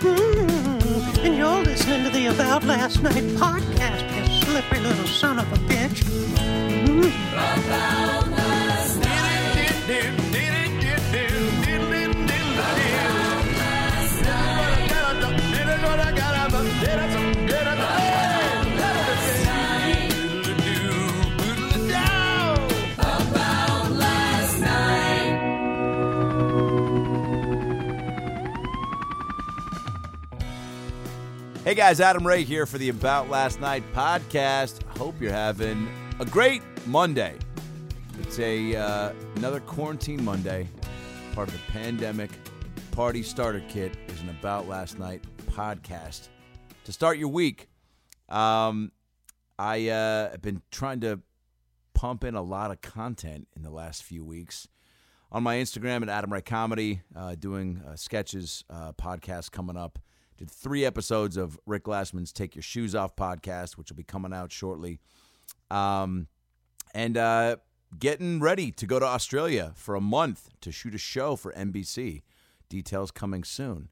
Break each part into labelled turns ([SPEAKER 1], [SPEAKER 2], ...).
[SPEAKER 1] Mm, and you're listening to the About Last Night podcast, you slippery little son of a bitch. Mm.
[SPEAKER 2] Hey guys, Adam Ray here for the About Last Night podcast. Hope you're having a great Monday. It's a uh, another quarantine Monday, part of the pandemic party starter kit is an About Last Night podcast to start your week. Um, I uh, have been trying to pump in a lot of content in the last few weeks on my Instagram at Adam Ray Comedy, uh, doing uh, sketches, uh, podcast coming up. Did three episodes of Rick Glassman's Take Your Shoes Off podcast, which will be coming out shortly. Um, and uh, getting ready to go to Australia for a month to shoot a show for NBC. Details coming soon.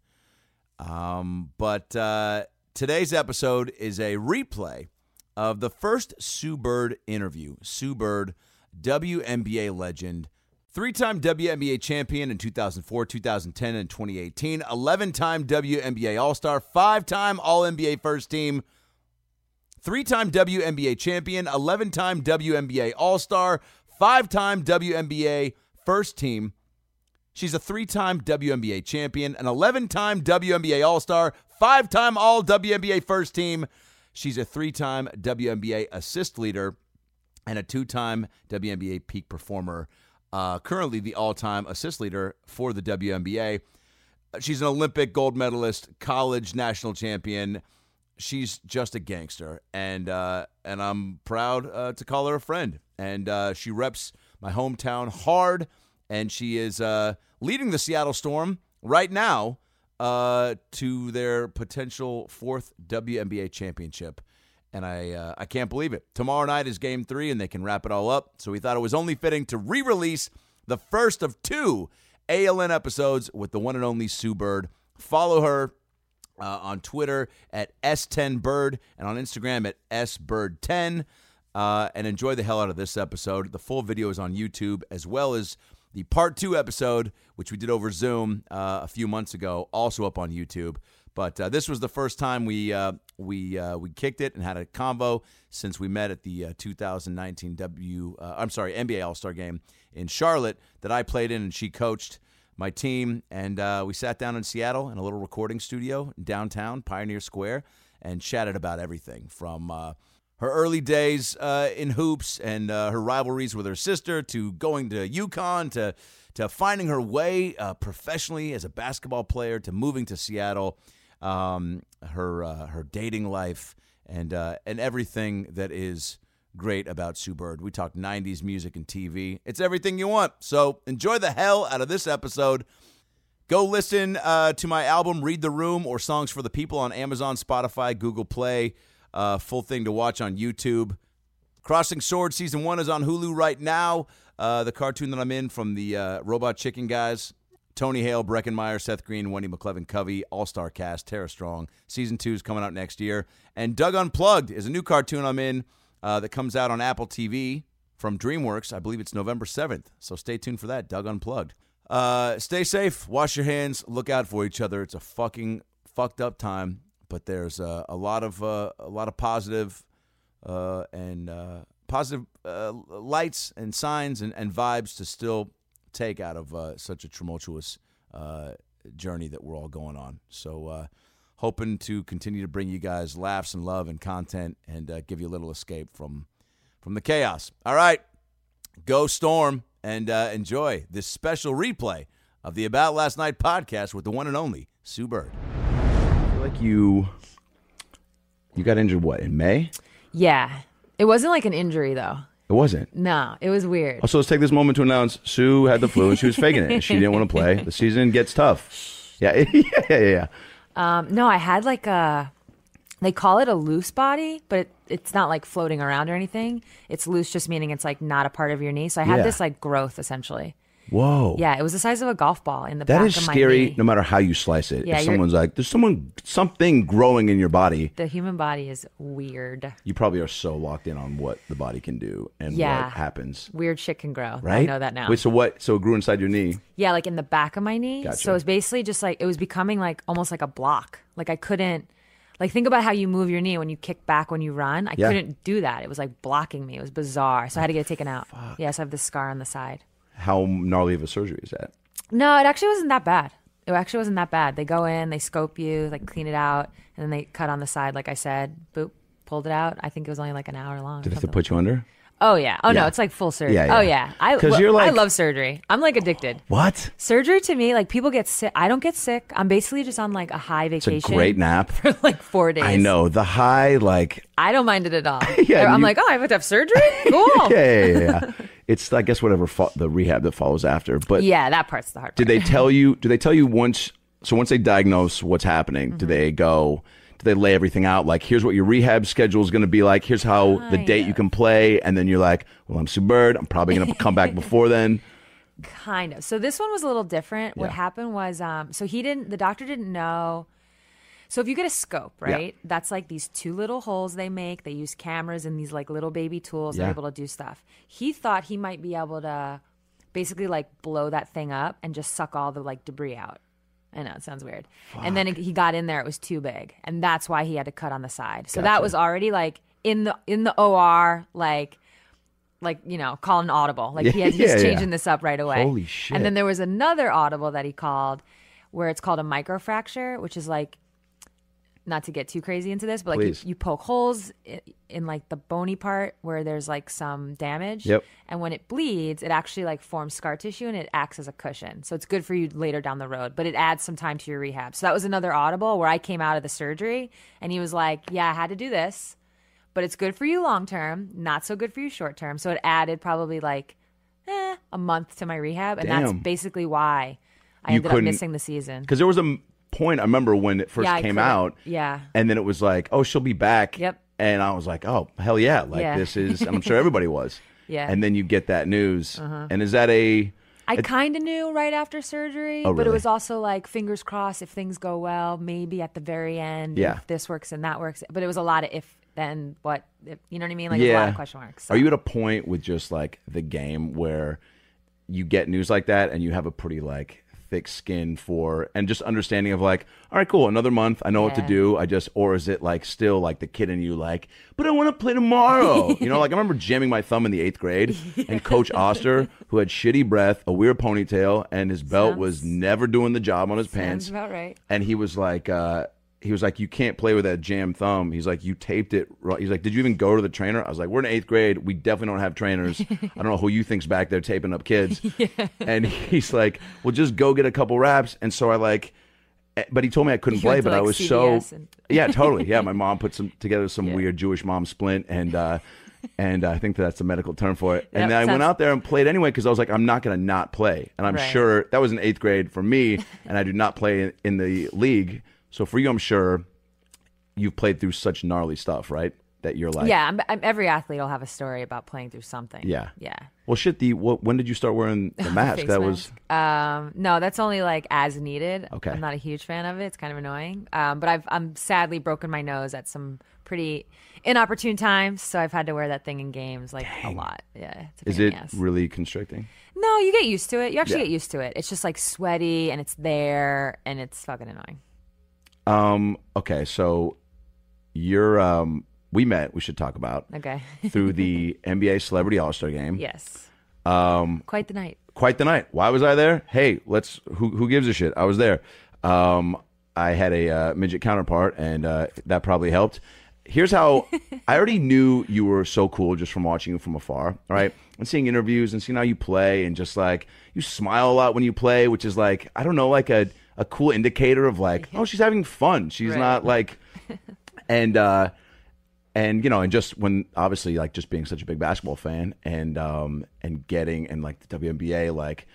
[SPEAKER 2] Um, but uh, today's episode is a replay of the first Sue Bird interview. Sue Bird, WNBA legend, three time WNBA champion in 2004, 2010, and 2018, 11 time WNBA All Star, five time All NBA First Team, three time WNBA champion, 11 time WNBA All Star, five time WNBA First Team. She's a three time WNBA champion, an 11 time WNBA All Star, five time All WNBA First Team. She's a three time WNBA assist leader and a two time WNBA peak performer, uh, currently the all time assist leader for the WNBA. She's an Olympic gold medalist, college national champion. She's just a gangster, and uh, and I'm proud uh, to call her a friend. And uh, she reps my hometown hard, and she is uh, leading the Seattle Storm right now uh, to their potential fourth WNBA championship. And I uh, I can't believe it. Tomorrow night is Game Three, and they can wrap it all up. So we thought it was only fitting to re-release the first of two ALN episodes with the one and only Sue Bird. Follow her uh, on Twitter at S10Bird and on Instagram at SBird10. Uh, and enjoy the hell out of this episode. The full video is on YouTube as well as the part two episode, which we did over Zoom uh, a few months ago, also up on YouTube. But uh, this was the first time we uh, we uh, we kicked it and had a combo since we met at the uh, 2019 W uh, I'm sorry NBA All Star Game in Charlotte that I played in and she coached my team. And uh, we sat down in Seattle in a little recording studio in downtown Pioneer Square and chatted about everything from uh, her early days uh, in hoops and uh, her rivalries with her sister to going to UConn to, to finding her way uh, professionally as a basketball player to moving to Seattle, um, her, uh, her dating life, and, uh, and everything that is great about Sue Bird. We talked 90s music and TV. It's everything you want. So enjoy the hell out of this episode. Go listen uh, to my album Read the Room or Songs for the People on Amazon, Spotify, Google Play. Uh, full thing to watch on YouTube. Crossing Swords Season 1 is on Hulu right now. Uh, the cartoon that I'm in from the uh, Robot Chicken guys Tony Hale, Breckenmeyer, Seth Green, Wendy McClevin Covey, All Star Cast, Tara Strong. Season 2 is coming out next year. And Doug Unplugged is a new cartoon I'm in uh, that comes out on Apple TV from DreamWorks. I believe it's November 7th. So stay tuned for that. Doug Unplugged. Uh, stay safe, wash your hands, look out for each other. It's a fucking fucked up time, but there's uh, a lot of uh, a lot of positive uh, and uh, positive uh, lights and signs and, and vibes to still take out of uh, such a tumultuous uh, journey that we're all going on. So, uh, hoping to continue to bring you guys laughs and love and content and uh, give you a little escape from from the chaos. All right, go Storm and uh, enjoy this special replay of the About Last Night podcast with the one and only Sue Bird. I feel like you you got injured what in May?
[SPEAKER 3] Yeah. It wasn't like an injury though.
[SPEAKER 2] It wasn't.
[SPEAKER 3] No, it was weird.
[SPEAKER 2] Also, let's take this moment to announce Sue had the flu and she was faking it. She didn't want to play. The season gets tough. Yeah, yeah, yeah, yeah.
[SPEAKER 3] Um, no, I had like a. They call it a loose body, but it, it's not like floating around or anything. It's loose, just meaning it's like not a part of your knee. So I had
[SPEAKER 2] Yeah.
[SPEAKER 3] this like growth essentially.
[SPEAKER 2] Whoa.
[SPEAKER 3] Yeah, it was the size of a golf ball in the
[SPEAKER 2] That
[SPEAKER 3] back
[SPEAKER 2] is
[SPEAKER 3] of my
[SPEAKER 2] scary
[SPEAKER 3] knee.
[SPEAKER 2] no matter how you slice it.
[SPEAKER 3] Yeah,
[SPEAKER 2] if
[SPEAKER 3] you're-
[SPEAKER 2] someone's like, there's someone, something growing in your body,
[SPEAKER 3] The human body is weird.
[SPEAKER 2] you probably are so locked in on what the body can do and
[SPEAKER 3] Yeah.
[SPEAKER 2] what happens.
[SPEAKER 3] Weird shit can grow.
[SPEAKER 2] Right?
[SPEAKER 3] I know that now.
[SPEAKER 2] Wait, so what? So it grew inside your knee.
[SPEAKER 3] yeah, like in the back of my knee.
[SPEAKER 2] Gotcha.
[SPEAKER 3] So it was basically just like it was becoming like almost like a block. Like I couldn't like think about how you move your knee when you kick back when you run. I
[SPEAKER 2] Yeah.
[SPEAKER 3] couldn't do that. It was like blocking me. It was bizarre. So I had to get it taken out. Yes, yeah, so I have this scar on the side.
[SPEAKER 2] How gnarly of a surgery is that?
[SPEAKER 3] No, it actually wasn't that bad. It actually wasn't that bad. They go in, they scope you, like clean it out, and then they cut on the side, like I said, boop, pulled it out. I think it was only like an hour long. or
[SPEAKER 2] Did they have to
[SPEAKER 3] something.
[SPEAKER 2] put you under?
[SPEAKER 3] oh yeah. Oh
[SPEAKER 2] Yeah.
[SPEAKER 3] no, it's like full surgery.
[SPEAKER 2] Yeah, yeah.
[SPEAKER 3] Oh yeah. I
[SPEAKER 2] 'Cause
[SPEAKER 3] well,
[SPEAKER 2] you're
[SPEAKER 3] I
[SPEAKER 2] like-
[SPEAKER 3] love surgery. I'm like addicted.
[SPEAKER 2] What?
[SPEAKER 3] Surgery to me, like people get sick. I don't get sick. I'm basically just on like a high
[SPEAKER 2] It's a
[SPEAKER 3] vacation.
[SPEAKER 2] great nap.
[SPEAKER 3] for like four days.
[SPEAKER 2] I know. The high, like,
[SPEAKER 3] I don't mind it at all.
[SPEAKER 2] Yeah,
[SPEAKER 3] I'm
[SPEAKER 2] you-
[SPEAKER 3] like, oh, I have to have surgery. Cool. yeah.
[SPEAKER 2] yeah, yeah, yeah, yeah. it's I guess whatever fo- the rehab that follows after. But
[SPEAKER 3] that part's the hard part.
[SPEAKER 2] did they tell you? Do they tell you once? So once they diagnose what's happening, do
[SPEAKER 3] Mm-hmm.
[SPEAKER 2] they go? Do they lay everything out? Like, here's what your rehab schedule is going to be like. Here's how the date you can play, and then you're like, well, I'm Sue Bird. I'm probably going to come back before then.
[SPEAKER 3] Kind of. So this one was a little different. What
[SPEAKER 2] Yeah.
[SPEAKER 3] happened was, um, so he didn't. The doctor didn't know. So if you get a scope,
[SPEAKER 2] Yeah.
[SPEAKER 3] right? That's like these two little holes they make. They use cameras and these like little baby tools. They're
[SPEAKER 2] Yeah.
[SPEAKER 3] able to do stuff. He thought he might be able to basically like blow that thing up and just suck all the like debris out. I know it sounds weird. And then it, he got in there; it was too big, and that's why he had to cut on the side. So that
[SPEAKER 2] Gotcha.
[SPEAKER 3] was already like in the in the OR, like like you know, call an audible. Like he had, he's
[SPEAKER 2] Yeah, yeah.
[SPEAKER 3] changing this up right away.
[SPEAKER 2] Holy
[SPEAKER 3] And
[SPEAKER 2] shit.
[SPEAKER 3] then there was another audible that he called, where it's called a microfracture, which is like, not to get too crazy into this, but like you,
[SPEAKER 2] Please.
[SPEAKER 3] you poke holes in, in like the bony part where there's like some damage.
[SPEAKER 2] Yep.
[SPEAKER 3] And when it bleeds, it actually like forms scar tissue and it acts as a cushion. So it's good for you later down the road, but it adds some time to your rehab. So that was another audible where I came out of the surgery and he was like, "Yeah, I had to do this." but it's good for you long term, not so good for you short term. So it added probably like eh, a month to my rehab, and that's
[SPEAKER 2] Damn.
[SPEAKER 3] basically why I
[SPEAKER 2] You
[SPEAKER 3] ended up
[SPEAKER 2] couldn't-
[SPEAKER 3] missing the season.
[SPEAKER 2] Because there was a m- point I remember when it first
[SPEAKER 3] Yeah, I
[SPEAKER 2] came
[SPEAKER 3] couldn't-
[SPEAKER 2] out.
[SPEAKER 3] yeah.
[SPEAKER 2] And then it was like, oh, she'll be back.
[SPEAKER 3] Yep.
[SPEAKER 2] And I was like, oh, hell yeah. Like,
[SPEAKER 3] Yeah.
[SPEAKER 2] this is, and I'm sure everybody was.
[SPEAKER 3] Yeah. Uh-huh.
[SPEAKER 2] And then you get that news. And is that a,
[SPEAKER 3] I kind of knew right after surgery,
[SPEAKER 2] Oh,
[SPEAKER 3] but it
[SPEAKER 2] really?
[SPEAKER 3] was also like fingers crossed if things go well, maybe at the very end,
[SPEAKER 2] Yeah.
[SPEAKER 3] if this works and that works. But it was a lot of if, then, what, if, you know what I mean? Like it was a lot of question marks. so.
[SPEAKER 2] Are you at a point with just like the game where you get news like that and you have a pretty like thick skin for and just understanding of like, all right, cool, another month, I know what to
[SPEAKER 3] Yeah.
[SPEAKER 2] do. I just or is it like still like the kid in you like, but I want to play tomorrow. you know, like I remember jamming my thumb in the eighth grade and Coach Oster, who had shitty breath, a weird ponytail, and his belt was never doing the job on his pants
[SPEAKER 3] Sounds about right.
[SPEAKER 2] and he was like uh he was like you can't play with that jam thumb he's like you taped it right he's like did you even go to the trainer i was like we're in eighth grade we definitely don't have trainers i don't know who you think's back there taping up kids and he's like well just go get a couple raps and so i like eh, but he told me i couldn't
[SPEAKER 3] You
[SPEAKER 2] play
[SPEAKER 3] went to,
[SPEAKER 2] but i
[SPEAKER 3] like,
[SPEAKER 2] was
[SPEAKER 3] CVS
[SPEAKER 2] so
[SPEAKER 3] and-
[SPEAKER 2] yeah totally yeah my mom put some together some weird jewish mom splint and uh and I think that's the medical term for it. And
[SPEAKER 3] Yep,
[SPEAKER 2] then I went
[SPEAKER 3] sounds-
[SPEAKER 2] out there and played anyway because I was like, I'm not going to not play. And I'm
[SPEAKER 3] Right.
[SPEAKER 2] sure sure- that was in eighth grade for me, and I do not play in, in the league. So for you, I'm sure you've played through such gnarly stuff, right? That you're like,
[SPEAKER 3] yeah, I'm, I'm, every athlete will have a story about playing through something.
[SPEAKER 2] Yeah.
[SPEAKER 3] Yeah.
[SPEAKER 2] Well, shit. The what, when did you start wearing the mask?
[SPEAKER 3] Face
[SPEAKER 2] that was
[SPEAKER 3] mask. um, no, that's only like as needed.
[SPEAKER 2] Okay.
[SPEAKER 3] I'm not a huge fan of it. It's kind of annoying. Um, but I've I'm sadly broken my nose at some pretty inopportune times, so I've had to wear that thing in games like a lot. Yeah, it's a pain
[SPEAKER 2] is
[SPEAKER 3] in
[SPEAKER 2] it
[SPEAKER 3] the ass.
[SPEAKER 2] really constricting?
[SPEAKER 3] no, you get used to it. You actually
[SPEAKER 2] Yeah.
[SPEAKER 3] get used to it. It's just like sweaty and it's there and it's fucking annoying.
[SPEAKER 2] Um. Okay. So you're um. We met. We should talk about
[SPEAKER 3] Okay.
[SPEAKER 2] through the NBA Celebrity All Star Game.
[SPEAKER 3] yes.
[SPEAKER 2] Um.
[SPEAKER 3] Quite the night.
[SPEAKER 2] quite the night. Why was I there? Hey, let's. Who who gives a shit? I was there. Um, I had a uh, midget counterpart, and uh, that probably helped. Here's how I already knew you were so cool just from watching you from afar, right? And seeing interviews and seeing how you play, and just like you smile a lot when you play, which is like I don't know, like a a cool indicator of like, oh, she's having fun. She's not like, and uh, and you know, and just when obviously like just being such a big basketball fan and um and getting and like the WNBA like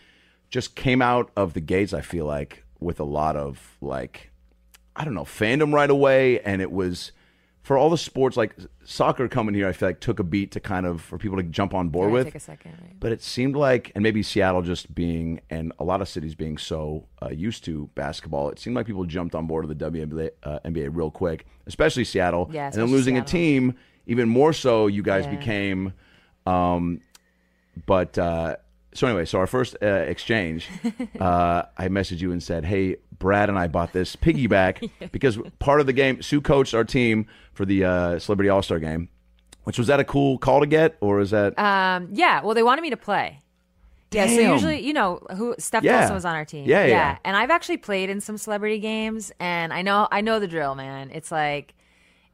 [SPEAKER 2] just came out of the gates. I feel like with a lot of like I don't know fandom right away, and it was for all the sports like soccer coming here. I feel like took a beat to kind of for people to jump on board with.
[SPEAKER 3] Take a second. Right?
[SPEAKER 2] But it seemed like, and maybe Seattle just being, and a lot of cities being so uh, used to basketball, it seemed like people jumped on board with the WNBA uh, NBA real quick, especially Seattle.
[SPEAKER 3] Yeah,
[SPEAKER 2] and
[SPEAKER 3] especially
[SPEAKER 2] then losing a
[SPEAKER 3] Seattle.
[SPEAKER 2] team, even more so, you guys
[SPEAKER 3] Yeah.
[SPEAKER 2] became. Um, but uh, so anyway, so our first uh, exchange, uh, I messaged you and said, "Hey, Brad and I bought this piggyback because part of the game, Sue coached our team for the uh, Celebrity All Star game." Which was that a cool call to get, or is that?
[SPEAKER 3] Um, yeah. Well, they wanted me to play. Yeah. So
[SPEAKER 2] Damn.
[SPEAKER 3] usually, you know, who Steph
[SPEAKER 2] Yeah.
[SPEAKER 3] Tulsa was on our team.
[SPEAKER 2] Yeah, yeah, yeah.
[SPEAKER 3] And I've actually played in some celebrity games, and I know, I know the drill, man. It's like,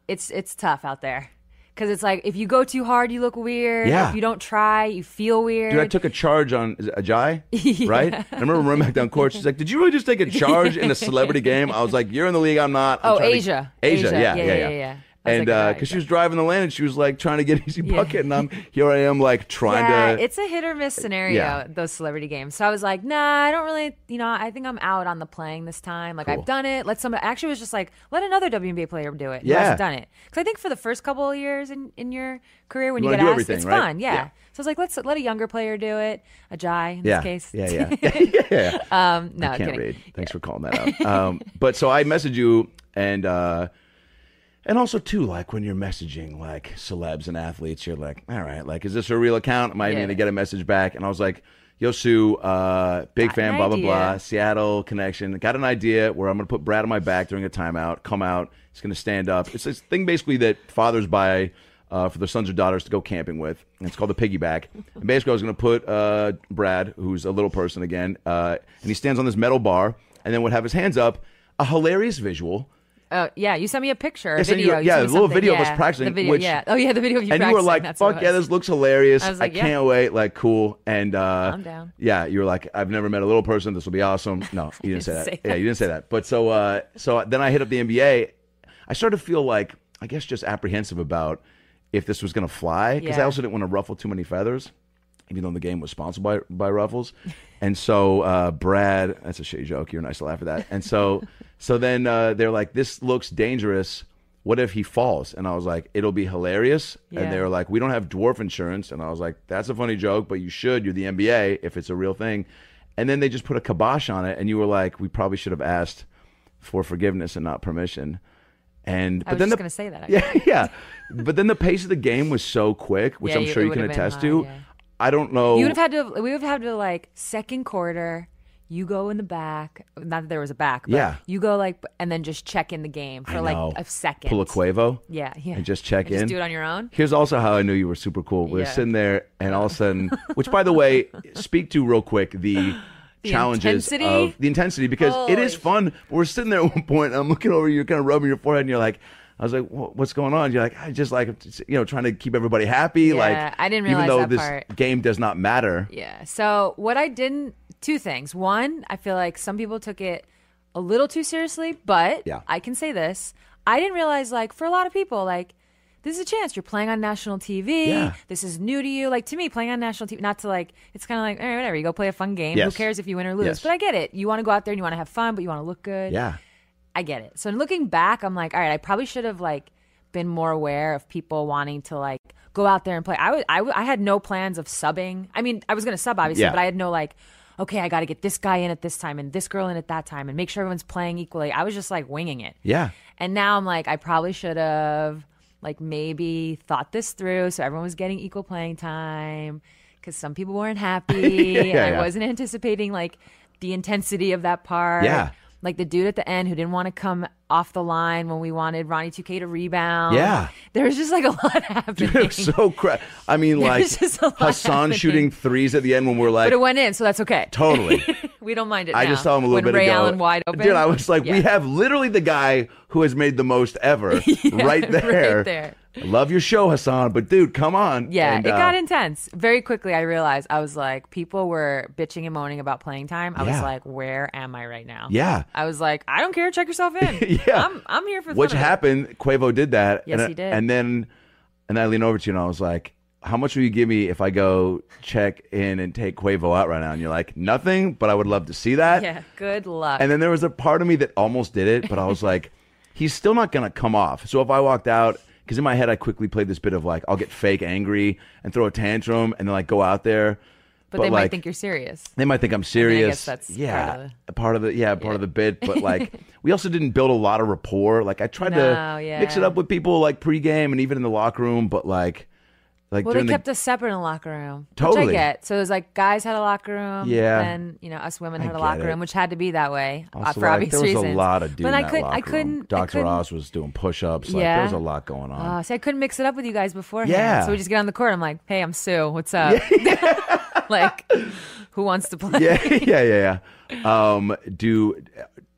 [SPEAKER 3] it's it's tough out there. Cause it's like if you go too hard, you look weird.
[SPEAKER 2] Yeah.
[SPEAKER 3] If you don't try, you feel weird.
[SPEAKER 2] Dude, I took a charge on is it Ajay, right? And I remember running back down court. She's like, "Did you really just take a charge in a celebrity game?" I was like, "You're in the league. I'm not." I'm
[SPEAKER 3] Oh,
[SPEAKER 2] trying to-
[SPEAKER 3] Asia.
[SPEAKER 2] Asia,
[SPEAKER 3] Asia.
[SPEAKER 2] Yeah, yeah, yeah.
[SPEAKER 3] yeah, yeah. I was
[SPEAKER 2] And
[SPEAKER 3] like,
[SPEAKER 2] because
[SPEAKER 3] "Oh,
[SPEAKER 2] she
[SPEAKER 3] Asia."
[SPEAKER 2] was driving the lane, and she was like trying to get easy bucket, and I'm here. I am like trying
[SPEAKER 3] yeah,
[SPEAKER 2] to.
[SPEAKER 3] it's a hit or miss scenario.
[SPEAKER 2] yeah.
[SPEAKER 3] Those celebrity games. So I was like, nah, I don't really, you know, I think I'm out on the playing this time. Like
[SPEAKER 2] Cool.
[SPEAKER 3] I've done it. Let somebody. Actually, it was just like let another WNBA player do it. who
[SPEAKER 2] Yeah.
[SPEAKER 3] hasn't done it because I think for the first couple of years in, in your career when
[SPEAKER 2] You
[SPEAKER 3] you,
[SPEAKER 2] wanna
[SPEAKER 3] get
[SPEAKER 2] do
[SPEAKER 3] asked,
[SPEAKER 2] everything,
[SPEAKER 3] it's
[SPEAKER 2] right?
[SPEAKER 3] fun. Yeah.
[SPEAKER 2] Yeah.
[SPEAKER 3] So I was like, let's let a younger player do it. A Jai in
[SPEAKER 2] yeah.
[SPEAKER 3] this case.
[SPEAKER 2] yeah, yeah, yeah, yeah.
[SPEAKER 3] Um, no,
[SPEAKER 2] I can't
[SPEAKER 3] kidding.
[SPEAKER 2] read. Thanks for calling that out. Um, but so I message you and uh, and also too, like when you're messaging like celebs and athletes, you're like, all right, like is this a real account? Am I even
[SPEAKER 3] Yeah.
[SPEAKER 2] gonna get a message back? And I was like, Yo Sue, uh, big
[SPEAKER 3] Got
[SPEAKER 2] fan,
[SPEAKER 3] an
[SPEAKER 2] blah blah
[SPEAKER 3] idea.
[SPEAKER 2] blah. Seattle connection. Got an idea where I'm gonna put Brad on my back during a timeout. Come out. He's gonna stand up. It's this thing basically that fathers buy. Uh, for their sons or daughters to go camping with. And it's called the piggyback. And basically, I was going to put uh, Brad, who's a little person again, uh, and he stands on this metal bar, and then would have his hands up. A hilarious visual.
[SPEAKER 3] Oh yeah, you sent me a picture, a
[SPEAKER 2] Yeah, so you-
[SPEAKER 3] video.
[SPEAKER 2] yeah,
[SPEAKER 3] you sent me
[SPEAKER 2] a little
[SPEAKER 3] something.
[SPEAKER 2] video of us
[SPEAKER 3] Yeah,
[SPEAKER 2] practicing,
[SPEAKER 3] The video,
[SPEAKER 2] which-
[SPEAKER 3] yeah. Oh yeah, the video of you
[SPEAKER 2] and
[SPEAKER 3] practicing.
[SPEAKER 2] you were like,
[SPEAKER 3] that's what
[SPEAKER 2] "Fuck
[SPEAKER 3] it
[SPEAKER 2] yeah,
[SPEAKER 3] was.
[SPEAKER 2] this looks hilarious! I,
[SPEAKER 3] I was like, yeah.
[SPEAKER 2] can't wait! Like, cool!" And uh,
[SPEAKER 3] Calm down.
[SPEAKER 2] yeah, you were like, "I've never met a little person. This will be awesome." No, you didn't say that.
[SPEAKER 3] didn't say
[SPEAKER 2] Yeah, you didn't say that. But so, uh, so then I hit up the NBA. I started to feel like, I guess, just apprehensive about if this was going to fly because I
[SPEAKER 3] Yeah.
[SPEAKER 2] also didn't want to ruffle too many feathers, even though the game was sponsored by by Ruffles. And so, uh, Brad, that's a shitty joke. You're nice to laugh at that. And so, so then uh, they're like, "This looks dangerous." What if he falls? And I was like, it'll be hilarious.
[SPEAKER 3] Yeah.
[SPEAKER 2] And they were like, we don't have dwarf insurance. And I was like, that's a funny joke, but you should. You're the NBA if it's a real thing. And then they just put a kibosh on it. And you were like, we probably should have asked for forgiveness and not permission. And
[SPEAKER 3] I
[SPEAKER 2] but
[SPEAKER 3] was
[SPEAKER 2] then
[SPEAKER 3] just
[SPEAKER 2] the,
[SPEAKER 3] gonna say that. actually.
[SPEAKER 2] yeah, yeah. But then the pace of the game was so quick, which
[SPEAKER 3] Yeah,
[SPEAKER 2] I'm
[SPEAKER 3] you-
[SPEAKER 2] sure
[SPEAKER 3] it
[SPEAKER 2] you can
[SPEAKER 3] would've been
[SPEAKER 2] attest
[SPEAKER 3] high,
[SPEAKER 2] to.
[SPEAKER 3] yeah.
[SPEAKER 2] I don't know.
[SPEAKER 3] You would have had to. We would have had to like second quarter. You go in the back. Not that there was a back. But
[SPEAKER 2] Yeah.
[SPEAKER 3] You go like and then just check in the game for
[SPEAKER 2] I know.
[SPEAKER 3] like a second.
[SPEAKER 2] Pull a Quavo.
[SPEAKER 3] Yeah, yeah.
[SPEAKER 2] And just check
[SPEAKER 3] And
[SPEAKER 2] in.
[SPEAKER 3] just do it on your own?
[SPEAKER 2] Here's also how I knew you were super cool. We are
[SPEAKER 3] Yeah.
[SPEAKER 2] sitting there, and all of a sudden, which by the way, speak to real quick the. challenges
[SPEAKER 3] intensity?
[SPEAKER 2] of the intensity because it is fun. But we're sitting there at one point. I'm looking over you, kind of rubbing your forehead, and you're like, "I was like, "Wha- what's going on?" You're like, "I just like, you know, trying to keep everybody happy." like,
[SPEAKER 3] I didn't
[SPEAKER 2] even
[SPEAKER 3] realize
[SPEAKER 2] though
[SPEAKER 3] that
[SPEAKER 2] this
[SPEAKER 3] part.
[SPEAKER 2] game does not matter.
[SPEAKER 3] Yeah. So what I didn't. Two things. One, I feel like some people took it a little too seriously, but
[SPEAKER 2] Yeah.
[SPEAKER 3] I can say this. I didn't realize like for a lot of people like. This is a chance. You're playing on national TV.
[SPEAKER 2] Yeah.
[SPEAKER 3] This is new to you. Like to me, playing on national TV, not to like, it's kind of like, all right, whatever. You go play a fun game.
[SPEAKER 2] Yes.
[SPEAKER 3] Who cares if you win or lose?
[SPEAKER 2] Yes.
[SPEAKER 3] But I get it. You want to go out there and you want to have fun, but you want to look good.
[SPEAKER 2] Yeah.
[SPEAKER 3] I get it. So in looking back, I'm like, all right, I probably should have like been more aware of people wanting to like go out there and play. I was, I, w- I had no plans of subbing. I mean, I was gonna sub obviously,
[SPEAKER 2] Yeah.
[SPEAKER 3] but I had no like, okay, I got to get this guy in at this time and this girl in at that time and make sure everyone's playing equally. I was just like winging it.
[SPEAKER 2] Yeah.
[SPEAKER 3] And now I'm like, I probably should have like maybe thought this through so everyone was getting equal playing time because some people weren't happy and
[SPEAKER 2] Yeah,
[SPEAKER 3] I
[SPEAKER 2] yeah.
[SPEAKER 3] wasn't anticipating like the intensity of that part.
[SPEAKER 2] Yeah.
[SPEAKER 3] Like the dude at the end who didn't want to come off the line when we wanted Ronnie 2K to rebound.
[SPEAKER 2] Yeah.
[SPEAKER 3] There was just like a lot happening.
[SPEAKER 2] It was so crap. I mean, like
[SPEAKER 3] was just a lot
[SPEAKER 2] Hassan
[SPEAKER 3] happening.
[SPEAKER 2] shooting threes at the end when we're like,
[SPEAKER 3] but it went in, so that's okay.
[SPEAKER 2] totally.
[SPEAKER 3] We don't mind it.
[SPEAKER 2] I
[SPEAKER 3] now.
[SPEAKER 2] just saw him a little
[SPEAKER 3] when
[SPEAKER 2] bit
[SPEAKER 3] Ray
[SPEAKER 2] ago.
[SPEAKER 3] Allen wide open.
[SPEAKER 2] Dude, I was like, we
[SPEAKER 3] Yeah.
[SPEAKER 2] have literally the guy who has made the most ever right there.
[SPEAKER 3] right there.
[SPEAKER 2] Love your show, Hassan, but dude, come on.
[SPEAKER 3] Yeah,
[SPEAKER 2] And,
[SPEAKER 3] it
[SPEAKER 2] uh,
[SPEAKER 3] got intense. Very quickly, I realized I was like, people were bitching and moaning about playing time. I was
[SPEAKER 2] Yeah.
[SPEAKER 3] like, where am I right now?
[SPEAKER 2] Yeah.
[SPEAKER 3] I was like, I don't care. Check yourself in.
[SPEAKER 2] Yeah.
[SPEAKER 3] I'm I'm here for the
[SPEAKER 2] Which
[SPEAKER 3] fun of it.
[SPEAKER 2] happened, Quavo did that.
[SPEAKER 3] Yes,
[SPEAKER 2] and,
[SPEAKER 3] he did.
[SPEAKER 2] And then and I leaned over to you and I was like, How much will you give me if I go check in and take Quavo out right now? And you're like, Nothing, but I would love to see that.
[SPEAKER 3] Yeah, good luck.
[SPEAKER 2] And then there was a part of me that almost did it, but I was like, he's still not going to come off. So if I walked out, because in my head I quickly played this bit of like, I'll get fake angry and throw a tantrum and then like go out there.
[SPEAKER 3] but, they might
[SPEAKER 2] like,
[SPEAKER 3] think you're serious.
[SPEAKER 2] They might think I'm
[SPEAKER 3] I guess
[SPEAKER 2] serious.
[SPEAKER 3] that's
[SPEAKER 2] yeah,
[SPEAKER 3] part of the-
[SPEAKER 2] a part of the yeah, part of the bit. But like, we also didn't build a lot of rapport. Like I tried
[SPEAKER 3] No,
[SPEAKER 2] to mix it
[SPEAKER 3] yeah.
[SPEAKER 2] up with people like pregame and even in the locker room. But like, like
[SPEAKER 3] Well, they
[SPEAKER 2] during the
[SPEAKER 3] kept us separate in the locker room. Which
[SPEAKER 2] Totally.
[SPEAKER 3] I get. So it was like guys had a locker room.
[SPEAKER 2] Yeah.
[SPEAKER 3] Then, you know, us women had a
[SPEAKER 2] get
[SPEAKER 3] locker
[SPEAKER 2] it.
[SPEAKER 3] room, which had to be that way uh,
[SPEAKER 2] also,
[SPEAKER 3] for
[SPEAKER 2] like,
[SPEAKER 3] obvious
[SPEAKER 2] there was
[SPEAKER 3] reasons.
[SPEAKER 2] a lot of dude.
[SPEAKER 3] But
[SPEAKER 2] in
[SPEAKER 3] I,
[SPEAKER 2] that
[SPEAKER 3] could, I
[SPEAKER 2] locker room.
[SPEAKER 3] couldn't. I
[SPEAKER 2] Dr.
[SPEAKER 3] couldn't-
[SPEAKER 2] Oz was doing push-ups. Like
[SPEAKER 3] Yeah.
[SPEAKER 2] there was a lot going on.
[SPEAKER 3] Oh, see, I couldn't mix it up with you guys beforehand.
[SPEAKER 2] Yeah.
[SPEAKER 3] So we just get on the court. I'm like, hey, I'm Sue. What's up? like, who wants to play?
[SPEAKER 2] yeah, yeah, yeah, yeah. Um, do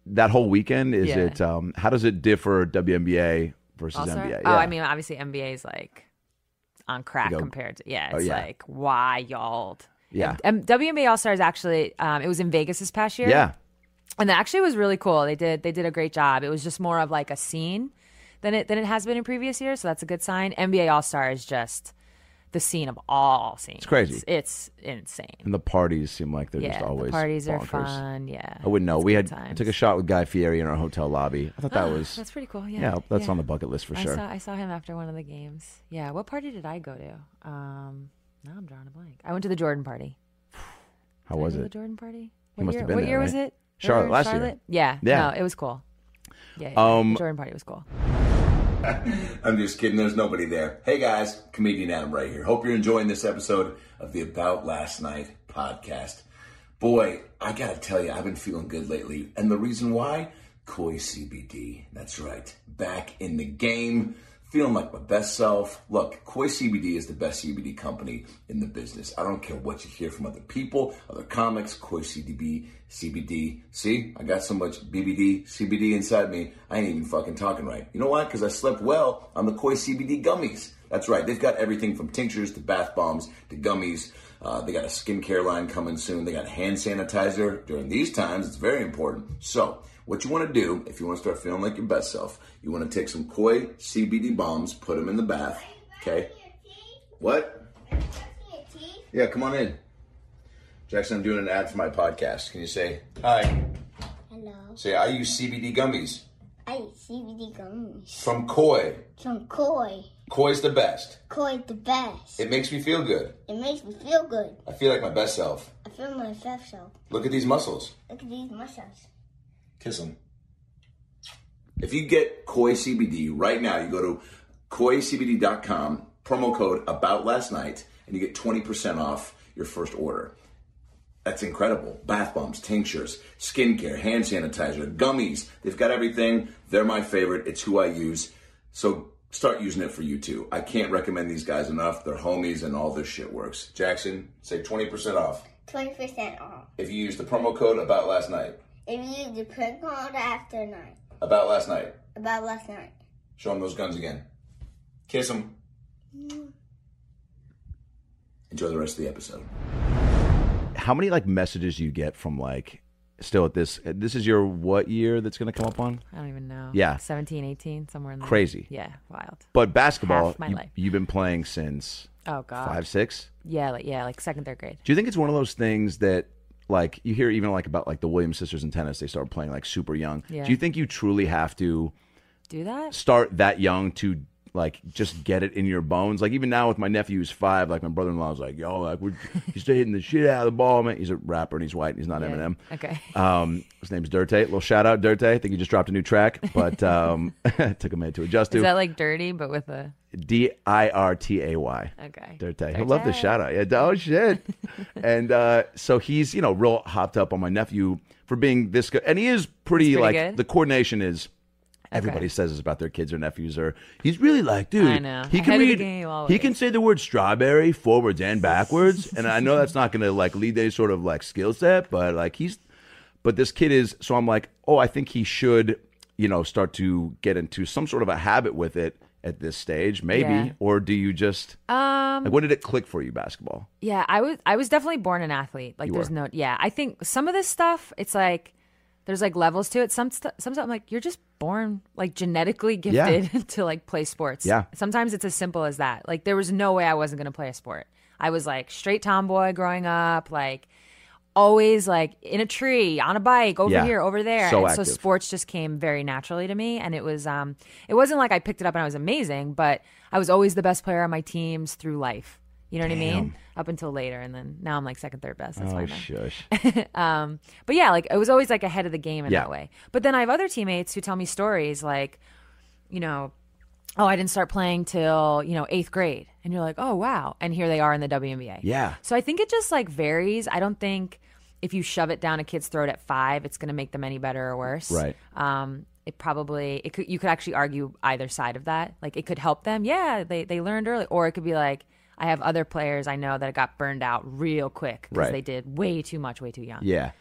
[SPEAKER 2] that whole weekend? Is
[SPEAKER 3] Yeah.
[SPEAKER 2] it? Um, how does it differ WNBA versus
[SPEAKER 3] Also-
[SPEAKER 2] NBA?
[SPEAKER 3] Oh,
[SPEAKER 2] Yeah.
[SPEAKER 3] I mean, obviously NBA is like on crack
[SPEAKER 2] Like a-
[SPEAKER 3] compared to yeah, it's
[SPEAKER 2] oh, yeah.
[SPEAKER 3] like wild.
[SPEAKER 2] Yeah.
[SPEAKER 3] And WNBA All Stars actually, um, it was in Vegas this past year.
[SPEAKER 2] yeah,
[SPEAKER 3] and that actually was really cool. They did they did a great job. It was just more of like a scene than it than it has been in previous years, so that's a good sign. NBA All Star is just the scene of all scenes. It's
[SPEAKER 2] crazy.
[SPEAKER 3] It's, insane.
[SPEAKER 2] and the parties seem like they're
[SPEAKER 3] Yeah,
[SPEAKER 2] just always
[SPEAKER 3] the parties
[SPEAKER 2] bonkers.
[SPEAKER 3] are fun. Yeah,
[SPEAKER 2] I wouldn't know.
[SPEAKER 3] It's
[SPEAKER 2] we had
[SPEAKER 3] good times. Ah,
[SPEAKER 2] took a shot with Guy Fieri in our hotel lobby. I thought that was
[SPEAKER 3] That's pretty cool. Yeah,
[SPEAKER 2] yeah, that's on the bucket list for
[SPEAKER 3] I
[SPEAKER 2] sure.
[SPEAKER 3] saw I saw him after one of the games. Yeah, what party did I go to? Um, now I'm drawing a blank. I went to the Jordan party.
[SPEAKER 2] How was
[SPEAKER 3] Go to The
[SPEAKER 2] it?
[SPEAKER 3] Jordan party.
[SPEAKER 2] You
[SPEAKER 3] What
[SPEAKER 2] must
[SPEAKER 3] year,
[SPEAKER 2] have been
[SPEAKER 3] what
[SPEAKER 2] there,
[SPEAKER 3] year was
[SPEAKER 2] right?
[SPEAKER 3] it? They
[SPEAKER 2] Charlotte,
[SPEAKER 3] were in
[SPEAKER 2] last year.
[SPEAKER 3] Yeah.
[SPEAKER 2] Yeah.
[SPEAKER 3] No, it was cool. Yeah. yeah, yeah.
[SPEAKER 2] Um,
[SPEAKER 3] the Jordan party was cool.
[SPEAKER 4] I'm just kidding. There's nobody there. Hey guys, comedian Adam right here. Hope you're enjoying this episode of the About Last Night podcast. Boy, I gotta tell you, I've been feeling good lately, and the reason why? Koi CBD. That's right. Back in the game, feeling like my best self. Look, Koi CBD is the best CBD company in the business. I don't care what you hear from other people, other comics. Koi CBD, CBD. See, I got so much BBD, CBD inside me. I ain't even fucking talking right. You know why? Because I slept well on the Koi CBD gummies. That's right. They've got everything from tinctures to bath bombs to gummies. Uh, they got a skincare line coming soon. They got hand sanitizer during these times. It's very important. So, what you want to do if you want to start feeling like your best self, you want to take some Koi CBD bombs, put them in the bath. Okay. What? Yeah, come on in. Jackson, I'm doing an ad for my podcast. Can you say hi?
[SPEAKER 5] Hello.
[SPEAKER 4] Say, I use CBD gummies
[SPEAKER 5] I eat CBD gums
[SPEAKER 4] from Koi.
[SPEAKER 5] from Koi.
[SPEAKER 4] Koi's the best.
[SPEAKER 5] Koi's the best.
[SPEAKER 4] It makes me feel good.
[SPEAKER 5] It makes me feel good.
[SPEAKER 4] I feel like my best self.
[SPEAKER 5] I feel my fat self.
[SPEAKER 4] Look at these muscles.
[SPEAKER 5] Look at these muscles.
[SPEAKER 4] Kiss them. If you get Koi CBD right now, you go to koicbd.com, promo code about last night, and you get 20% off your first order. That's incredible. Bath bombs, tinctures, skincare, hand sanitizer, gummies. They've got everything. They're my favorite. It's who I use. So start using it for you too. I can't recommend these guys enough. They're homies and all this shit works. Jackson, say 20% off
[SPEAKER 5] 20% off.
[SPEAKER 4] if you use the promo code about last night.
[SPEAKER 5] If you use the print code after night.
[SPEAKER 4] About last night.
[SPEAKER 5] About last night.
[SPEAKER 4] Show him those guns again. Kiss him. Enjoy the rest of the episode.
[SPEAKER 2] How many like messages do you get from like still at this? This is your what year that's going to come up on?
[SPEAKER 3] I don't even know.
[SPEAKER 2] Yeah.
[SPEAKER 3] 17, 18, somewhere in there.
[SPEAKER 2] Crazy.
[SPEAKER 3] Yeah, wild.
[SPEAKER 2] But basketball,
[SPEAKER 3] Half my
[SPEAKER 2] you,
[SPEAKER 3] life.
[SPEAKER 2] you've been playing since
[SPEAKER 3] Oh god.
[SPEAKER 2] five, six.
[SPEAKER 3] Yeah, like yeah, like second, third grade.
[SPEAKER 2] Do you think it's one of those things that like you hear even like about like the Williams sisters in tennis, they start playing like super young.
[SPEAKER 3] Yeah.
[SPEAKER 2] Do you think you truly have to
[SPEAKER 3] Do that?
[SPEAKER 2] start that young to like just get it in your bones? Like even now with my nephew who's five, like my brother in law is like, yo, like we're he's still hitting the shit out of the ball, man. He's a rapper and he's white and he's not
[SPEAKER 3] Yeah.
[SPEAKER 2] Eminem.
[SPEAKER 3] Okay.
[SPEAKER 2] Um, his name's Dirte. Little shout out, Dirte. I think he just dropped a new track, but um, took a minute to adjust
[SPEAKER 3] Is that
[SPEAKER 2] to.
[SPEAKER 3] like dirty but with a
[SPEAKER 2] D I R T A Y.
[SPEAKER 3] okay.
[SPEAKER 2] Dirte. He'll love the shout out. Yeah, oh shit. and uh, so he's, you know, real hopped up on my nephew for being this good. And he is pretty,
[SPEAKER 3] He's pretty
[SPEAKER 2] like
[SPEAKER 3] good?
[SPEAKER 2] the coordination is everybody says this about their kids or nephews or he's really like, dude,
[SPEAKER 3] I know.
[SPEAKER 2] he can
[SPEAKER 3] Ahead of the
[SPEAKER 2] read
[SPEAKER 3] game
[SPEAKER 2] he
[SPEAKER 3] always.
[SPEAKER 2] can say the word strawberry forwards and backwards. and I know that's not gonna like lead to any sort of like skill set, but like he's but this kid is so I'm like, oh, I think he should, you know, start to get into some sort of a habit with it at this stage, maybe.
[SPEAKER 3] Yeah.
[SPEAKER 2] Or do you just
[SPEAKER 3] Um
[SPEAKER 2] like, when did it click for you, basketball?
[SPEAKER 3] yeah, I was I was definitely born an athlete. Like
[SPEAKER 2] You
[SPEAKER 3] there's
[SPEAKER 2] were.
[SPEAKER 3] no yeah, I think some of this stuff it's like There's like levels to it. Some st- some stuff, I'm like you're just born like genetically gifted to like play sports.
[SPEAKER 6] Yeah.
[SPEAKER 3] Sometimes it's as simple as that. Like there was no way I wasn't gonna play a sport. I was like straight tomboy growing up, like always like in a tree, on a bike, over
[SPEAKER 6] Yeah.
[SPEAKER 3] here, over there.
[SPEAKER 6] So
[SPEAKER 3] and
[SPEAKER 6] active.
[SPEAKER 3] so sports just came very naturally to me and it was um it wasn't like I picked it up and I was amazing, but I was always the best player on my teams through life. You know what I mean? Up until later and then now I'm like second, third best. That's fine.
[SPEAKER 6] Oh,
[SPEAKER 3] then. Um,
[SPEAKER 6] shush.
[SPEAKER 3] But yeah, like I was always like ahead of the game in
[SPEAKER 6] Yeah.
[SPEAKER 3] that way. But then I have other teammates who tell me stories like, you know, oh, I didn't start playing till, you know, eighth grade. And you're like, oh, wow. And here they are in the WNBA.
[SPEAKER 6] Yeah.
[SPEAKER 3] So I think it just like varies. I don't think if you shove it down a kid's throat at five, it's going to make them any better or worse.
[SPEAKER 6] Right.
[SPEAKER 3] Um, it probably it could you could actually argue either side of that. Like it could help them. Yeah, they they learned early, or it could be like I have other players I know that got burned out real quick because
[SPEAKER 6] Right.
[SPEAKER 3] they did way too much, way too young.
[SPEAKER 6] Yeah.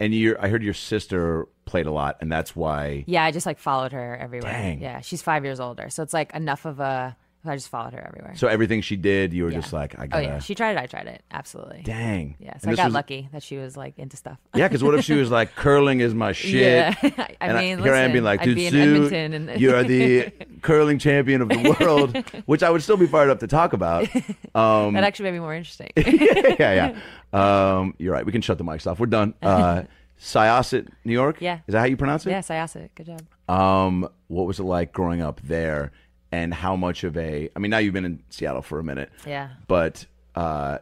[SPEAKER 6] And you I heard your sister played a lot, and that's why.
[SPEAKER 3] Yeah, I just like followed her everywhere.
[SPEAKER 6] Dang.
[SPEAKER 3] Yeah, she's five years older, so it's like enough of a. I just followed her everywhere.
[SPEAKER 6] So everything she did, you were just like, I
[SPEAKER 3] oh
[SPEAKER 6] gotta.
[SPEAKER 3] yeah, she tried it. I tried it. Absolutely.
[SPEAKER 6] dang.
[SPEAKER 3] Yeah,
[SPEAKER 6] And
[SPEAKER 3] so I
[SPEAKER 6] this
[SPEAKER 3] got
[SPEAKER 6] was-
[SPEAKER 3] lucky that she was like into stuff.
[SPEAKER 6] Yeah, because what if she was like, curling is my shit?
[SPEAKER 3] Yeah. I
[SPEAKER 6] and
[SPEAKER 3] mean,
[SPEAKER 6] here I am
[SPEAKER 3] listen,
[SPEAKER 6] being like,
[SPEAKER 3] I'd
[SPEAKER 6] dude,
[SPEAKER 3] be in
[SPEAKER 6] Sue,
[SPEAKER 3] Edmonton and-
[SPEAKER 6] you are the curling champion of the world, which I would still be fired up to talk about. Um,
[SPEAKER 3] that actually made me more interesting.
[SPEAKER 6] yeah, yeah. Um, you're right. We can shut the mics off. We're done. Uh, Syosset, New York.
[SPEAKER 3] Yeah.
[SPEAKER 6] Is that how you pronounce it?
[SPEAKER 3] yeah, Sayasa, good job.
[SPEAKER 6] Um, what was it like growing up there, and how much of a? I mean, now you've been in Seattle for a minute.
[SPEAKER 3] Yeah.
[SPEAKER 6] But uh,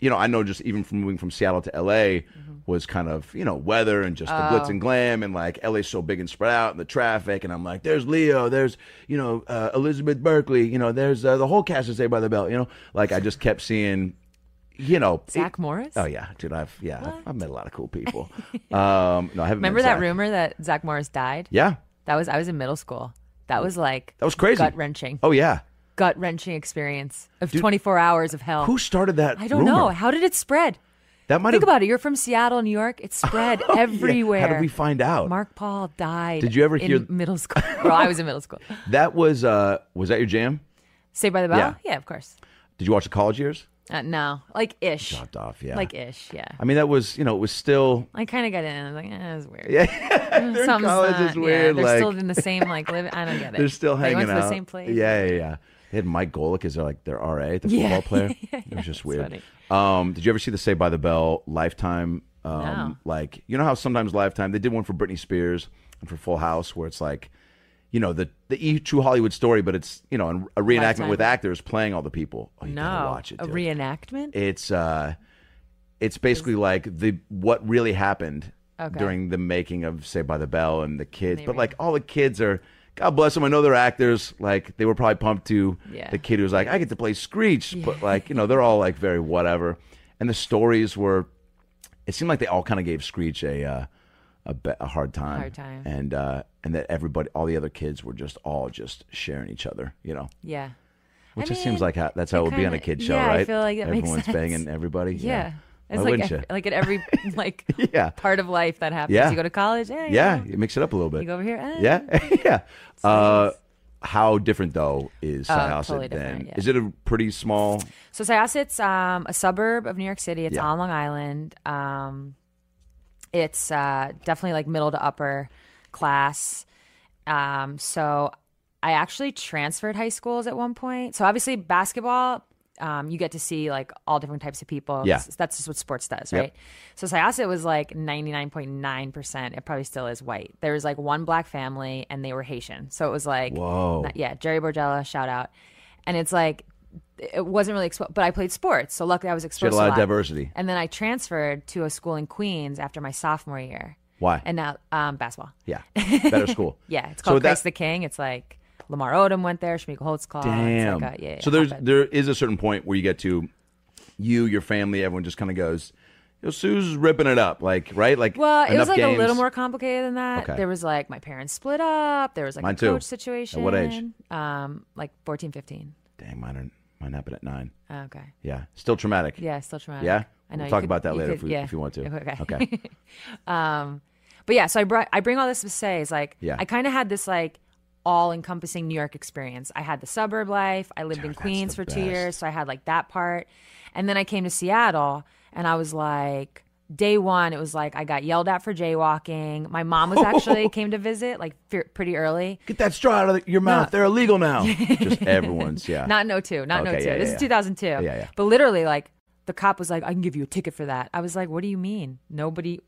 [SPEAKER 6] you know, I know just even from moving from Seattle to LA
[SPEAKER 3] Mm-hmm.
[SPEAKER 6] was kind of you know weather and just the
[SPEAKER 3] Oh.
[SPEAKER 6] glitz and glam and like LA's so big and spread out and the traffic and I'm like, there's Leo, there's you know uh, Elizabeth Berkeley, you know, there's uh, the whole cast of Saved by the Bell, you know, like I just kept seeing. You know, it-
[SPEAKER 3] Zach Morris.
[SPEAKER 6] Oh yeah, dude. I've yeah, I've, I've met a lot of cool people. um, no, I haven't. met
[SPEAKER 3] Remember that
[SPEAKER 6] Zach.
[SPEAKER 3] rumor that Zach Morris died?
[SPEAKER 6] Yeah,
[SPEAKER 3] That was I was in middle school. That was like
[SPEAKER 6] that was crazy.
[SPEAKER 3] gut wrenching,
[SPEAKER 6] Oh yeah,
[SPEAKER 3] gut wrenching experience of 24 hours of hell.
[SPEAKER 6] who started that?
[SPEAKER 3] I don't
[SPEAKER 6] rumor?
[SPEAKER 3] know. How did it spread?
[SPEAKER 6] That might
[SPEAKER 3] Think
[SPEAKER 6] have. Oh,
[SPEAKER 3] about it. You're from Seattle, New York. It spread everywhere.
[SPEAKER 6] How did we find out?
[SPEAKER 3] Mark Paul died.
[SPEAKER 6] Did you ever
[SPEAKER 3] in
[SPEAKER 6] hear-
[SPEAKER 3] middle school? well, I was in middle school.
[SPEAKER 6] That was uh, was that your jam?
[SPEAKER 3] Saved by the Bell.
[SPEAKER 6] Yeah.
[SPEAKER 3] Yeah, of course.
[SPEAKER 6] Did you watch the college years?
[SPEAKER 3] Uh, no, like ish,
[SPEAKER 6] Dropped off. Yeah.
[SPEAKER 3] like ish. Yeah,
[SPEAKER 6] I mean, that was you know it was still
[SPEAKER 3] I kind of got in. I was like, eh, it's weird.
[SPEAKER 6] yeah. their
[SPEAKER 3] Something's
[SPEAKER 6] college
[SPEAKER 3] not-
[SPEAKER 6] is weird.
[SPEAKER 3] Yeah, they're
[SPEAKER 6] like
[SPEAKER 3] still in the same like live. I don't get it.
[SPEAKER 6] they're still
[SPEAKER 3] They
[SPEAKER 6] hanging
[SPEAKER 3] went to
[SPEAKER 6] out.
[SPEAKER 3] the same place.
[SPEAKER 6] Yeah, yeah, yeah. They had Mike Golick as their like their RA, the
[SPEAKER 3] Yeah.
[SPEAKER 6] football player.
[SPEAKER 3] Yeah,
[SPEAKER 6] It was
[SPEAKER 3] that's
[SPEAKER 6] just weird. Um, did you ever see the Say by the Bell Lifetime? Um,
[SPEAKER 3] No.
[SPEAKER 6] Like you know how sometimes Lifetime they did one for Britney Spears and for Full House where it's like, you know the the e- true Hollywood story, but it's you know an- a reenactment
[SPEAKER 3] Lifetime.
[SPEAKER 6] with actors playing all the people. Oh, you gotta
[SPEAKER 3] No,
[SPEAKER 6] watch it.
[SPEAKER 3] a
[SPEAKER 6] dude.
[SPEAKER 3] reenactment.
[SPEAKER 6] it's uh, it's basically like the what really happened
[SPEAKER 3] Okay.
[SPEAKER 6] during the making of Say by the Bell and the kids, but
[SPEAKER 3] Maybe.
[SPEAKER 6] like all the kids are. God bless them. I know they're actors. Like they were probably pumped to
[SPEAKER 3] Yeah.
[SPEAKER 6] the kid who was like, I get to play Screech, but like you know they're all like very whatever. And the stories were, it seemed like they all kind of gave Screech a uh, a, be- a hard time,
[SPEAKER 3] Hard time.
[SPEAKER 6] and uh, and that everybody, all the other kids were just all just sharing each other, you know.
[SPEAKER 3] yeah. I
[SPEAKER 6] Which just seems
[SPEAKER 3] mean,
[SPEAKER 6] like how, that's how it would be on a
[SPEAKER 3] kinda-
[SPEAKER 6] kid show,
[SPEAKER 3] yeah, I
[SPEAKER 6] right?
[SPEAKER 3] feel like that makes
[SPEAKER 6] Everyone's
[SPEAKER 3] sense.
[SPEAKER 6] banging everybody.
[SPEAKER 3] Yeah. It's
[SPEAKER 6] Why
[SPEAKER 3] like
[SPEAKER 6] wouldn't
[SPEAKER 3] ev-
[SPEAKER 6] you?
[SPEAKER 3] like at every like
[SPEAKER 6] Yeah.
[SPEAKER 3] part of life that happens.
[SPEAKER 6] Yeah.
[SPEAKER 3] You go to college, eh, you
[SPEAKER 6] Yeah,
[SPEAKER 3] know,
[SPEAKER 6] you mix it up a little bit.
[SPEAKER 3] You go over here, eh.
[SPEAKER 6] Yeah, yeah. Uh, how different though is Syosset
[SPEAKER 3] Uh, totally different,
[SPEAKER 6] then?
[SPEAKER 3] yeah.
[SPEAKER 6] Is it a pretty small?
[SPEAKER 3] So Syosset's um, a suburb of New York City. It's
[SPEAKER 6] Yeah.
[SPEAKER 3] on Long Island. Um, it's uh, definitely like middle to upper class. Um, so I actually transferred high schools at one point. So obviously basketball, um, you get to see like all different types of people.
[SPEAKER 6] Yeah.
[SPEAKER 3] S- That's just what sports does,
[SPEAKER 6] Yep.
[SPEAKER 3] right? So Syosset was like 99.9%. It probably still is white. There was like one black family and they were Haitian. So it was like,
[SPEAKER 6] Whoa.
[SPEAKER 3] not- yeah, Jerry Borgella, shout out. And it's like, it wasn't really exposed, but I played sports. So luckily I was
[SPEAKER 6] She had
[SPEAKER 3] exposed
[SPEAKER 6] a lot
[SPEAKER 3] to
[SPEAKER 6] of diversity.
[SPEAKER 3] And then I transferred to a school in Queens after my sophomore year.
[SPEAKER 6] Why?
[SPEAKER 3] And now um, basketball.
[SPEAKER 6] yeah, better school.
[SPEAKER 3] Yeah, it's
[SPEAKER 6] Ah. So
[SPEAKER 3] called
[SPEAKER 6] that-
[SPEAKER 3] Christ the King. It's like Lamar Odom went there, Shemika Holtzclaw.
[SPEAKER 6] Damn.
[SPEAKER 3] It's like a, yeah, yeah,
[SPEAKER 6] so there's
[SPEAKER 3] hotbed.
[SPEAKER 6] there is a certain point where you get to you, your family, everyone just kind of goes. You know, Sue's ripping it up, like right, like
[SPEAKER 3] Well, it was
[SPEAKER 6] enough
[SPEAKER 3] like a little
[SPEAKER 6] games.
[SPEAKER 3] more complicated than that.
[SPEAKER 6] Okay.
[SPEAKER 3] There was like my parents split up. There was like
[SPEAKER 6] Mine
[SPEAKER 3] a
[SPEAKER 6] too.
[SPEAKER 3] coach situation.
[SPEAKER 6] At what age?
[SPEAKER 3] Um, like 14, 15.
[SPEAKER 6] Dang, mine are, mine happened at nine.
[SPEAKER 3] Okay.
[SPEAKER 6] Yeah, still traumatic.
[SPEAKER 3] Yeah, still traumatic.
[SPEAKER 6] Yeah?
[SPEAKER 3] I know.
[SPEAKER 6] We'll
[SPEAKER 3] you
[SPEAKER 6] talk
[SPEAKER 3] could-
[SPEAKER 6] about that
[SPEAKER 3] you
[SPEAKER 6] later if
[SPEAKER 3] could-
[SPEAKER 6] we-
[SPEAKER 3] yeah.
[SPEAKER 6] if you want to.
[SPEAKER 3] Okay.
[SPEAKER 6] Okay.
[SPEAKER 3] um, but yeah, so I brought I bring all this to say is like
[SPEAKER 6] Yeah.
[SPEAKER 3] I kind of had this like all encompassing New York experience. I had the suburb life. I lived in
[SPEAKER 6] that's
[SPEAKER 3] Queens
[SPEAKER 6] the
[SPEAKER 3] for two years, so I had like that part, and then I came to Seattle, and I was like, day one, it was like I got yelled at for jaywalking. My mom was actually came to visit like fe- pretty early.
[SPEAKER 6] Get that straw out of the- your mouth. They're illegal now. Just everyone's, yeah.
[SPEAKER 3] Not in 02, not
[SPEAKER 6] Okay,
[SPEAKER 3] in 02.
[SPEAKER 6] yeah, yeah,
[SPEAKER 3] this
[SPEAKER 6] yeah.
[SPEAKER 3] is 2002.
[SPEAKER 6] Yeah, yeah.
[SPEAKER 3] But literally, like the cop was like, "I can give you a ticket for that." I was like, "What do you mean? Nobody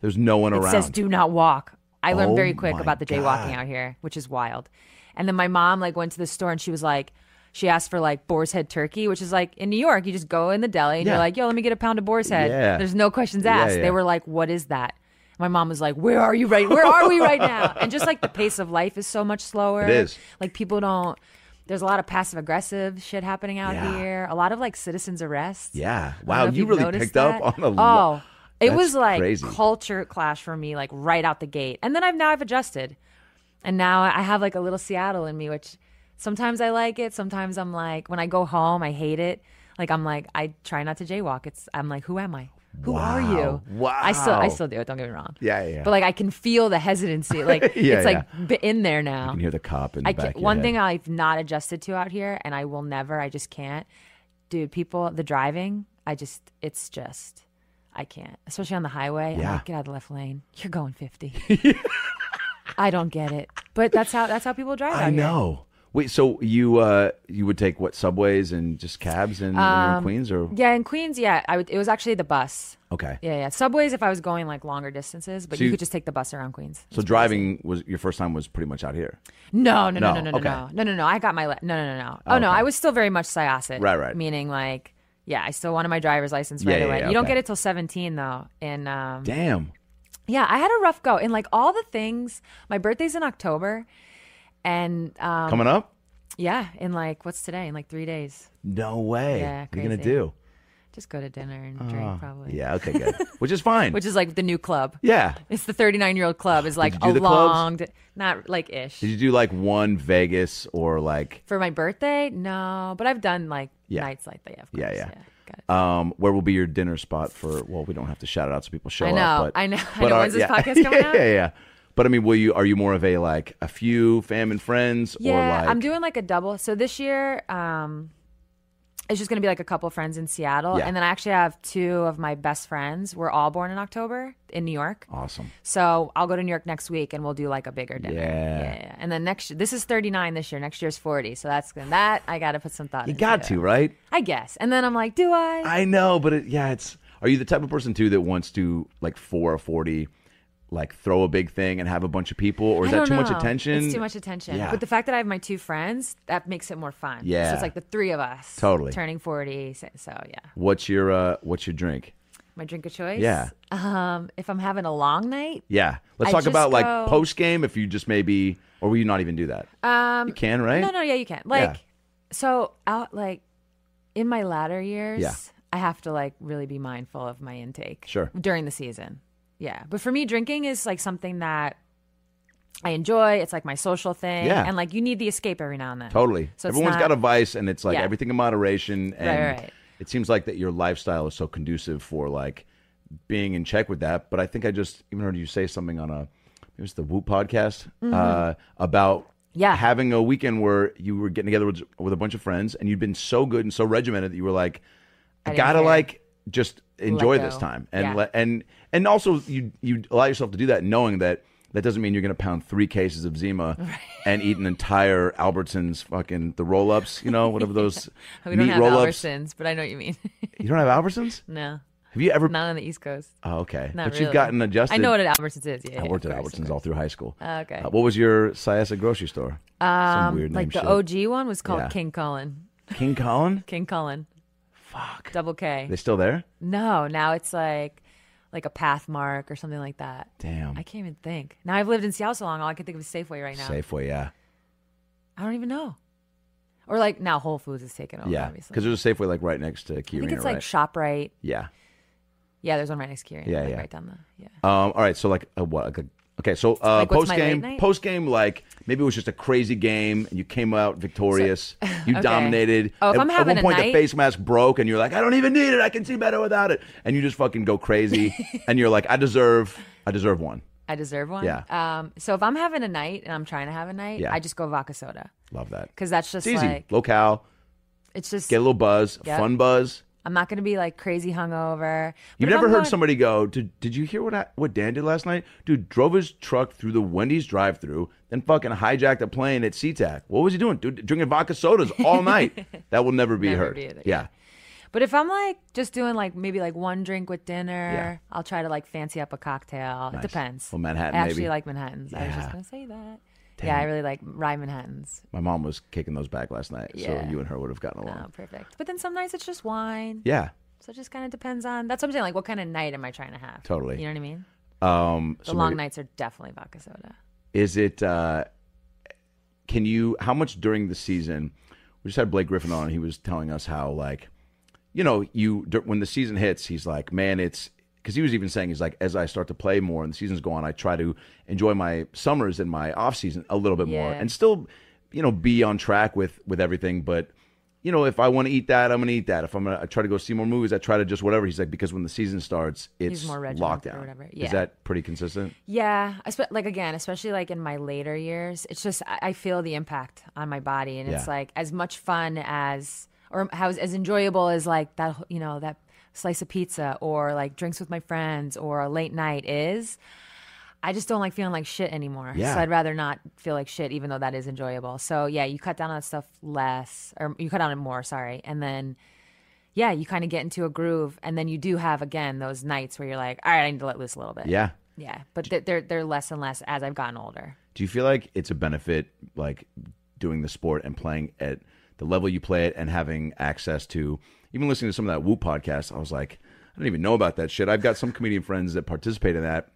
[SPEAKER 6] There's no one
[SPEAKER 3] It
[SPEAKER 6] around.
[SPEAKER 3] says do not walk. I learned
[SPEAKER 6] Oh
[SPEAKER 3] very quick
[SPEAKER 6] my
[SPEAKER 3] about the jaywalking
[SPEAKER 6] God.
[SPEAKER 3] out here, which is wild. And then my mom like went to the store and she was like, she asked for like boar's head turkey, which is like in New York, you just go in the deli and
[SPEAKER 6] Yeah.
[SPEAKER 3] you're like, yo, let me get a pound of boar's head.
[SPEAKER 6] Yeah.
[SPEAKER 3] There's no questions
[SPEAKER 6] Yeah,
[SPEAKER 3] asked.
[SPEAKER 6] yeah.
[SPEAKER 3] They were like, what is that? My mom was like, where are you right? Where are we right now? And just like the pace of life is so much slower.
[SPEAKER 6] It is.
[SPEAKER 3] Like people don't. There's a lot of passive aggressive shit happening out
[SPEAKER 6] Yeah.
[SPEAKER 3] here. A lot of like citizens arrests.
[SPEAKER 6] yeah.
[SPEAKER 3] I don't
[SPEAKER 6] Wow,
[SPEAKER 3] know if
[SPEAKER 6] you
[SPEAKER 3] you've
[SPEAKER 6] really
[SPEAKER 3] noticed
[SPEAKER 6] picked
[SPEAKER 3] that.
[SPEAKER 6] up on a
[SPEAKER 3] Oh,
[SPEAKER 6] lo-
[SPEAKER 3] it
[SPEAKER 6] That's
[SPEAKER 3] was like
[SPEAKER 6] crazy.
[SPEAKER 3] culture clash for me, like right out the gate. And then I've now I've adjusted, and now I have like a little Seattle in me, which sometimes I like it. Sometimes I'm like, when I go home, I hate it. Like I'm like, I try not to jaywalk. It's I'm like, who am I? Who are you?
[SPEAKER 6] Wow.
[SPEAKER 3] I still I still do it. Don't get me wrong.
[SPEAKER 6] Yeah, yeah, yeah.
[SPEAKER 3] But like I can feel the hesitancy. Like
[SPEAKER 6] Yeah,
[SPEAKER 3] it's like b in there now.
[SPEAKER 6] You can hear the cop in the
[SPEAKER 3] I
[SPEAKER 6] back.
[SPEAKER 3] can't,
[SPEAKER 6] of your
[SPEAKER 3] one
[SPEAKER 6] head.
[SPEAKER 3] thing I've not adjusted to out here, and I will never. I just can't, dude. People, the driving, I just, it's just, I can't. Especially on the highway. I'm
[SPEAKER 6] Yeah.
[SPEAKER 3] like, get out of the left lane. You're going fifty. I don't get it, but that's how that's how people drive.
[SPEAKER 6] I
[SPEAKER 3] out here.
[SPEAKER 6] know. Wait, so you uh you would take what subways and just cabs and when you were in Queens or
[SPEAKER 3] Um, Yeah, in Queens, yeah, I would, it was actually the bus.
[SPEAKER 6] okay.
[SPEAKER 3] Yeah, yeah. Subways if I was going like longer distances, but
[SPEAKER 6] So
[SPEAKER 3] you,
[SPEAKER 6] you-
[SPEAKER 3] could just take the bus around Queens.
[SPEAKER 6] So driving was your first time was pretty much out here.
[SPEAKER 3] No, no, no,
[SPEAKER 6] No,
[SPEAKER 3] no, no, no,
[SPEAKER 6] okay.
[SPEAKER 3] no, no, no, no. I got my le- no, no, no, no. Oh no, I was still very much syosset.
[SPEAKER 6] Right, right.
[SPEAKER 3] Meaning like, yeah, I still wanted my driver's license
[SPEAKER 6] Yeah,
[SPEAKER 3] right
[SPEAKER 6] yeah,
[SPEAKER 3] away.
[SPEAKER 6] yeah,
[SPEAKER 3] you don't
[SPEAKER 6] okay.
[SPEAKER 3] get it till seventeen though. And um,
[SPEAKER 6] Damn.
[SPEAKER 3] yeah, I had a rough go. And like all the things, my birthday's in October, and um,
[SPEAKER 6] Coming up?
[SPEAKER 3] yeah, in like what's today? In like three days,
[SPEAKER 6] No way.
[SPEAKER 3] Yeah,
[SPEAKER 6] You're gonna
[SPEAKER 3] crazy.
[SPEAKER 6] do.
[SPEAKER 3] just go to dinner and drink probably.
[SPEAKER 6] Oh, Yeah, okay, good. Which is fine.
[SPEAKER 3] Which is like the new club.
[SPEAKER 6] yeah.
[SPEAKER 3] It's the thirty-nine-year-old club. Is like
[SPEAKER 6] you do
[SPEAKER 3] a
[SPEAKER 6] the clubs?
[SPEAKER 3] long, di- not like ish.
[SPEAKER 6] Did you do like one Vegas or like
[SPEAKER 3] For my birthday, no, but I've done like
[SPEAKER 6] Yeah.
[SPEAKER 3] nights like that. Yeah, of course.
[SPEAKER 6] Yeah, yeah.
[SPEAKER 3] Got it.
[SPEAKER 6] um where will be your dinner spot for well, we don't have to shout it out so people show
[SPEAKER 3] I know,
[SPEAKER 6] up. But,
[SPEAKER 3] I know, I
[SPEAKER 6] but
[SPEAKER 3] know.
[SPEAKER 6] are-
[SPEAKER 3] When's this
[SPEAKER 6] yeah.
[SPEAKER 3] podcast coming
[SPEAKER 6] yeah,
[SPEAKER 3] out?
[SPEAKER 6] Yeah, yeah. But I mean, will you are you more of a like a few fam and friends or
[SPEAKER 3] Yeah,
[SPEAKER 6] like
[SPEAKER 3] I'm doing like a double. So this year, um, it's just gonna be like a couple friends in Seattle,
[SPEAKER 6] Yeah.
[SPEAKER 3] and then I actually have two of my best friends. We're all born in October in New York,
[SPEAKER 6] awesome.
[SPEAKER 3] so I'll go to New York next week and we'll do like a bigger dinner.
[SPEAKER 6] Yeah.
[SPEAKER 3] yeah. And then next, this is 39 this year. Next year's 40, so that's gonna that I gotta put some thought.
[SPEAKER 6] You got to, right?
[SPEAKER 3] I guess. And then I'm like, do I?
[SPEAKER 6] I know, but it, yeah, it's. Are you the type of person too that wants to like four or forty, like throw a big thing and have a bunch of people, or is
[SPEAKER 3] I
[SPEAKER 6] that
[SPEAKER 3] don't
[SPEAKER 6] too much
[SPEAKER 3] know.
[SPEAKER 6] attention?
[SPEAKER 3] It's too much attention.
[SPEAKER 6] Yeah.
[SPEAKER 3] But the fact that I have my two friends, that makes it more fun.
[SPEAKER 6] Yeah.
[SPEAKER 3] So it's like the three of us.
[SPEAKER 6] Totally.
[SPEAKER 3] Turning 40. So, so yeah.
[SPEAKER 6] What's your uh, what's your drink?
[SPEAKER 3] My drink of choice.
[SPEAKER 6] Yeah.
[SPEAKER 3] Um, if I'm having a long night,
[SPEAKER 6] Yeah, let's
[SPEAKER 3] I
[SPEAKER 6] talk
[SPEAKER 3] just
[SPEAKER 6] about like
[SPEAKER 3] go-
[SPEAKER 6] post game. If you just maybe, or will you not even do that?
[SPEAKER 3] um,
[SPEAKER 6] you can, right?
[SPEAKER 3] no, no, yeah, you can. Like, so out like in my latter years,
[SPEAKER 6] Yeah.
[SPEAKER 3] I have to like really be mindful of my intake.
[SPEAKER 6] Sure.
[SPEAKER 3] During the season, yeah. But for me, drinking is like something that I enjoy. It's like my social thing.
[SPEAKER 6] Yeah.
[SPEAKER 3] And like you need the escape every now and then.
[SPEAKER 6] Totally.
[SPEAKER 3] So it's
[SPEAKER 6] Everyone's
[SPEAKER 3] not-
[SPEAKER 6] got a vice, and it's like
[SPEAKER 3] Yeah.
[SPEAKER 6] everything in moderation. And
[SPEAKER 3] right, right.
[SPEAKER 6] it seems like that your lifestyle is so conducive for like being in check with that. But I think I just even heard you say something on a maybe it was the Woo podcast uh, about
[SPEAKER 3] Mm-hmm. Yeah.
[SPEAKER 6] having a weekend where you were getting together with, with a bunch of friends, and you'd been so good and so regimented that you were like, I,
[SPEAKER 3] didn't
[SPEAKER 6] gotta
[SPEAKER 3] care.
[SPEAKER 6] like just enjoy
[SPEAKER 3] go.
[SPEAKER 6] this time and
[SPEAKER 3] Yeah.
[SPEAKER 6] let and and also you you allow yourself to do that knowing that that doesn't mean you're going to pound three cases of Zima and eat an entire Albertsons fucking the roll ups, you know, whatever those
[SPEAKER 3] We don't
[SPEAKER 6] meat
[SPEAKER 3] have
[SPEAKER 6] roll ups.
[SPEAKER 3] Albertsons, but I know what you mean.
[SPEAKER 6] You don't have Albertsons?
[SPEAKER 3] no,
[SPEAKER 6] Have you ever?
[SPEAKER 3] not on the East Coast.
[SPEAKER 6] oh, okay.
[SPEAKER 3] Not
[SPEAKER 6] but
[SPEAKER 3] really.
[SPEAKER 6] you've gotten adjusted.
[SPEAKER 3] I know what an Albertsons is. Yeah,
[SPEAKER 6] I
[SPEAKER 3] yeah,
[SPEAKER 6] worked
[SPEAKER 3] of
[SPEAKER 6] at
[SPEAKER 3] course.
[SPEAKER 6] Albertsons all through high school.
[SPEAKER 3] Oh, okay.
[SPEAKER 6] Uh, what was your Syasa grocery store? Some weird
[SPEAKER 3] Um, Like the
[SPEAKER 6] name shit.
[SPEAKER 3] OG one was called
[SPEAKER 6] Yeah.
[SPEAKER 3] King Cullen.
[SPEAKER 6] King Colin.
[SPEAKER 3] King Cullen.
[SPEAKER 6] Fuck.
[SPEAKER 3] Double K.
[SPEAKER 6] They still there?
[SPEAKER 3] No, now it's like like a path mark or something like that.
[SPEAKER 6] Damn.
[SPEAKER 3] I can't even think. Now I've lived in Seattle so long, all I can think of is Safeway right now.
[SPEAKER 6] Safeway, yeah,
[SPEAKER 3] I don't even know. Or like now Whole Foods is taken over,
[SPEAKER 6] yeah.
[SPEAKER 3] Oh, obviously.
[SPEAKER 6] Because there's a Safeway like right next to
[SPEAKER 3] I
[SPEAKER 6] Key
[SPEAKER 3] think
[SPEAKER 6] Arena,
[SPEAKER 3] it's
[SPEAKER 6] right?
[SPEAKER 3] like ShopRite.
[SPEAKER 6] yeah.
[SPEAKER 3] Yeah, there's one right next to Kieran.
[SPEAKER 6] Yeah,
[SPEAKER 3] like
[SPEAKER 6] yeah.
[SPEAKER 3] right down the yeah.
[SPEAKER 6] Um, all right, so like a, what? Like a, okay, so uh,
[SPEAKER 3] Like, what's
[SPEAKER 6] post
[SPEAKER 3] my late
[SPEAKER 6] game,
[SPEAKER 3] night?
[SPEAKER 6] post game, like maybe it was just a crazy game, and you came out victorious. you dominated.
[SPEAKER 3] Oh, if
[SPEAKER 6] at,
[SPEAKER 3] I'm
[SPEAKER 6] at
[SPEAKER 3] having
[SPEAKER 6] one
[SPEAKER 3] a
[SPEAKER 6] point, the
[SPEAKER 3] night-
[SPEAKER 6] face mask broke, and you're like, I don't even need it. I can see better without it. And you just fucking go crazy, and you're like, I deserve, I deserve one.
[SPEAKER 3] I deserve one.
[SPEAKER 6] Yeah.
[SPEAKER 3] Um so if I'm having a night and I'm trying to have a night,
[SPEAKER 6] Yeah.
[SPEAKER 3] I just go vodka soda.
[SPEAKER 6] Love that.
[SPEAKER 3] Because that's just
[SPEAKER 6] It's easy,
[SPEAKER 3] like
[SPEAKER 6] locale,
[SPEAKER 3] it's just
[SPEAKER 6] get a little buzz,
[SPEAKER 3] Yep.
[SPEAKER 6] fun buzz.
[SPEAKER 3] I'm not going to be like crazy hungover. But
[SPEAKER 6] You've
[SPEAKER 3] if
[SPEAKER 6] never
[SPEAKER 3] I'm
[SPEAKER 6] heard
[SPEAKER 3] going-
[SPEAKER 6] somebody go, did, did you hear what I, what Dan did last night? Dude drove his truck through the Wendy's drive through then fucking hijacked a plane at SeaTac. What was he doing? Dude, drinking vodka sodas all night. That will never be
[SPEAKER 3] Never
[SPEAKER 6] heard.
[SPEAKER 3] be it,
[SPEAKER 6] yeah.
[SPEAKER 3] But if I'm like just doing like maybe like one drink with dinner, I'll try to like fancy up a cocktail. It depends.
[SPEAKER 6] Well, Manhattan,
[SPEAKER 3] I actually
[SPEAKER 6] maybe.
[SPEAKER 3] like Manhattans. I was
[SPEAKER 6] Yeah.
[SPEAKER 3] just gonna say that. Yeah, I really like rye Manhattans.
[SPEAKER 6] My mom was kicking those back last night, so
[SPEAKER 3] Yeah.
[SPEAKER 6] you and her would have gotten along.
[SPEAKER 3] Oh, perfect. But then some nights it's just wine.
[SPEAKER 6] Yeah.
[SPEAKER 3] So it just kind of depends on. That's what I'm saying. Like, what kind of night am I trying to have?
[SPEAKER 6] Totally.
[SPEAKER 3] You know what I mean?
[SPEAKER 6] Um,
[SPEAKER 3] The
[SPEAKER 6] so
[SPEAKER 3] long
[SPEAKER 6] we're-
[SPEAKER 3] nights are definitely vodka soda.
[SPEAKER 6] Is it? Uh, can you? How much during the season? We just had Blake Griffin on. He was telling us how, like, you know, you dur- when the season hits, he's like, man, it's because he was even saying he's like, as I start to play more and the seasons go on, I try to enjoy my summers and my off season a little bit more
[SPEAKER 3] Yeah.
[SPEAKER 6] and still, you know, be on track with with everything, but. You know, if I want to eat that, I'm gonna eat that. If I'm gonna I try to go see more movies, I try to just whatever. He's like, because when the season starts, it's
[SPEAKER 3] more regimented or
[SPEAKER 6] lockdown.
[SPEAKER 3] whatever.
[SPEAKER 6] Is
[SPEAKER 3] Yeah.
[SPEAKER 6] that pretty consistent?
[SPEAKER 3] Yeah, I spe- like again, especially like in my later years, it's just I, I feel the impact on my body, and it's
[SPEAKER 6] Yeah.
[SPEAKER 3] like as much fun as or how as enjoyable as like that wh- you know that slice of pizza or like drinks with my friends or a late night is. I just don't like feeling like shit anymore.
[SPEAKER 6] Yeah.
[SPEAKER 3] So I'd rather not feel like shit, even though that is enjoyable. So yeah, you cut down on stuff less, or you cut down on it more. Sorry, and then yeah, you kind of get into a groove, and then you do have again those nights where you're like, all right, I need to let loose a little bit.
[SPEAKER 6] Yeah.
[SPEAKER 3] Yeah, but th- they're they're less and less as I've gotten older.
[SPEAKER 6] Do you feel like it's a benefit, like doing the sport and playing at the level you play it and having access to, even listening to some of that Woo podcast? I was like, I don't even know about that shit. I've got some comedian friends that participate in that,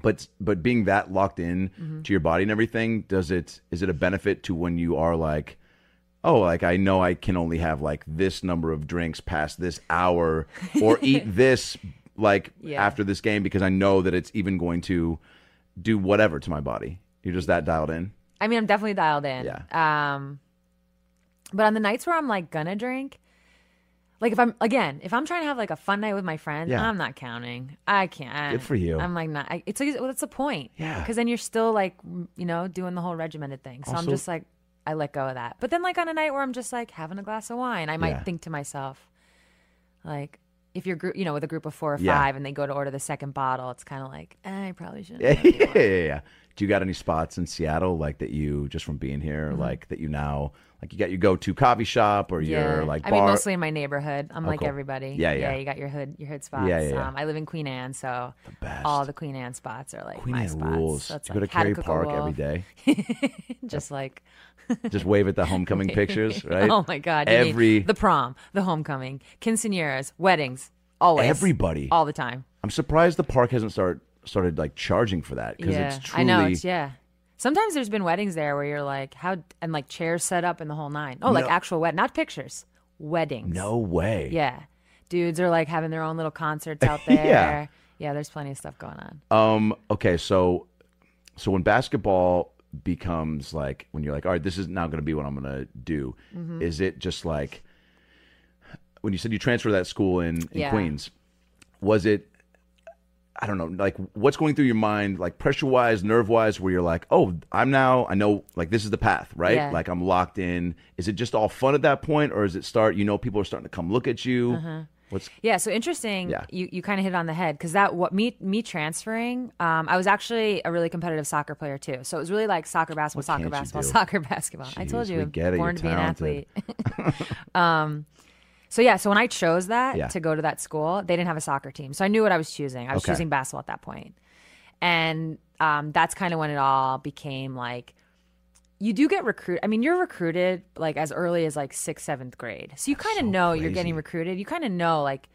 [SPEAKER 6] but but being that locked in
[SPEAKER 3] Mm-hmm.
[SPEAKER 6] to your body and everything, does it is it a benefit to when you are like, oh, like I know I can only have like this number of drinks past this hour or eat this like
[SPEAKER 3] Yeah.
[SPEAKER 6] after this game because I know that it's even going to do whatever to my body. You're just that dialed in.
[SPEAKER 3] I mean, I'm definitely dialed in.
[SPEAKER 6] Yeah.
[SPEAKER 3] Um, but on the nights where I'm like gonna drink, like if I'm again, if I'm trying to have like a fun night with my friends,
[SPEAKER 6] Yeah.
[SPEAKER 3] I'm not counting. I can't. I-
[SPEAKER 6] Good for you.
[SPEAKER 3] I'm like not. I, it's like well, that's the point.
[SPEAKER 6] Yeah.
[SPEAKER 3] Because then you're still like m- you know doing the whole regimented thing. So I'm
[SPEAKER 6] Also-
[SPEAKER 3] just like I let go of that. But then like on a night where I'm just like having a glass of wine, I might
[SPEAKER 6] Yeah.
[SPEAKER 3] think to myself, like. If you're, group, you know, with a group of four or five,
[SPEAKER 6] Yeah.
[SPEAKER 3] and they go to order the second bottle, it's kind of like eh, I probably shouldn't.
[SPEAKER 6] yeah, yeah, yeah, yeah. Do you got any spots in Seattle like that you just from being here,
[SPEAKER 3] Mm-hmm.
[SPEAKER 6] like that you now like you got your go to coffee shop or your like
[SPEAKER 3] I
[SPEAKER 6] bar?
[SPEAKER 3] mean, mostly in my neighborhood. I'm like
[SPEAKER 6] cool.
[SPEAKER 3] everybody.
[SPEAKER 6] Yeah, yeah.
[SPEAKER 3] You got your hood, your hood spots.
[SPEAKER 6] Yeah, yeah, yeah.
[SPEAKER 3] Um, I live in Queen Anne, so
[SPEAKER 6] best.
[SPEAKER 3] all the Queen Anne spots are like
[SPEAKER 6] Queen
[SPEAKER 3] my
[SPEAKER 6] Anne
[SPEAKER 3] spots.
[SPEAKER 6] rules.
[SPEAKER 3] That's
[SPEAKER 6] you
[SPEAKER 3] like
[SPEAKER 6] go to Cary
[SPEAKER 3] Hattacook
[SPEAKER 6] Park every
[SPEAKER 3] Wolf,
[SPEAKER 6] day.
[SPEAKER 3] Just like
[SPEAKER 6] Just wave at the homecoming pictures, right?
[SPEAKER 3] oh my god, you need
[SPEAKER 6] Every
[SPEAKER 3] the prom, the homecoming, quinceañeras, weddings, always
[SPEAKER 6] Everybody.
[SPEAKER 3] all the time.
[SPEAKER 6] I'm surprised the park hasn't started started like charging for that because
[SPEAKER 3] Yeah,
[SPEAKER 6] it's truly
[SPEAKER 3] I know. It's yeah. Sometimes there's been weddings there where you're like, how and like chairs set up and the whole nine. Oh, like
[SPEAKER 6] No.
[SPEAKER 3] actual wed, not pictures, weddings.
[SPEAKER 6] no way.
[SPEAKER 3] Yeah. Dudes are like having their own little concerts out there.
[SPEAKER 6] Yeah.
[SPEAKER 3] yeah. there's plenty of stuff going on.
[SPEAKER 6] Um. Okay. So, so when basketball becomes like when you're like, all right, this is now going to be what I'm going to do.
[SPEAKER 3] Mm-hmm.
[SPEAKER 6] Is it just like when you said you transferred to that school in, in
[SPEAKER 3] Yeah.
[SPEAKER 6] Queens? Was it? I don't know. Like, what's going through your mind, like pressure wise, nerve wise, where you're like, oh, I'm now, I know, like, this is the path, right?
[SPEAKER 3] Yeah.
[SPEAKER 6] Like, I'm locked in. Is it just all fun at that point, or is it start, you know, people are starting to come look at you?
[SPEAKER 3] Uh-huh.
[SPEAKER 6] What's,
[SPEAKER 3] Yeah, so interesting.
[SPEAKER 6] Yeah.
[SPEAKER 3] You you kind of hit it on the head because that what me me transferring. Um, I was actually a really competitive soccer player too, so it was really like soccer basketball, soccer
[SPEAKER 6] can't you
[SPEAKER 3] basketball,
[SPEAKER 6] do?
[SPEAKER 3] soccer basketball. I told
[SPEAKER 6] Jeez,
[SPEAKER 3] you,
[SPEAKER 6] we get it.
[SPEAKER 3] born
[SPEAKER 6] You're
[SPEAKER 3] to be an
[SPEAKER 6] talented.
[SPEAKER 3] athlete. um, so yeah, so when I chose that
[SPEAKER 6] Yeah.
[SPEAKER 3] to go to that school, they didn't have a soccer team, so I knew what I was choosing. I was
[SPEAKER 6] Okay.
[SPEAKER 3] choosing basketball at that point, and um, that's kind of when it all became like you do get recruited. I mean, you're recruited like as early as like sixth, seventh grade. So you kind of know you're getting recruited. You kind of know like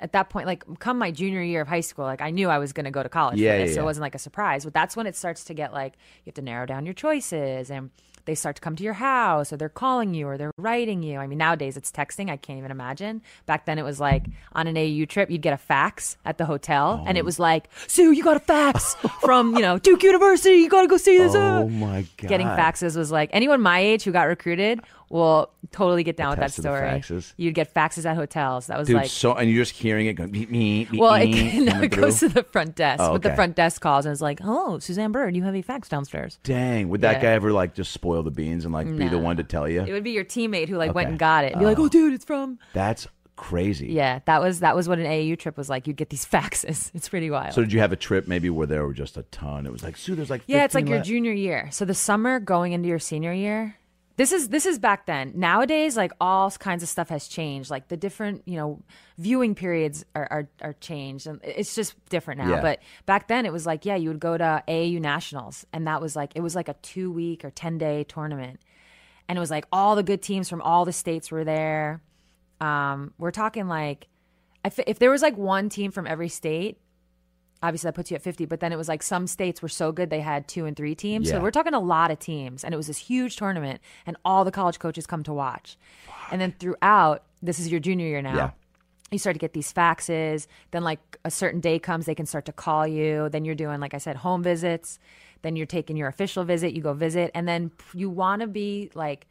[SPEAKER 3] at that point, like come my junior year of high school, like I knew I was going to go to college.
[SPEAKER 6] Yeah,
[SPEAKER 3] for
[SPEAKER 6] yeah,
[SPEAKER 3] this, so
[SPEAKER 6] yeah.
[SPEAKER 3] it wasn't like a surprise. But that's when it starts to get like you have to narrow down your choices, and they start to come to your house, or they're calling you, or they're writing you. I mean, nowadays it's texting. I can't even imagine. Back then it was like on an AU trip, you'd get a fax at the hotel,
[SPEAKER 6] Oh
[SPEAKER 3] and it was like, Sue, you got a fax from you know Duke University. You got to go see this. uh."
[SPEAKER 6] oh my God.
[SPEAKER 3] getting faxes was like anyone my age who got recruited will totally get down with that
[SPEAKER 6] Attest to the
[SPEAKER 3] story.
[SPEAKER 6] faxes.
[SPEAKER 3] You'd get faxes at hotels. That was
[SPEAKER 6] Dude,
[SPEAKER 3] like
[SPEAKER 6] so and you're just hearing it going beep me. Beep,
[SPEAKER 3] well, it,
[SPEAKER 6] me,
[SPEAKER 3] no,
[SPEAKER 6] coming
[SPEAKER 3] it goes
[SPEAKER 6] through.
[SPEAKER 3] to the front desk,
[SPEAKER 6] Oh,
[SPEAKER 3] but the
[SPEAKER 6] okay.
[SPEAKER 3] front desk calls and is like, "Hello, Suzanne Bird, you have a fax downstairs."
[SPEAKER 6] Dang, would that
[SPEAKER 3] Yeah.
[SPEAKER 6] guy ever like just spoil the beans and like be the one to tell
[SPEAKER 3] It
[SPEAKER 6] you?
[SPEAKER 3] would be your teammate who like went
[SPEAKER 6] Okay.
[SPEAKER 3] and got it and be like, "Oh, dude, it's from."
[SPEAKER 6] That's crazy.
[SPEAKER 3] Yeah, that was that was what an AAU trip was like. You'd get these faxes. It's pretty wild.
[SPEAKER 6] So did you have a trip maybe where there were just a ton? It was like, Sue, there's like
[SPEAKER 3] yeah, it's like
[SPEAKER 6] 15
[SPEAKER 3] your
[SPEAKER 6] left."
[SPEAKER 3] junior year. So the summer going into your senior year. This is this is back then. Nowadays, like all kinds of stuff has changed. Like the different, you know, viewing periods are are, are changed, and it's just different now.
[SPEAKER 6] Yeah.
[SPEAKER 3] But back then, it was like yeah, you would go to AAU nationals, and that was like it was like a two week or ten day tournament, and it was like all the good teams from all the states were there. Um, we're talking like if, if there was like one team from every state, obviously that puts you at 50 but then it was like some states were so good they had two and three teams so
[SPEAKER 6] Yeah.
[SPEAKER 3] we're talking a lot of teams and it was this huge tournament and all the college coaches come to watch and then throughout this is your junior year now
[SPEAKER 6] Yeah.
[SPEAKER 3] you start to get these faxes then like a certain day comes they can start to call you then you're doing like i said home visits then you're taking your official visit you go visit and then you want to be like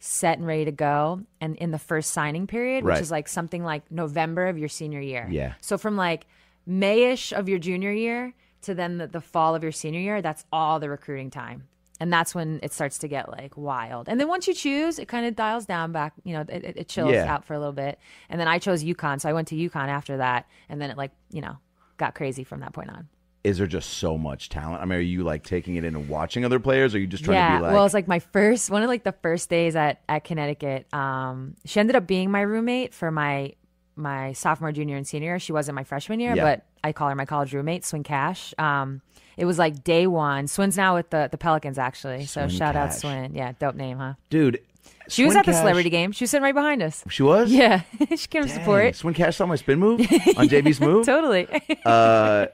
[SPEAKER 3] set and ready to go and in the first signing period
[SPEAKER 6] Right.
[SPEAKER 3] which is like something like november of your senior year
[SPEAKER 6] Yeah.
[SPEAKER 3] so from like Mayish of your junior year to then the, the fall of your senior year, that's all the recruiting time. And that's when it starts to get like wild. And then once you choose, it kind of dials down back, you know, it, it- it chills
[SPEAKER 6] Yeah.
[SPEAKER 3] out for a little bit. And then I chose UConn. So I went to UConn after that. And then it like, you know, got crazy from that point on.
[SPEAKER 6] Is there just so much talent? I mean, are you like taking it in and watching other players? Or are you just trying
[SPEAKER 3] yeah,
[SPEAKER 6] to be like,
[SPEAKER 3] well, it's like my first one of like the first days at at Connecticut. Um, she ended up being my roommate for my my sophomore, junior, and senior. year. She wasn't my freshman year,
[SPEAKER 6] Yeah.
[SPEAKER 3] but I call her my college roommate, Swin Cash. Um, it was like day one. Swin's now with the the Pelicans actually. So
[SPEAKER 6] Swin
[SPEAKER 3] shout out
[SPEAKER 6] Cash.
[SPEAKER 3] Swin. Yeah, dope name, huh?
[SPEAKER 6] dude?
[SPEAKER 3] She was
[SPEAKER 6] Swin
[SPEAKER 3] at the
[SPEAKER 6] Cash-
[SPEAKER 3] celebrity game. She was sitting right behind us.
[SPEAKER 6] She was.
[SPEAKER 3] Yeah, she came to
[SPEAKER 6] Dang,
[SPEAKER 3] support.
[SPEAKER 6] Swin Cash saw my spin move on JB's move.
[SPEAKER 3] Totally.
[SPEAKER 6] Uh,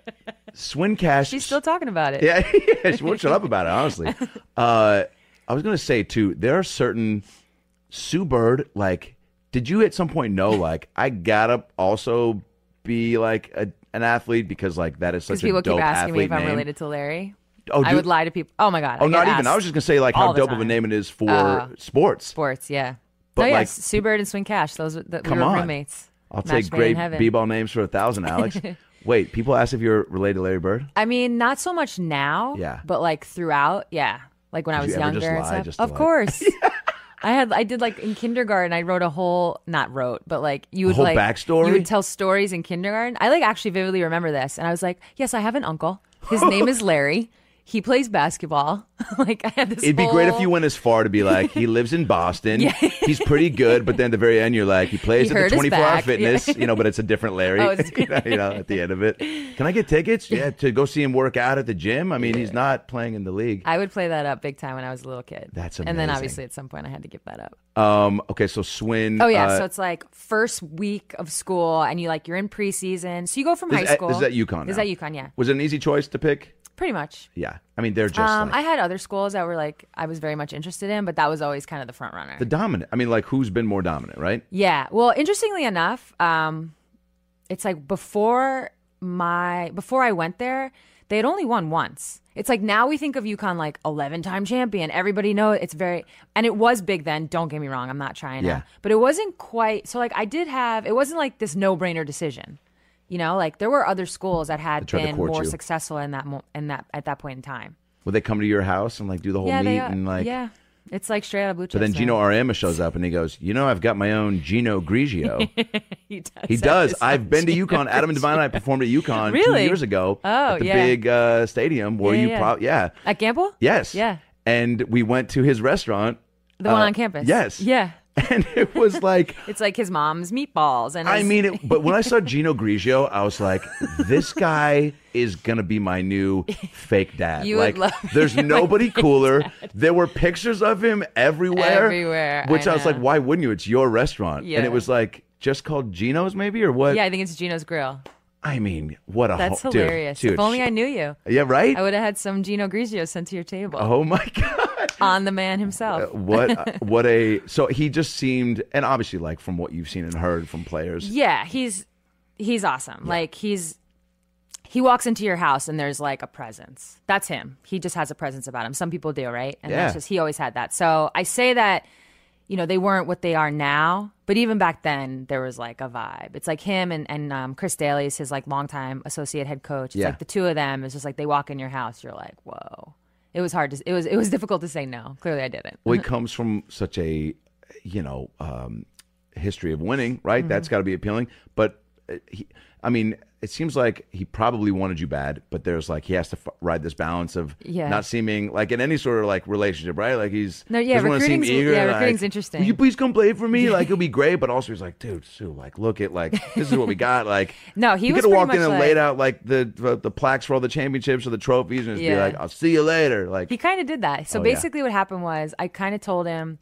[SPEAKER 6] Swin Cash.
[SPEAKER 3] She's still talking about it.
[SPEAKER 6] Yeah, yeah, she won't shut up about it. Honestly, uh, I was gonna say too. There are certain Sue Bird. Like, did you at some point know like I gotta also be like a, an athlete because like that is such
[SPEAKER 3] Because
[SPEAKER 6] a
[SPEAKER 3] people
[SPEAKER 6] dope
[SPEAKER 3] keep asking me
[SPEAKER 6] athlete
[SPEAKER 3] if I'm
[SPEAKER 6] name.
[SPEAKER 3] related to Larry.
[SPEAKER 6] Oh,
[SPEAKER 3] I
[SPEAKER 6] do-
[SPEAKER 3] would lie to people. Oh my god.
[SPEAKER 6] Oh,
[SPEAKER 3] I get
[SPEAKER 6] not even. I
[SPEAKER 3] asked
[SPEAKER 6] was just gonna say like how
[SPEAKER 3] all the
[SPEAKER 6] dope of a
[SPEAKER 3] time.
[SPEAKER 6] name it is for
[SPEAKER 3] Uh,
[SPEAKER 6] sports.
[SPEAKER 3] sports. Yeah.
[SPEAKER 6] But,
[SPEAKER 3] oh
[SPEAKER 6] like-
[SPEAKER 3] yes, Sue Bird and Swin Cash. Those were the, we
[SPEAKER 6] Come
[SPEAKER 3] were
[SPEAKER 6] on.
[SPEAKER 3] roommates.
[SPEAKER 6] I'll
[SPEAKER 3] Match
[SPEAKER 6] take
[SPEAKER 3] made in
[SPEAKER 6] great
[SPEAKER 3] heaven.
[SPEAKER 6] b-ball names for a thousand, Alex. Wait, people ask if you're related to Larry Bird.
[SPEAKER 3] I mean, not so much now.
[SPEAKER 6] Yeah.
[SPEAKER 3] But like throughout, yeah. Like when I
[SPEAKER 6] Did
[SPEAKER 3] was
[SPEAKER 6] you ever just
[SPEAKER 3] younger and
[SPEAKER 6] lie
[SPEAKER 3] stuff.
[SPEAKER 6] just to,
[SPEAKER 3] of
[SPEAKER 6] like-
[SPEAKER 3] course. I had I did like in kindergarten. I wrote a whole not wrote, but like you would
[SPEAKER 6] whole
[SPEAKER 3] like
[SPEAKER 6] backstory?
[SPEAKER 3] You would tell stories in kindergarten. I like actually vividly remember this, and I was like, yes, I have an uncle. His name is Larry. He plays basketball. like I had this.
[SPEAKER 6] It'd be great if
[SPEAKER 3] whole-
[SPEAKER 6] you went as far to be like, he lives in Boston. He's pretty good, but then at the very end, you're like, he plays
[SPEAKER 3] He
[SPEAKER 6] at
[SPEAKER 3] hurt
[SPEAKER 6] the
[SPEAKER 3] his
[SPEAKER 6] 24 hour
[SPEAKER 3] back.
[SPEAKER 6] fitness,
[SPEAKER 3] Yeah.
[SPEAKER 6] you know, but it's a different Larry,
[SPEAKER 3] Oh, it's-
[SPEAKER 6] you, know, you know, at the end of it. Can I get tickets? Yeah, to go see him work out at the gym. I mean, he's not playing in the league.
[SPEAKER 3] I would play that up big time when I was a little kid.
[SPEAKER 6] That's
[SPEAKER 3] And then
[SPEAKER 6] amazing.
[SPEAKER 3] obviously at some point I had to give that up.
[SPEAKER 6] Um, okay, so Swin.
[SPEAKER 3] Oh yeah,
[SPEAKER 6] uh,
[SPEAKER 3] so it's like first week of school, and you like you're in preseason, so you go from high
[SPEAKER 6] is,
[SPEAKER 3] school.
[SPEAKER 6] Is that UConn?
[SPEAKER 3] Is
[SPEAKER 6] now?
[SPEAKER 3] that UConn? Yeah,
[SPEAKER 6] Was it an easy choice to pick?
[SPEAKER 3] pretty much.
[SPEAKER 6] Yeah. I mean, they're just
[SPEAKER 3] Um,
[SPEAKER 6] like
[SPEAKER 3] I had other schools that were like I was very much interested in, but that was always kind of the front runner.
[SPEAKER 6] the dominant. I mean, like, who's been more dominant, right?
[SPEAKER 3] yeah. Well, interestingly enough, um, it's like before my before I went there, they had only won once. It's like now we think of UConn like eleven time champion. Everybody know it's very and it was big then. Don't get me wrong, I'm not trying
[SPEAKER 6] Yeah.
[SPEAKER 3] to, but it wasn't quite. So like I did have it wasn't like this no brainer decision. You know, like there were other schools that had
[SPEAKER 6] tried to
[SPEAKER 3] been
[SPEAKER 6] court
[SPEAKER 3] more
[SPEAKER 6] you.
[SPEAKER 3] successful in that mo- in that at that point in time.
[SPEAKER 6] Would they come to your house and like do the whole meet and like?
[SPEAKER 3] yeah, it's like straight out of blue.
[SPEAKER 6] But then Gino Ariema shows up and he goes, "You know, I've got my own Gino Grigio." He does. I've been to UConn. Adam and Devine and I performed at UConn two
[SPEAKER 3] Really?
[SPEAKER 6] years ago
[SPEAKER 3] Oh,
[SPEAKER 6] at the
[SPEAKER 3] yeah.
[SPEAKER 6] big uh, stadium where
[SPEAKER 3] Yeah,
[SPEAKER 6] you
[SPEAKER 3] yeah.
[SPEAKER 6] probably yeah
[SPEAKER 3] at Gamble.
[SPEAKER 6] yes
[SPEAKER 3] Yeah.
[SPEAKER 6] and we went to his restaurant
[SPEAKER 3] The one
[SPEAKER 6] uh,
[SPEAKER 3] on campus.
[SPEAKER 6] yes.
[SPEAKER 3] Yeah.
[SPEAKER 6] and it was like
[SPEAKER 3] It's like his mom's meatballs. And
[SPEAKER 6] I
[SPEAKER 3] his-
[SPEAKER 6] mean it but when I saw Gino Grigio I was like this guy is gonna be my new fake dad
[SPEAKER 3] You would
[SPEAKER 6] like
[SPEAKER 3] love
[SPEAKER 6] there's nobody cooler there were pictures of him everywhere
[SPEAKER 3] Everywhere, I
[SPEAKER 6] which I, was
[SPEAKER 3] know.
[SPEAKER 6] like why wouldn't you it's your restaurant
[SPEAKER 3] Yeah.
[SPEAKER 6] and it was like just called Gino's maybe or what
[SPEAKER 3] yeah, I think it's Gino's grill.
[SPEAKER 6] I mean what a
[SPEAKER 3] That's
[SPEAKER 6] ho- Oh, dude,
[SPEAKER 3] hilarious.
[SPEAKER 6] dude,
[SPEAKER 3] if only I knew you,
[SPEAKER 6] yeah right
[SPEAKER 3] I would have had some Gino Grigio sent to your table
[SPEAKER 6] Oh Uh, my god!
[SPEAKER 3] on the man himself.
[SPEAKER 6] What what a so he just seemed and obviously like from what you've seen and heard from players.
[SPEAKER 3] Yeah, he's he's awesome. Like he's he walks into your house and there's like a presence. That's him. He just has a presence about him. Some people do, right? And
[SPEAKER 6] Yeah.
[SPEAKER 3] that's just he always had that. So I say that you know they weren't what they are now, but even back then there was like a vibe. It's like him and and um, Chris Daly is his like longtime associate head coach. It's
[SPEAKER 6] Yeah.
[SPEAKER 3] like the two of them. It's just like they walk in your house. You're like, whoa. It was hard to. It was it was difficult to say no. Clearly, I didn't.
[SPEAKER 6] Well, he comes from such a you know um history of winning, right?
[SPEAKER 3] Mm-hmm.
[SPEAKER 6] That's got to be appealing. But uh, he, I mean, it seems like he probably wanted you bad, but there's like he has to f- ride this balance of
[SPEAKER 3] Yeah.
[SPEAKER 6] not seeming like in any sort of like relationship, right? Like he's
[SPEAKER 3] No, yeah,
[SPEAKER 6] doesn't wanna seem
[SPEAKER 3] recruiting's-
[SPEAKER 6] eager,
[SPEAKER 3] yeah,
[SPEAKER 6] like,
[SPEAKER 3] recruiting's interesting.
[SPEAKER 6] Will you please come play for me? Like it'll be great, but also he's like, dude, Sue, like look at like this is what we got. Like
[SPEAKER 3] No, he
[SPEAKER 6] you
[SPEAKER 3] was
[SPEAKER 6] could
[SPEAKER 3] pretty
[SPEAKER 6] have walked in
[SPEAKER 3] much
[SPEAKER 6] and
[SPEAKER 3] like-
[SPEAKER 6] laid out like the, the the plaques for all the championships or the trophies and just be
[SPEAKER 3] Yeah.
[SPEAKER 6] like, I'll see you later. Like
[SPEAKER 3] He kind of did that. So
[SPEAKER 6] Oh, yeah.
[SPEAKER 3] basically, what happened was I kind of told him,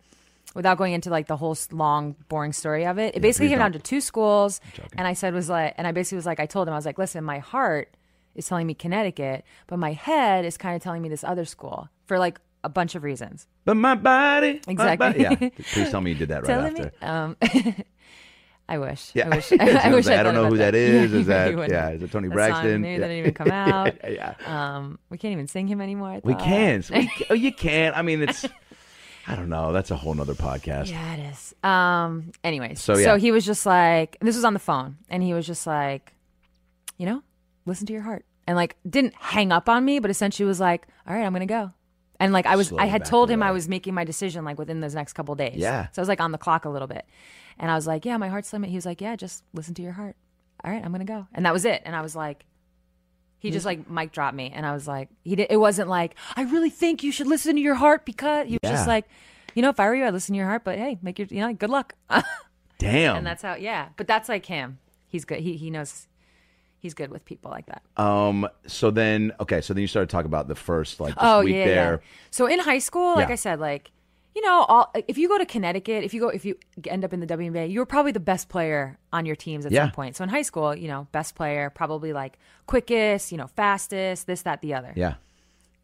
[SPEAKER 3] without going into like the whole s- long, boring story of it, it basically
[SPEAKER 6] please
[SPEAKER 3] came down to
[SPEAKER 6] don't.
[SPEAKER 3] two schools. And I said, was like, and I basically was like, I told him, I was like, listen, my heart is telling me Connecticut, but my head is kind of telling me this other school for like a bunch of reasons.
[SPEAKER 6] But my body, my
[SPEAKER 3] Exactly.
[SPEAKER 6] body- Yeah, please tell me you did that right
[SPEAKER 3] Telling
[SPEAKER 6] after.
[SPEAKER 3] me. Um, I wish.
[SPEAKER 6] Yeah,
[SPEAKER 3] I wish.
[SPEAKER 6] It's one of
[SPEAKER 3] I, wish
[SPEAKER 6] those,
[SPEAKER 3] I
[SPEAKER 6] I don't
[SPEAKER 3] thought
[SPEAKER 6] know who
[SPEAKER 3] about
[SPEAKER 6] that is.
[SPEAKER 3] Yeah,
[SPEAKER 6] Is that
[SPEAKER 3] you wouldn't.
[SPEAKER 6] yeah? Is it Tony
[SPEAKER 3] That song,
[SPEAKER 6] Braxton?
[SPEAKER 3] maybe
[SPEAKER 6] yeah.
[SPEAKER 3] that didn't even come out.
[SPEAKER 6] yeah, yeah.
[SPEAKER 3] Um, we can't even sing him anymore. I
[SPEAKER 6] We
[SPEAKER 3] thought.
[SPEAKER 6] can. So we, oh, you can. I mean, it's. I don't know. That's a whole nother podcast.
[SPEAKER 3] Yeah, it is. Um. Anyways,
[SPEAKER 6] So,
[SPEAKER 3] so,
[SPEAKER 6] yeah.
[SPEAKER 3] he was just like, and this was on the phone, and he was just like, you know, listen to your heart, and like didn't hang up on me, but essentially was like, all right, I'm gonna go, and like I was,
[SPEAKER 6] Slowly
[SPEAKER 3] I had
[SPEAKER 6] backed
[SPEAKER 3] told him
[SPEAKER 6] away.
[SPEAKER 3] I was making my decision like within those next couple days.
[SPEAKER 6] Yeah.
[SPEAKER 3] So I was like on the clock a little bit, and I was like, yeah, my heart's limit. He was like, yeah, just listen to your heart. All right, I'm gonna go, and that was it. And I was like. He just like mic dropped me, and I was like, he did. It wasn't like I really think you should listen to your heart because he was just
[SPEAKER 6] Yeah.
[SPEAKER 3] like, you know, if I were you, I'd listen to your heart. But hey, make your, you know, good luck.
[SPEAKER 6] Damn.
[SPEAKER 3] and that's how, yeah. But that's like him. He's good. He he knows. He's good with people like that.
[SPEAKER 6] um. So then, okay. So then you started talking about the first like this
[SPEAKER 3] oh
[SPEAKER 6] week
[SPEAKER 3] yeah,
[SPEAKER 6] there.
[SPEAKER 3] yeah. So in high school, like
[SPEAKER 6] Yeah.
[SPEAKER 3] I said, like you know, all if you go to Connecticut, if you go, if you end up in the WNBA, you were probably the best player on your teams at
[SPEAKER 6] Yeah.
[SPEAKER 3] some point. So in high school, you know, best player, probably like quickest, you know, fastest, this, that, the other.
[SPEAKER 6] Yeah.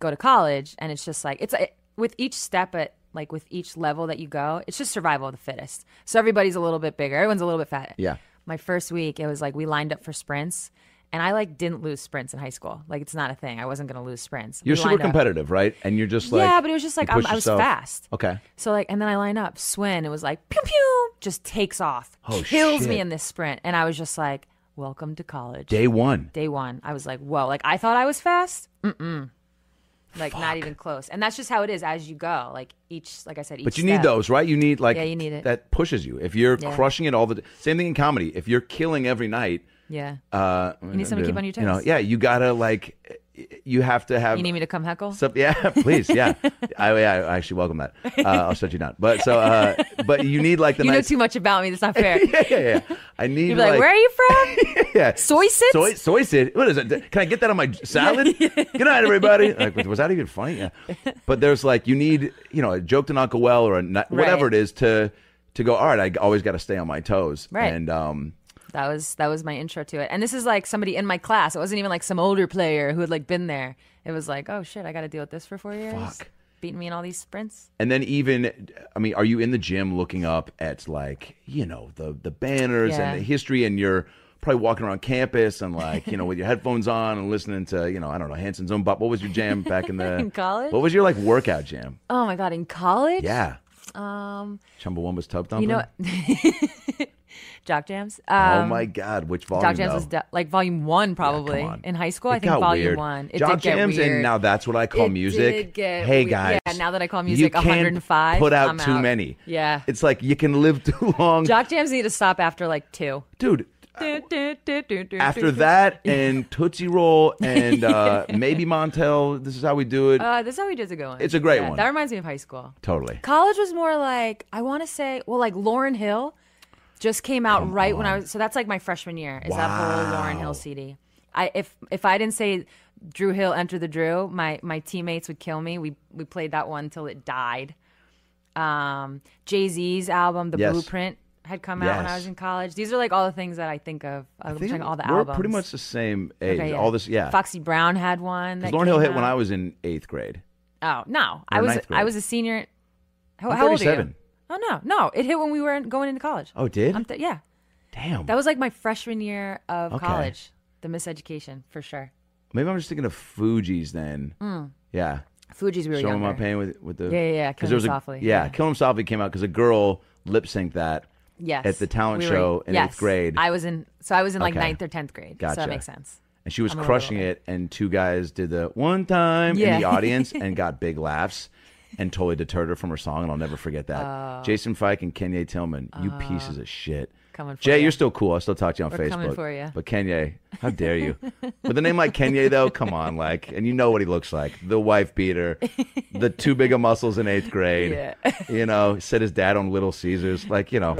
[SPEAKER 3] go to college and it's just like it's it, with each step at like with each level that you go it's just survival of the fittest so everybody's a little bit bigger everyone's a little bit fat
[SPEAKER 6] Yeah.
[SPEAKER 3] my first week it was like we lined up for sprints and i like didn't lose sprints in high school like it's not a thing i wasn't going to lose sprints
[SPEAKER 6] You're
[SPEAKER 3] We
[SPEAKER 6] super
[SPEAKER 3] lined up.
[SPEAKER 6] competitive, right? And you're just like
[SPEAKER 3] yeah but it was just
[SPEAKER 6] you
[SPEAKER 3] like I'm,
[SPEAKER 6] push
[SPEAKER 3] i was
[SPEAKER 6] yourself.
[SPEAKER 3] fast
[SPEAKER 6] Okay.
[SPEAKER 3] so like, and then I line up, swin. It was like pew pew, just takes off,
[SPEAKER 6] Oh,
[SPEAKER 3] kills
[SPEAKER 6] shit.
[SPEAKER 3] me in this sprint, and I was just like, "Welcome to college."
[SPEAKER 6] Day one.
[SPEAKER 3] day one, I was like, whoa, like I thought I was fast. Mm-mm. Like not even close. And that's just how it is as you go. Like each, like I said, each
[SPEAKER 6] But you need
[SPEAKER 3] step.
[SPEAKER 6] those, right? You need like
[SPEAKER 3] Yeah, you need it.
[SPEAKER 6] that pushes you. If you're
[SPEAKER 3] Yeah.
[SPEAKER 6] crushing it all the same thing in comedy. If you're killing every night,
[SPEAKER 3] Yeah.
[SPEAKER 6] uh, you
[SPEAKER 3] need someone to keep on your
[SPEAKER 6] You know,
[SPEAKER 3] toes.
[SPEAKER 6] yeah, you gotta like, you have to have.
[SPEAKER 3] You need me to come heckle?
[SPEAKER 6] some- yeah, please, yeah. I, yeah, I actually welcome that. Uh, I'll shut you down. But so, uh, but you need like the
[SPEAKER 3] you know
[SPEAKER 6] nice.
[SPEAKER 3] too much about me. That's not fair.
[SPEAKER 6] yeah, yeah, yeah. I need
[SPEAKER 3] You'd be like, where are you from?
[SPEAKER 6] Yeah.
[SPEAKER 3] Soy sits?
[SPEAKER 6] Soy, soy sit. What is it? Can I get that on my salad? Good night, everybody. Like, was that even funny? Yeah. But there's like, you need, you know, a joke to not go well or a not, whatever
[SPEAKER 3] Right.
[SPEAKER 6] it is to to go. All right, I always got to stay on my toes.
[SPEAKER 3] Right.
[SPEAKER 6] And um,
[SPEAKER 3] that was that was my intro to it. And this is like somebody in my class. It wasn't even like some older player who had like been there. It was like, oh shit, I gotta deal with this for four years.
[SPEAKER 6] Fuck.
[SPEAKER 3] Beating me in all these sprints.
[SPEAKER 6] and then even, I mean, are you in the gym looking up at like, you know, the the banners
[SPEAKER 3] Yeah.
[SPEAKER 6] and the history, and you're probably walking around campus and like, you know, with your headphones on and listening to, you know, I don't know, Hanson's own. But what was your jam back in the
[SPEAKER 3] In college?
[SPEAKER 6] What was your like workout jam?
[SPEAKER 3] Oh my god, in college?
[SPEAKER 6] Yeah.
[SPEAKER 3] Um
[SPEAKER 6] Chumbawamba's tub
[SPEAKER 3] you
[SPEAKER 6] thumping.
[SPEAKER 3] know Jock jams.
[SPEAKER 6] oh
[SPEAKER 3] Um,
[SPEAKER 6] my God! Which volume?
[SPEAKER 3] Doc Jams
[SPEAKER 6] though?
[SPEAKER 3] was de- like volume one, probably
[SPEAKER 6] Come on.
[SPEAKER 3] in high school.
[SPEAKER 6] It
[SPEAKER 3] I think
[SPEAKER 6] got
[SPEAKER 3] volume
[SPEAKER 6] weird.
[SPEAKER 3] one. It
[SPEAKER 6] Jock
[SPEAKER 3] did get
[SPEAKER 6] Jams,
[SPEAKER 3] weird.
[SPEAKER 6] and now that's what I call
[SPEAKER 3] It
[SPEAKER 6] music.
[SPEAKER 3] did get
[SPEAKER 6] hey
[SPEAKER 3] weird.
[SPEAKER 6] guys,
[SPEAKER 3] Yeah, now that I call
[SPEAKER 6] you
[SPEAKER 3] music
[SPEAKER 6] can't
[SPEAKER 3] 105,
[SPEAKER 6] put out
[SPEAKER 3] I'm
[SPEAKER 6] too
[SPEAKER 3] out.
[SPEAKER 6] many.
[SPEAKER 3] Yeah.
[SPEAKER 6] it's like you can live too long,
[SPEAKER 3] Jock Jams need to stop after like two.
[SPEAKER 6] dude. Uh, After
[SPEAKER 3] After
[SPEAKER 6] that, and Tootsie Roll, and uh, maybe Montel. This is how we do it.
[SPEAKER 3] uh, this is how we did a good one.
[SPEAKER 6] It's a great
[SPEAKER 3] Yeah,
[SPEAKER 6] one.
[SPEAKER 3] That reminds me of high school.
[SPEAKER 6] totally.
[SPEAKER 3] College was more like I want to say, well, like Lauren Hill just came out right when I was. So that's like my freshman year. Is that whole Lauren
[SPEAKER 6] Wow.
[SPEAKER 3] Hill CD? I if if I didn't say Drew Hill enter the Drew, my my teammates would kill me. We we played that one till it died. Um, Jay Z's album, The
[SPEAKER 6] Yes.
[SPEAKER 3] Blueprint, had come out when I
[SPEAKER 6] Yes.
[SPEAKER 3] was in college. These are like all the things that I think of. I'm
[SPEAKER 6] I think
[SPEAKER 3] checking all the
[SPEAKER 6] we're
[SPEAKER 3] albums.
[SPEAKER 6] pretty much the same age.
[SPEAKER 3] Okay, yeah.
[SPEAKER 6] All this, yeah.
[SPEAKER 3] Foxy Brown had one.
[SPEAKER 6] 'Cause
[SPEAKER 3] that
[SPEAKER 6] Lauren Hill
[SPEAKER 3] came
[SPEAKER 6] hit when
[SPEAKER 3] out.
[SPEAKER 6] I was in eighth grade.
[SPEAKER 3] Oh no, I
[SPEAKER 6] Or
[SPEAKER 3] was
[SPEAKER 6] ninth grade.
[SPEAKER 3] I was a senior. How,
[SPEAKER 6] I'm
[SPEAKER 3] how old are you?
[SPEAKER 6] 37.
[SPEAKER 3] Oh no, no, it hit when we were in- going into college.
[SPEAKER 6] Oh, it did?
[SPEAKER 3] I'm th- yeah,
[SPEAKER 6] Damn.
[SPEAKER 3] that was like my freshman year of
[SPEAKER 6] Okay.
[SPEAKER 3] college. The miseducation for sure.
[SPEAKER 6] Maybe I'm just thinking of Fuji's then. Yeah.
[SPEAKER 3] Fuji's we were
[SPEAKER 6] Show him my
[SPEAKER 3] Hmm. younger.
[SPEAKER 6] pain with with the
[SPEAKER 3] Yeah, yeah, yeah. Kill
[SPEAKER 6] 'cause there
[SPEAKER 3] 'Em
[SPEAKER 6] was a-
[SPEAKER 3] Softly.
[SPEAKER 6] yeah,
[SPEAKER 3] Yeah.
[SPEAKER 6] Kill 'em softly came out because a girl lip synced that
[SPEAKER 3] Yes,
[SPEAKER 6] at the talent
[SPEAKER 3] We were-
[SPEAKER 6] show in
[SPEAKER 3] yes.
[SPEAKER 6] eighth grade,
[SPEAKER 3] I was in, so I was in like
[SPEAKER 6] Okay.
[SPEAKER 3] ninth or tenth grade. So
[SPEAKER 6] Gotcha.
[SPEAKER 3] that makes sense.
[SPEAKER 6] and she was
[SPEAKER 3] I'm a little
[SPEAKER 6] crushing
[SPEAKER 3] older.
[SPEAKER 6] it. And two guys did the one time in
[SPEAKER 3] Yeah.
[SPEAKER 6] the audience and got big laughs. and totally deterred her from her song, and I'll never forget that.
[SPEAKER 3] Oh.
[SPEAKER 6] Jason Fike and Kenya Tillman, you pieces of shit.
[SPEAKER 3] Coming for
[SPEAKER 6] Jay,
[SPEAKER 3] ya.
[SPEAKER 6] are still cool. I still talk to you on
[SPEAKER 3] We're
[SPEAKER 6] Facebook.
[SPEAKER 3] coming for ya.
[SPEAKER 6] But Kenya, how dare you? With a name like Kenya, though, come on, like, and you know what he looks like the wife beater, the too big of muscles in eighth grade.
[SPEAKER 3] Yeah.
[SPEAKER 6] you know, said his dad on Little Caesars. Like, you know.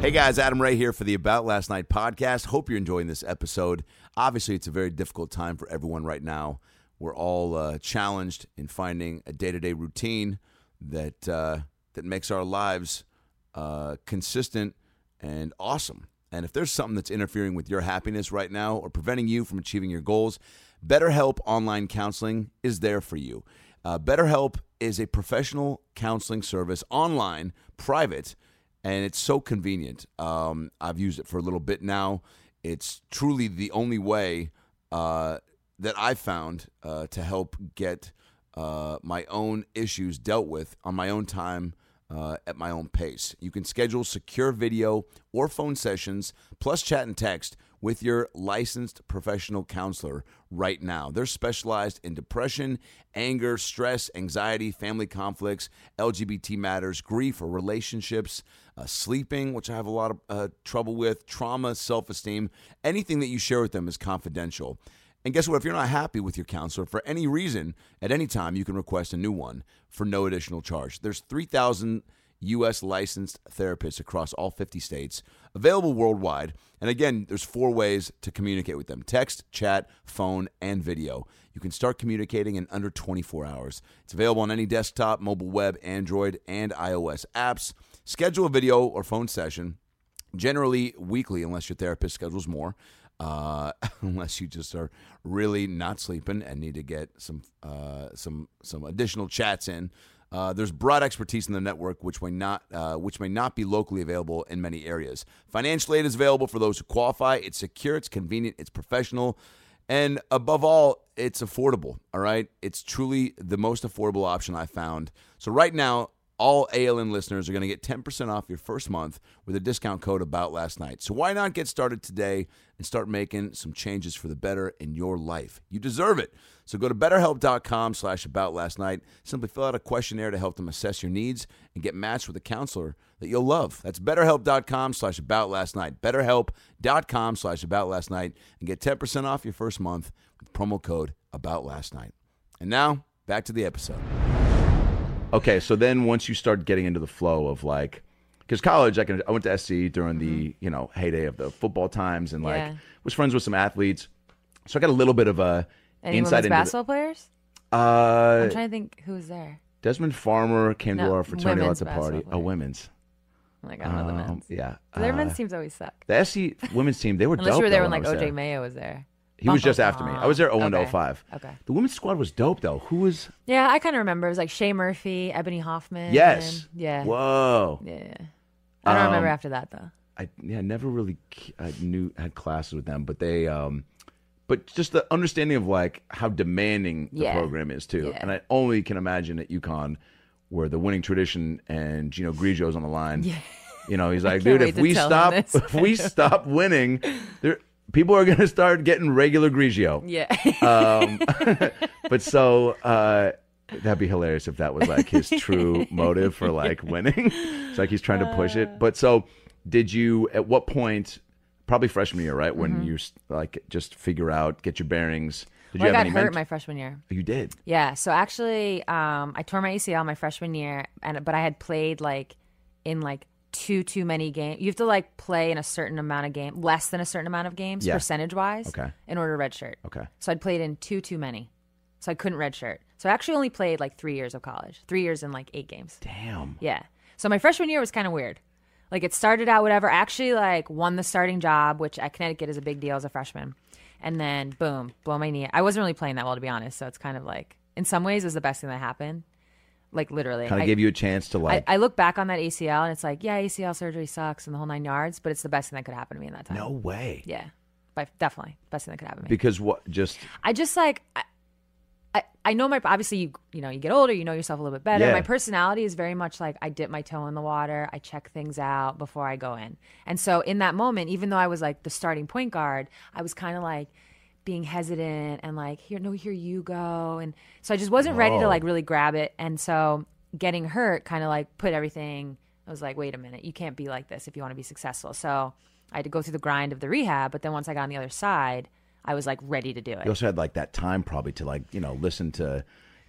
[SPEAKER 2] Hey guys, Adam Ray here for the About Last Night podcast. Hope you're enjoying this episode. Obviously, it's a very difficult time for everyone right now. We're all uh, challenged in finding a day-to-day routine that uh, that makes our lives uh, consistent and awesome. And if there's something that's interfering with your happiness right now or preventing you from achieving your goals, BetterHelp Online Counseling is there for you. Uh, BetterHelp is a professional counseling service online, private and it's so convenient. Um, I've used it for a little bit now. It's truly the only way uh, that I found uh, to help get uh, my own issues dealt with on my own time. Uh, at my own pace. You can schedule secure video or phone sessions, plus chat and text with your licensed professional counselor right now. They're specialized in depression, anger, stress, anxiety, family conflicts, LGBT matters, grief or relationships, uh, sleeping, which I have a lot of uh, trouble with, trauma, self esteem. Anything that you share with them is confidential. And guess what? If you're not happy with your counselor for any reason, at any time, you can request a new one for no additional charge. There's 3,000 U.S. licensed therapists across all 50 states, available worldwide. And again, there's four ways to communicate with them text, chat, phone, and video. You can start communicating in under 24 hours. It's available on any desktop, mobile web, Android, and iOS apps. Schedule a video or phone session generally weekly, unless your therapist schedules more, uh, unless you just are really not sleeping and need to get some uh, some some additional chats in. Uh, there's broad expertise in the network, which may not uh, which may not be locally available in many areas. Financial aid is available for those who qualify. It's secure, it's convenient, it's professional. And above all, it's affordable. All right. It's truly the most affordable option I found. So, right now, all ALN listeners are going to get 10% off your first month with a discount code about last night. So, why not get started today and start making some changes for the better in your life? You deserve it. So, go to betterhelp.com slash about last night. Simply fill out a questionnaire to help them assess your needs and get matched with a counselor that you'll love. That's betterhelp.com slash about last night. Betterhelp.com slash about last night and get 10% off your first month with promo code about last night. And now, back to the episode.
[SPEAKER 6] Okay, so then once you start getting into the flow of like, because college, I can I went to SC during the you know heyday of the football times, and like
[SPEAKER 3] Mm-hmm. Yeah.
[SPEAKER 6] was friends with some athletes, so I got a little bit of a
[SPEAKER 3] Any
[SPEAKER 6] insight
[SPEAKER 3] women's
[SPEAKER 6] into.
[SPEAKER 3] basketball players?
[SPEAKER 6] The, uh,
[SPEAKER 3] I'm trying to think who was there.
[SPEAKER 6] Desmond Farmer came to
[SPEAKER 3] No,
[SPEAKER 6] our fraternity
[SPEAKER 3] women's
[SPEAKER 6] lots of party.
[SPEAKER 3] basketball
[SPEAKER 6] Oh,
[SPEAKER 3] player.
[SPEAKER 6] women's.
[SPEAKER 3] I'm like, I don't know the
[SPEAKER 6] Um,
[SPEAKER 3] men's.
[SPEAKER 6] Yeah.
[SPEAKER 3] Their
[SPEAKER 6] uh,
[SPEAKER 3] men's teams always suck.
[SPEAKER 6] The SC women's team, they were
[SPEAKER 3] Unless
[SPEAKER 6] dope.
[SPEAKER 3] you were there
[SPEAKER 6] though,
[SPEAKER 3] when
[SPEAKER 6] I
[SPEAKER 3] like
[SPEAKER 6] was
[SPEAKER 3] OJ
[SPEAKER 6] there.
[SPEAKER 3] Mayo was there.
[SPEAKER 6] He was
[SPEAKER 3] Bum,
[SPEAKER 6] just
[SPEAKER 3] bum,
[SPEAKER 6] after me.
[SPEAKER 3] bum.
[SPEAKER 6] I was there 0
[SPEAKER 3] Okay.
[SPEAKER 6] 05.
[SPEAKER 3] Okay.
[SPEAKER 6] The women's squad was dope though. Who was?
[SPEAKER 3] Yeah, I kind of remember. It was like Shay Murphy, Ebony Hoffman.
[SPEAKER 6] Yes.
[SPEAKER 3] Yeah.
[SPEAKER 6] Whoa.
[SPEAKER 3] Yeah. yeah. I don't remember
[SPEAKER 6] Um,
[SPEAKER 3] after that though.
[SPEAKER 6] I yeah, I never really k- I knew had classes with them, but they um but just the understanding of like how demanding the
[SPEAKER 3] Yeah.
[SPEAKER 6] program is too.
[SPEAKER 3] Yeah.
[SPEAKER 6] And I only can imagine at UConn where the winning tradition and Gino Grigio's on the line. Yeah. You know, he's like,
[SPEAKER 3] can't
[SPEAKER 6] dude,
[SPEAKER 3] wait
[SPEAKER 6] if
[SPEAKER 3] to
[SPEAKER 6] we
[SPEAKER 3] tell him
[SPEAKER 6] stop
[SPEAKER 3] this."
[SPEAKER 6] if we stop winning, there people are gonna start getting regular Grigio.
[SPEAKER 3] Yeah.
[SPEAKER 6] Um, but so uh, that'd be hilarious if that was like his true motive for like winning. It's like he's trying to push
[SPEAKER 3] Uh.
[SPEAKER 6] it. But so did you? At what point? Probably freshman year, right?
[SPEAKER 3] Mm-hmm.
[SPEAKER 6] When you like just figure out, get your bearings. Did
[SPEAKER 3] well,
[SPEAKER 6] you
[SPEAKER 3] I got
[SPEAKER 6] have any?
[SPEAKER 3] hurt
[SPEAKER 6] ment-
[SPEAKER 3] Oh my freshman year.
[SPEAKER 6] you did.
[SPEAKER 3] Yeah. So actually, um, I tore my ACL my freshman year, and but I had played like in like too too many games. You have to like play in a certain amount of game, less than a certain amount of games,
[SPEAKER 6] Yeah.
[SPEAKER 3] percentage wise,
[SPEAKER 6] Okay.
[SPEAKER 3] in order to redshirt.
[SPEAKER 6] Okay.
[SPEAKER 3] So I'd played in too too many, so I couldn't redshirt. So I actually only played like three years of college, three years in like eight games.
[SPEAKER 6] Damn.
[SPEAKER 3] Yeah. So my freshman year was kind of weird. Like it started out whatever. I actually like won the starting job, which at Connecticut is a big deal as a freshman. And then boom, blow my knee. I wasn't really playing that well to be honest. So it's kind of like in some ways it was the best thing that happened. Like literally.
[SPEAKER 6] Kind
[SPEAKER 3] I-
[SPEAKER 6] of gave you a chance to
[SPEAKER 3] I,
[SPEAKER 6] like.
[SPEAKER 3] I look back on that ACL and it's like, yeah, ACL surgery sucks and the whole nine yards, but it's the best thing that could happen to me in that time.
[SPEAKER 6] no way.
[SPEAKER 3] Yeah. But definitely best thing that could happen to me.
[SPEAKER 6] Because what? Just
[SPEAKER 3] I just like I, I I know my obviously you you know you get older you know yourself a little bit better.
[SPEAKER 6] Yeah.
[SPEAKER 3] My personality is very much like I dip my toe in the water. I check things out before I go in. And so in that moment, even though I was like the starting point guard, I was kind of like. being hesitant and like here no here you go and so I just wasn't ready to
[SPEAKER 2] Oh.
[SPEAKER 3] like really grab it and so getting hurt kind of like put everything I was like wait a minute you can't be like this if you want to be successful so I had to go through the grind of the rehab but then once I got on the other side I was like ready to do it
[SPEAKER 2] You also had like that time probably to like you know listen to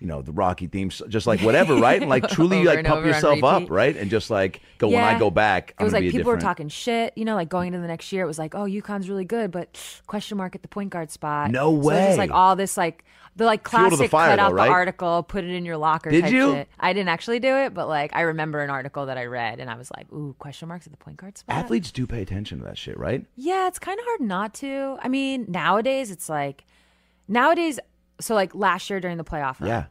[SPEAKER 2] you know the Rocky themes, just like whatever, right? And like truly
[SPEAKER 3] Over
[SPEAKER 2] like
[SPEAKER 3] and
[SPEAKER 2] pump
[SPEAKER 3] over on
[SPEAKER 2] yourself up,
[SPEAKER 3] repeat.
[SPEAKER 2] right? And just like go when I go back,
[SPEAKER 3] It
[SPEAKER 2] I'm
[SPEAKER 3] was
[SPEAKER 2] gonna be
[SPEAKER 3] like people were
[SPEAKER 2] different.
[SPEAKER 3] talking shit, you know, like going into the next year. It was like, oh, UConn's really good, but question mark at the point guard spot.
[SPEAKER 2] No
[SPEAKER 3] So it was just
[SPEAKER 2] way.
[SPEAKER 3] like all this like the like
[SPEAKER 2] Fuel to the
[SPEAKER 3] classic
[SPEAKER 2] fire,
[SPEAKER 3] cut
[SPEAKER 2] though,
[SPEAKER 3] out
[SPEAKER 2] right?
[SPEAKER 3] the article, put it in your locker.
[SPEAKER 2] Did
[SPEAKER 3] type
[SPEAKER 2] you?
[SPEAKER 3] Shit. I didn't actually do it, but like I remember an article that I read, and I was like, ooh, question marks at the point guard spot.
[SPEAKER 2] Athletes do pay attention to that shit, right?
[SPEAKER 3] Yeah, it's kind of hard not to. I mean, nowadays it's like nowadays. So like last year during the playoff run,
[SPEAKER 2] Yeah.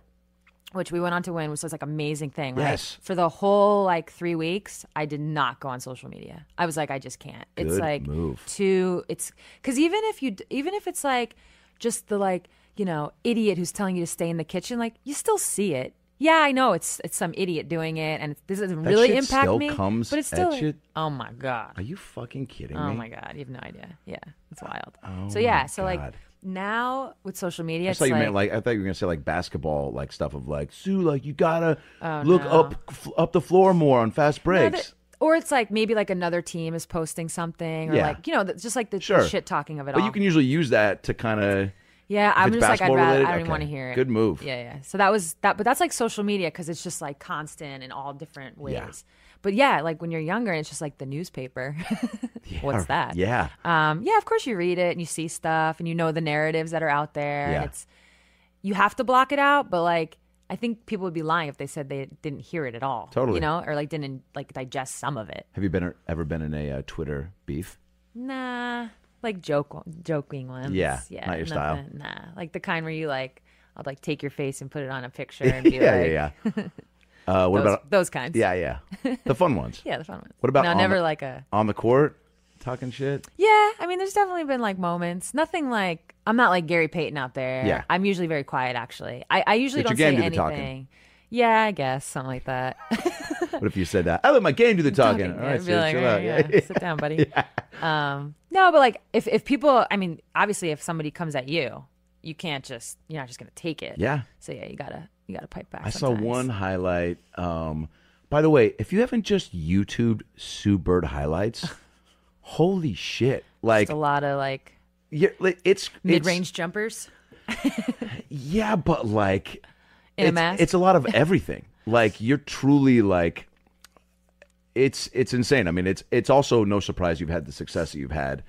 [SPEAKER 3] which we went on to win, which was like amazing thing, right?
[SPEAKER 2] Yes.
[SPEAKER 3] For the whole like three weeks, I did not go on social media. I was like, I just can't. it's
[SPEAKER 2] Good
[SPEAKER 3] like
[SPEAKER 2] move.
[SPEAKER 3] too. It's because even if you, d- even if it's like just the like you know idiot who's telling you to stay in the kitchen, like you still see it. Yeah, I know it's it's some idiot doing it, and it this doesn't
[SPEAKER 2] That
[SPEAKER 3] really
[SPEAKER 2] shit
[SPEAKER 3] impact
[SPEAKER 2] still
[SPEAKER 3] me.
[SPEAKER 2] comes
[SPEAKER 3] but it's
[SPEAKER 2] at
[SPEAKER 3] still.
[SPEAKER 2] you?
[SPEAKER 3] Oh my god.
[SPEAKER 2] Are you fucking kidding
[SPEAKER 3] Oh
[SPEAKER 2] me? Oh
[SPEAKER 3] my god, you have no idea. Yeah, it's wild.
[SPEAKER 2] my
[SPEAKER 3] so yeah, so like
[SPEAKER 2] God.
[SPEAKER 3] now with social media,
[SPEAKER 2] I
[SPEAKER 3] it's
[SPEAKER 2] thought you meant
[SPEAKER 3] like
[SPEAKER 2] like I thought you were gonna say like basketball like stuff of like Sue like you gotta
[SPEAKER 3] Oh,
[SPEAKER 2] look up f- up the floor more on fast
[SPEAKER 3] Yeah,
[SPEAKER 2] breaks.
[SPEAKER 3] but- or it's like maybe like another team is posting something, or
[SPEAKER 2] Yeah.
[SPEAKER 3] like you know, the, just like the,
[SPEAKER 2] Sure.
[SPEAKER 3] shit talking of it
[SPEAKER 2] but
[SPEAKER 3] all.
[SPEAKER 2] you can usually use that to kind of
[SPEAKER 3] yeah, I'm
[SPEAKER 2] it's
[SPEAKER 3] just like I'd
[SPEAKER 2] basketball
[SPEAKER 3] rather
[SPEAKER 2] related,
[SPEAKER 3] I don't even
[SPEAKER 2] okay.
[SPEAKER 3] want to hear it.
[SPEAKER 2] Good move.
[SPEAKER 3] Yeah, yeah. So that was that, but that's like social media because it's just like constant in all different ways.
[SPEAKER 2] Yeah.
[SPEAKER 3] But yeah, like when you're younger, it's just like the newspaper. What's that?
[SPEAKER 2] Yeah.
[SPEAKER 3] um, yeah, of course you read it and you see stuff and you know the narratives that are out there.
[SPEAKER 2] Yeah.
[SPEAKER 3] And it's you have to block it out, but like I think people would be lying if they said they didn't hear it at all.
[SPEAKER 2] Totally.
[SPEAKER 3] you know, or like didn't like digest some of it.
[SPEAKER 2] Have you been ever been in a uh, Twitter beef?
[SPEAKER 3] Nah, like joke joking ones.
[SPEAKER 2] Yeah, not your style.
[SPEAKER 3] nothing- Nah, like the kind where you like I'll like take your face and put it on a picture and be
[SPEAKER 2] yeah,
[SPEAKER 3] like
[SPEAKER 2] yeah, yeah. Uh, what
[SPEAKER 3] Those,
[SPEAKER 2] about
[SPEAKER 3] those kinds.
[SPEAKER 2] Yeah, yeah. The fun ones.
[SPEAKER 3] yeah, the fun ones.
[SPEAKER 2] What about
[SPEAKER 3] no?
[SPEAKER 2] on
[SPEAKER 3] Never
[SPEAKER 2] the-
[SPEAKER 3] like a
[SPEAKER 2] On the court, talking shit.
[SPEAKER 3] Yeah, I mean, there's definitely been like moments. Nothing like I'm not like Gary Payton out there.
[SPEAKER 2] Yeah.
[SPEAKER 3] I'm usually very quiet. Actually, I, I usually
[SPEAKER 2] But
[SPEAKER 3] don't
[SPEAKER 2] your
[SPEAKER 3] say
[SPEAKER 2] game
[SPEAKER 3] anything.
[SPEAKER 2] did the talking.
[SPEAKER 3] Yeah, I guess something like that.
[SPEAKER 2] What if you said that?
[SPEAKER 6] Oh,
[SPEAKER 2] I let my game do the talking.
[SPEAKER 3] Talking,
[SPEAKER 2] All
[SPEAKER 3] yeah,
[SPEAKER 2] right,
[SPEAKER 3] be
[SPEAKER 2] Sue,
[SPEAKER 3] like,
[SPEAKER 2] chill
[SPEAKER 3] "All
[SPEAKER 2] out.
[SPEAKER 3] right, yeah, sit down, buddy. Um, no, but like if if people, I mean, obviously, if somebody comes at you, you can't just you're not just gonna take it.
[SPEAKER 2] Yeah.
[SPEAKER 3] So yeah, you gotta you gotta pipe back.
[SPEAKER 2] I saw
[SPEAKER 3] sometimes.
[SPEAKER 2] one highlight. Um, by the way, if you haven't just YouTubed Sue Bird highlights, holy shit! Like,
[SPEAKER 3] Just a lot of like
[SPEAKER 2] yeah, like, it's it's-
[SPEAKER 3] mid range jumpers
[SPEAKER 2] Yeah, but like,
[SPEAKER 3] in
[SPEAKER 2] it's,
[SPEAKER 3] a mask.
[SPEAKER 2] it's a lot of everything. like, you're truly like, it's it's insane. I mean, it's it's also no surprise you've had the success that you've had,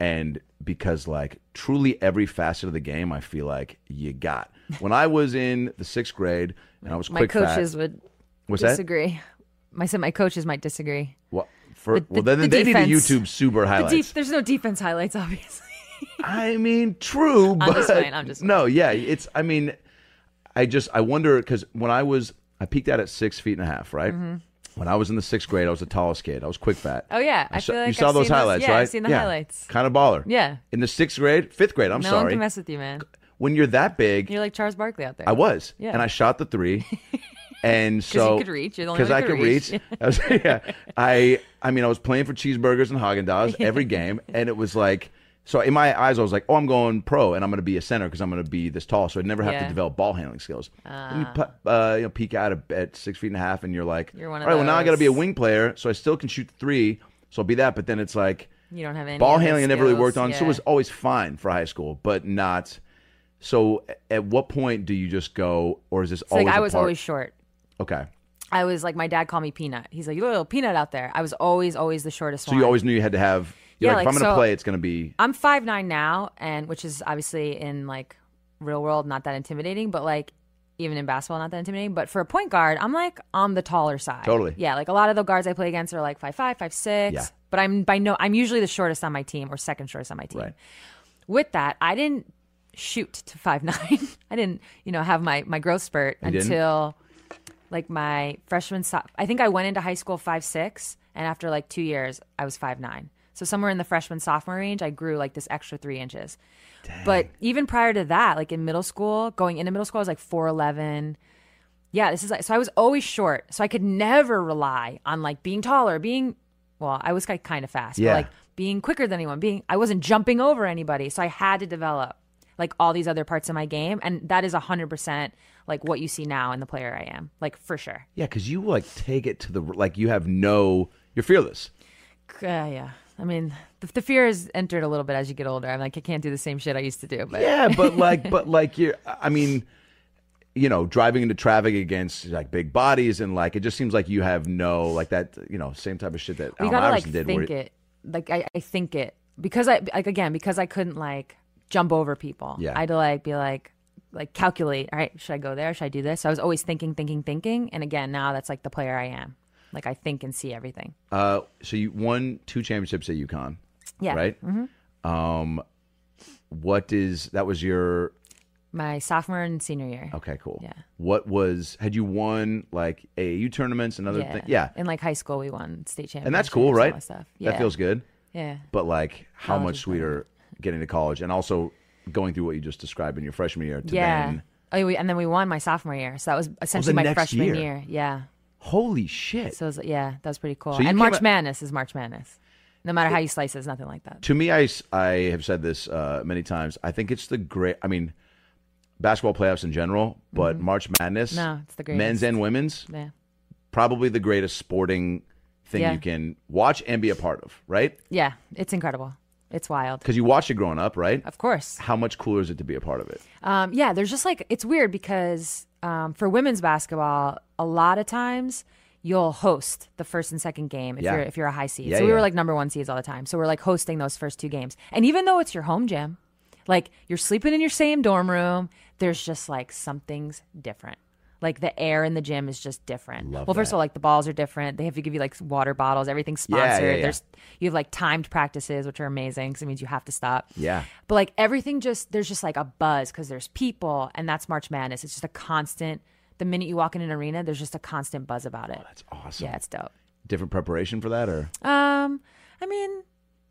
[SPEAKER 2] and because like truly every facet of the game, I feel like you got. When I was in the sixth grade and I was
[SPEAKER 3] my
[SPEAKER 2] quick
[SPEAKER 3] coaches
[SPEAKER 2] fat,
[SPEAKER 3] would
[SPEAKER 2] was that
[SPEAKER 3] disagree. I said my coaches might disagree.
[SPEAKER 2] Well, for,
[SPEAKER 3] The-
[SPEAKER 2] well
[SPEAKER 3] the-
[SPEAKER 2] then
[SPEAKER 3] the
[SPEAKER 2] they need
[SPEAKER 3] defense.
[SPEAKER 2] to YouTube super
[SPEAKER 3] The
[SPEAKER 2] highlights.
[SPEAKER 3] deep, there's no defense highlights, obviously.
[SPEAKER 2] I mean, true, but
[SPEAKER 3] just playing, I'm just playing.
[SPEAKER 2] no, yeah, it's. I mean, I just I wonder because when I was I peaked out at six feet and a half, right? When I was in the sixth grade, I was the tallest kid. I was quick fat.
[SPEAKER 3] Mm-hmm. Oh, yeah. I
[SPEAKER 2] saw-
[SPEAKER 3] feel like
[SPEAKER 2] you
[SPEAKER 3] I've
[SPEAKER 2] saw those
[SPEAKER 3] seen those-
[SPEAKER 2] highlights,
[SPEAKER 3] yeah, I've
[SPEAKER 2] right?
[SPEAKER 3] seen the highlights.
[SPEAKER 2] Kind of baller.
[SPEAKER 3] Yeah.
[SPEAKER 2] In the sixth grade, fifth grade. I'm
[SPEAKER 3] no one
[SPEAKER 2] sorry.
[SPEAKER 3] can mess with you, man.
[SPEAKER 2] when you're that big,
[SPEAKER 3] You're like Charles Barkley out there.
[SPEAKER 2] I was,
[SPEAKER 3] Yeah.
[SPEAKER 2] and I shot the three, and so
[SPEAKER 3] you could reach. You're the only
[SPEAKER 2] because
[SPEAKER 3] one
[SPEAKER 2] I
[SPEAKER 3] who
[SPEAKER 2] could
[SPEAKER 3] could
[SPEAKER 2] reach.
[SPEAKER 3] reach.
[SPEAKER 2] I was- yeah, I I mean I was playing for cheeseburgers and Haagen Dazs every game, and it was like so in my eyes I was like, oh, I'm going pro, and I'm going to be a center because I'm going to be this tall, so I'd never have to
[SPEAKER 3] Yeah. Ah.
[SPEAKER 2] develop ball handling skills. Then you, pu- uh, you know, peek out at, at six feet and a half, and you're like,
[SPEAKER 3] You're one of
[SPEAKER 2] all right, well now I got to be a
[SPEAKER 3] those.
[SPEAKER 2] wing player, so I still can shoot the three, so I'll be that. But then it's like
[SPEAKER 3] You don't have any
[SPEAKER 2] ball
[SPEAKER 3] of the
[SPEAKER 2] handling I never really worked on,
[SPEAKER 3] skills,
[SPEAKER 2] so it
[SPEAKER 3] yeah.
[SPEAKER 2] was always fine for high school, but not. So, a- at what point do you just go, or is this
[SPEAKER 3] It's
[SPEAKER 2] always
[SPEAKER 3] like I
[SPEAKER 2] a
[SPEAKER 3] was
[SPEAKER 2] part-
[SPEAKER 3] always short.
[SPEAKER 2] okay?
[SPEAKER 3] I was like, my dad called me Peanut. He's like, you little peanut out there. I was always, always the shortest
[SPEAKER 2] So
[SPEAKER 3] one.
[SPEAKER 2] you always knew you had to have. You're
[SPEAKER 3] Yeah,
[SPEAKER 2] like, if
[SPEAKER 3] like,
[SPEAKER 2] I'm gonna
[SPEAKER 3] so-
[SPEAKER 2] play, it's gonna be.
[SPEAKER 3] I'm five nine now, and which is obviously in like real world not that intimidating, but like even in basketball not that intimidating. But for a point guard, I'm like on the taller side.
[SPEAKER 2] Totally.
[SPEAKER 3] Yeah, like a lot of the guards I play against are like five five, five six.
[SPEAKER 2] Yeah.
[SPEAKER 3] But I'm by no, I'm usually the shortest on my team or second shortest on my team.
[SPEAKER 2] Right.
[SPEAKER 3] With that, I didn't shoot to five nine. I didn't, you know, have my my growth spurt
[SPEAKER 2] didn't?
[SPEAKER 3] until like my freshman so- I think I went into high school five six, and after like two years, I was five nine. So somewhere in the freshman sophomore range, I grew like this extra three inches. But even prior to that, like in middle school, going into middle school, I was like four eleven. Yeah, this is like so I was always short, so I could never rely on like being taller, being well, I was like kind of fast,
[SPEAKER 2] Yeah.
[SPEAKER 3] but like being quicker than anyone, being I wasn't jumping over anybody, so I had to develop like all these other parts of my game, and that is hundred percent like what you see now in the player I am, like for sure.
[SPEAKER 6] Yeah, because you like take it to the like you have no. You're fearless.
[SPEAKER 3] Uh, yeah, I mean, the, the fear has entered a little bit as you get older. I'm like, I can't do the same shit I used to do, but
[SPEAKER 6] Yeah, but like, but like you're. I mean, you know, driving into traffic against like big bodies and like it just seems like you have no like that. You know, same type of shit that
[SPEAKER 3] we
[SPEAKER 6] Allen
[SPEAKER 3] gotta like
[SPEAKER 6] Iverson did.
[SPEAKER 3] think
[SPEAKER 6] where,
[SPEAKER 3] it. Like I, I think it because I like again because I couldn't like jump over people.
[SPEAKER 6] Yeah.
[SPEAKER 3] I had to like be like like calculate. All right, should I go there? Should I do this? So I was always thinking, thinking, thinking. And again, now that's like the player I am. Like I think and see everything.
[SPEAKER 6] Uh, so you won two championships at UConn.
[SPEAKER 3] Yeah.
[SPEAKER 6] Right. Um, what is that? Was your
[SPEAKER 3] My sophomore and senior year.
[SPEAKER 6] okay? Cool.
[SPEAKER 3] Yeah.
[SPEAKER 6] What was had you won like AAU tournaments and other
[SPEAKER 3] Yeah.
[SPEAKER 6] things? Yeah.
[SPEAKER 3] In like high school, we won state championships.
[SPEAKER 6] And that's cool,
[SPEAKER 3] all
[SPEAKER 6] right?
[SPEAKER 3] that stuff. Yeah.
[SPEAKER 6] That feels good.
[SPEAKER 3] Yeah.
[SPEAKER 6] But like, how
[SPEAKER 3] College
[SPEAKER 6] much
[SPEAKER 3] is
[SPEAKER 6] sweeter getting to college and also going through what you just described in your freshman year to
[SPEAKER 3] yeah.
[SPEAKER 6] then
[SPEAKER 3] Oh, we, and then we won my sophomore year, so that was essentially
[SPEAKER 6] the
[SPEAKER 3] my
[SPEAKER 6] next
[SPEAKER 3] freshman
[SPEAKER 6] year.
[SPEAKER 3] year. Yeah.
[SPEAKER 6] holy shit.
[SPEAKER 3] So it was, yeah, that was pretty cool.
[SPEAKER 6] So you
[SPEAKER 3] and
[SPEAKER 6] came
[SPEAKER 3] March
[SPEAKER 6] out-
[SPEAKER 3] Madness is March Madness. No matter how you slice it, it's nothing like that.
[SPEAKER 6] to me, I, s- I have said this uh, many times. I think it's the great. I mean, basketball playoffs in general, but March Madness,
[SPEAKER 3] Mm-hmm. No, it's the
[SPEAKER 6] men's
[SPEAKER 3] greatest.
[SPEAKER 6] and women's,
[SPEAKER 3] Yeah.
[SPEAKER 6] probably the greatest sporting thing
[SPEAKER 3] Yeah.
[SPEAKER 6] you can watch and be a part of, right?
[SPEAKER 3] Yeah, it's incredible. It's wild.
[SPEAKER 6] Because you watched it growing up, right?
[SPEAKER 3] Of course.
[SPEAKER 6] How much cooler is it to be a part of it?
[SPEAKER 3] Um, yeah, there's just like, it's weird because um, for women's basketball, a lot of times you'll host the first and second game if,
[SPEAKER 6] Yeah.
[SPEAKER 3] you're, if you're a high seed.
[SPEAKER 6] Yeah,
[SPEAKER 3] so we
[SPEAKER 6] yeah.
[SPEAKER 3] were like number one seeds all the time. So we're like hosting those first two games. And even though it's your home gym, like you're sleeping in your same dorm room, there's just like something's different. Like the air in the gym is just different. well, first of all, like the balls are different. They have to give you like water bottles. Everything's
[SPEAKER 6] Yeah, yeah,
[SPEAKER 3] sponsored.
[SPEAKER 6] yeah.
[SPEAKER 3] There's you have like timed practices, which are amazing because it means you have to stop.
[SPEAKER 6] Yeah.
[SPEAKER 3] But like everything just there's just like a buzz because there's people and that's March Madness. It's just a constant the minute you walk in an arena, there's just a constant buzz about it.
[SPEAKER 6] Oh, That's awesome.
[SPEAKER 3] yeah, it's dope.
[SPEAKER 6] Different preparation for that, or
[SPEAKER 3] Um I mean,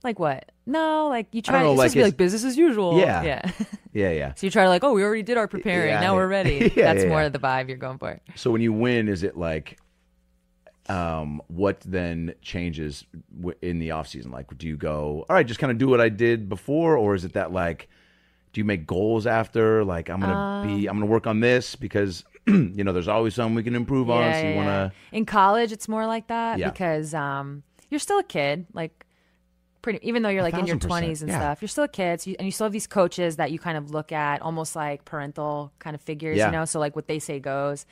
[SPEAKER 3] like what? No, like you try
[SPEAKER 6] know,
[SPEAKER 3] it's supposed
[SPEAKER 6] like
[SPEAKER 3] to be
[SPEAKER 6] it's-
[SPEAKER 3] like business as usual.
[SPEAKER 6] Yeah.
[SPEAKER 3] Yeah.
[SPEAKER 6] yeah, yeah.
[SPEAKER 3] so you try to like, oh, we already did our preparing.
[SPEAKER 6] Yeah,
[SPEAKER 3] now
[SPEAKER 6] yeah.
[SPEAKER 3] we're ready.
[SPEAKER 6] Yeah,
[SPEAKER 3] that's
[SPEAKER 6] yeah,
[SPEAKER 3] more
[SPEAKER 6] yeah.
[SPEAKER 3] the vibe you're going for.
[SPEAKER 6] So when you win, is it like, um, what then changes w- in the off season? Like, do you go, all right, just kind of do what I did before, or is it that like, do you make goals after? Like, I'm gonna be,
[SPEAKER 3] Um
[SPEAKER 6] I'm gonna work on this because you know there's always something we can improve on. So you
[SPEAKER 3] yeah,
[SPEAKER 6] wanna,
[SPEAKER 3] yeah. in college it's more like that
[SPEAKER 6] Yeah.
[SPEAKER 3] because um you're still a kid like pretty even though you're like in your
[SPEAKER 6] 1000%,
[SPEAKER 3] 20s and
[SPEAKER 6] yeah.
[SPEAKER 3] stuff you're still a kid so you, and you still have these coaches that you kind of look at almost like parental kind of figures
[SPEAKER 6] Yeah.
[SPEAKER 3] you know so like what they say goes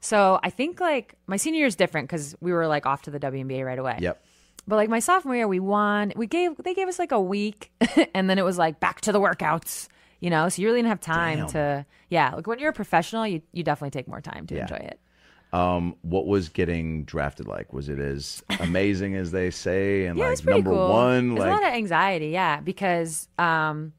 [SPEAKER 3] so i think like my senior year is different because we were like off to the WNBA right away
[SPEAKER 6] yep,
[SPEAKER 3] but like my sophomore year, we won. We gave they gave us like a week, and then it was like back to the workouts. You know, so you really didn't have time
[SPEAKER 6] Damn.
[SPEAKER 3] to. Yeah, like when you're a professional, you you definitely take more time to enjoy it.
[SPEAKER 6] um, what was getting drafted like? Was it as amazing as they say and
[SPEAKER 3] Yeah, it's
[SPEAKER 6] like
[SPEAKER 3] pretty
[SPEAKER 6] number
[SPEAKER 3] cool.
[SPEAKER 6] one?
[SPEAKER 3] There's
[SPEAKER 6] Like,
[SPEAKER 3] a lot of anxiety, yeah, because um,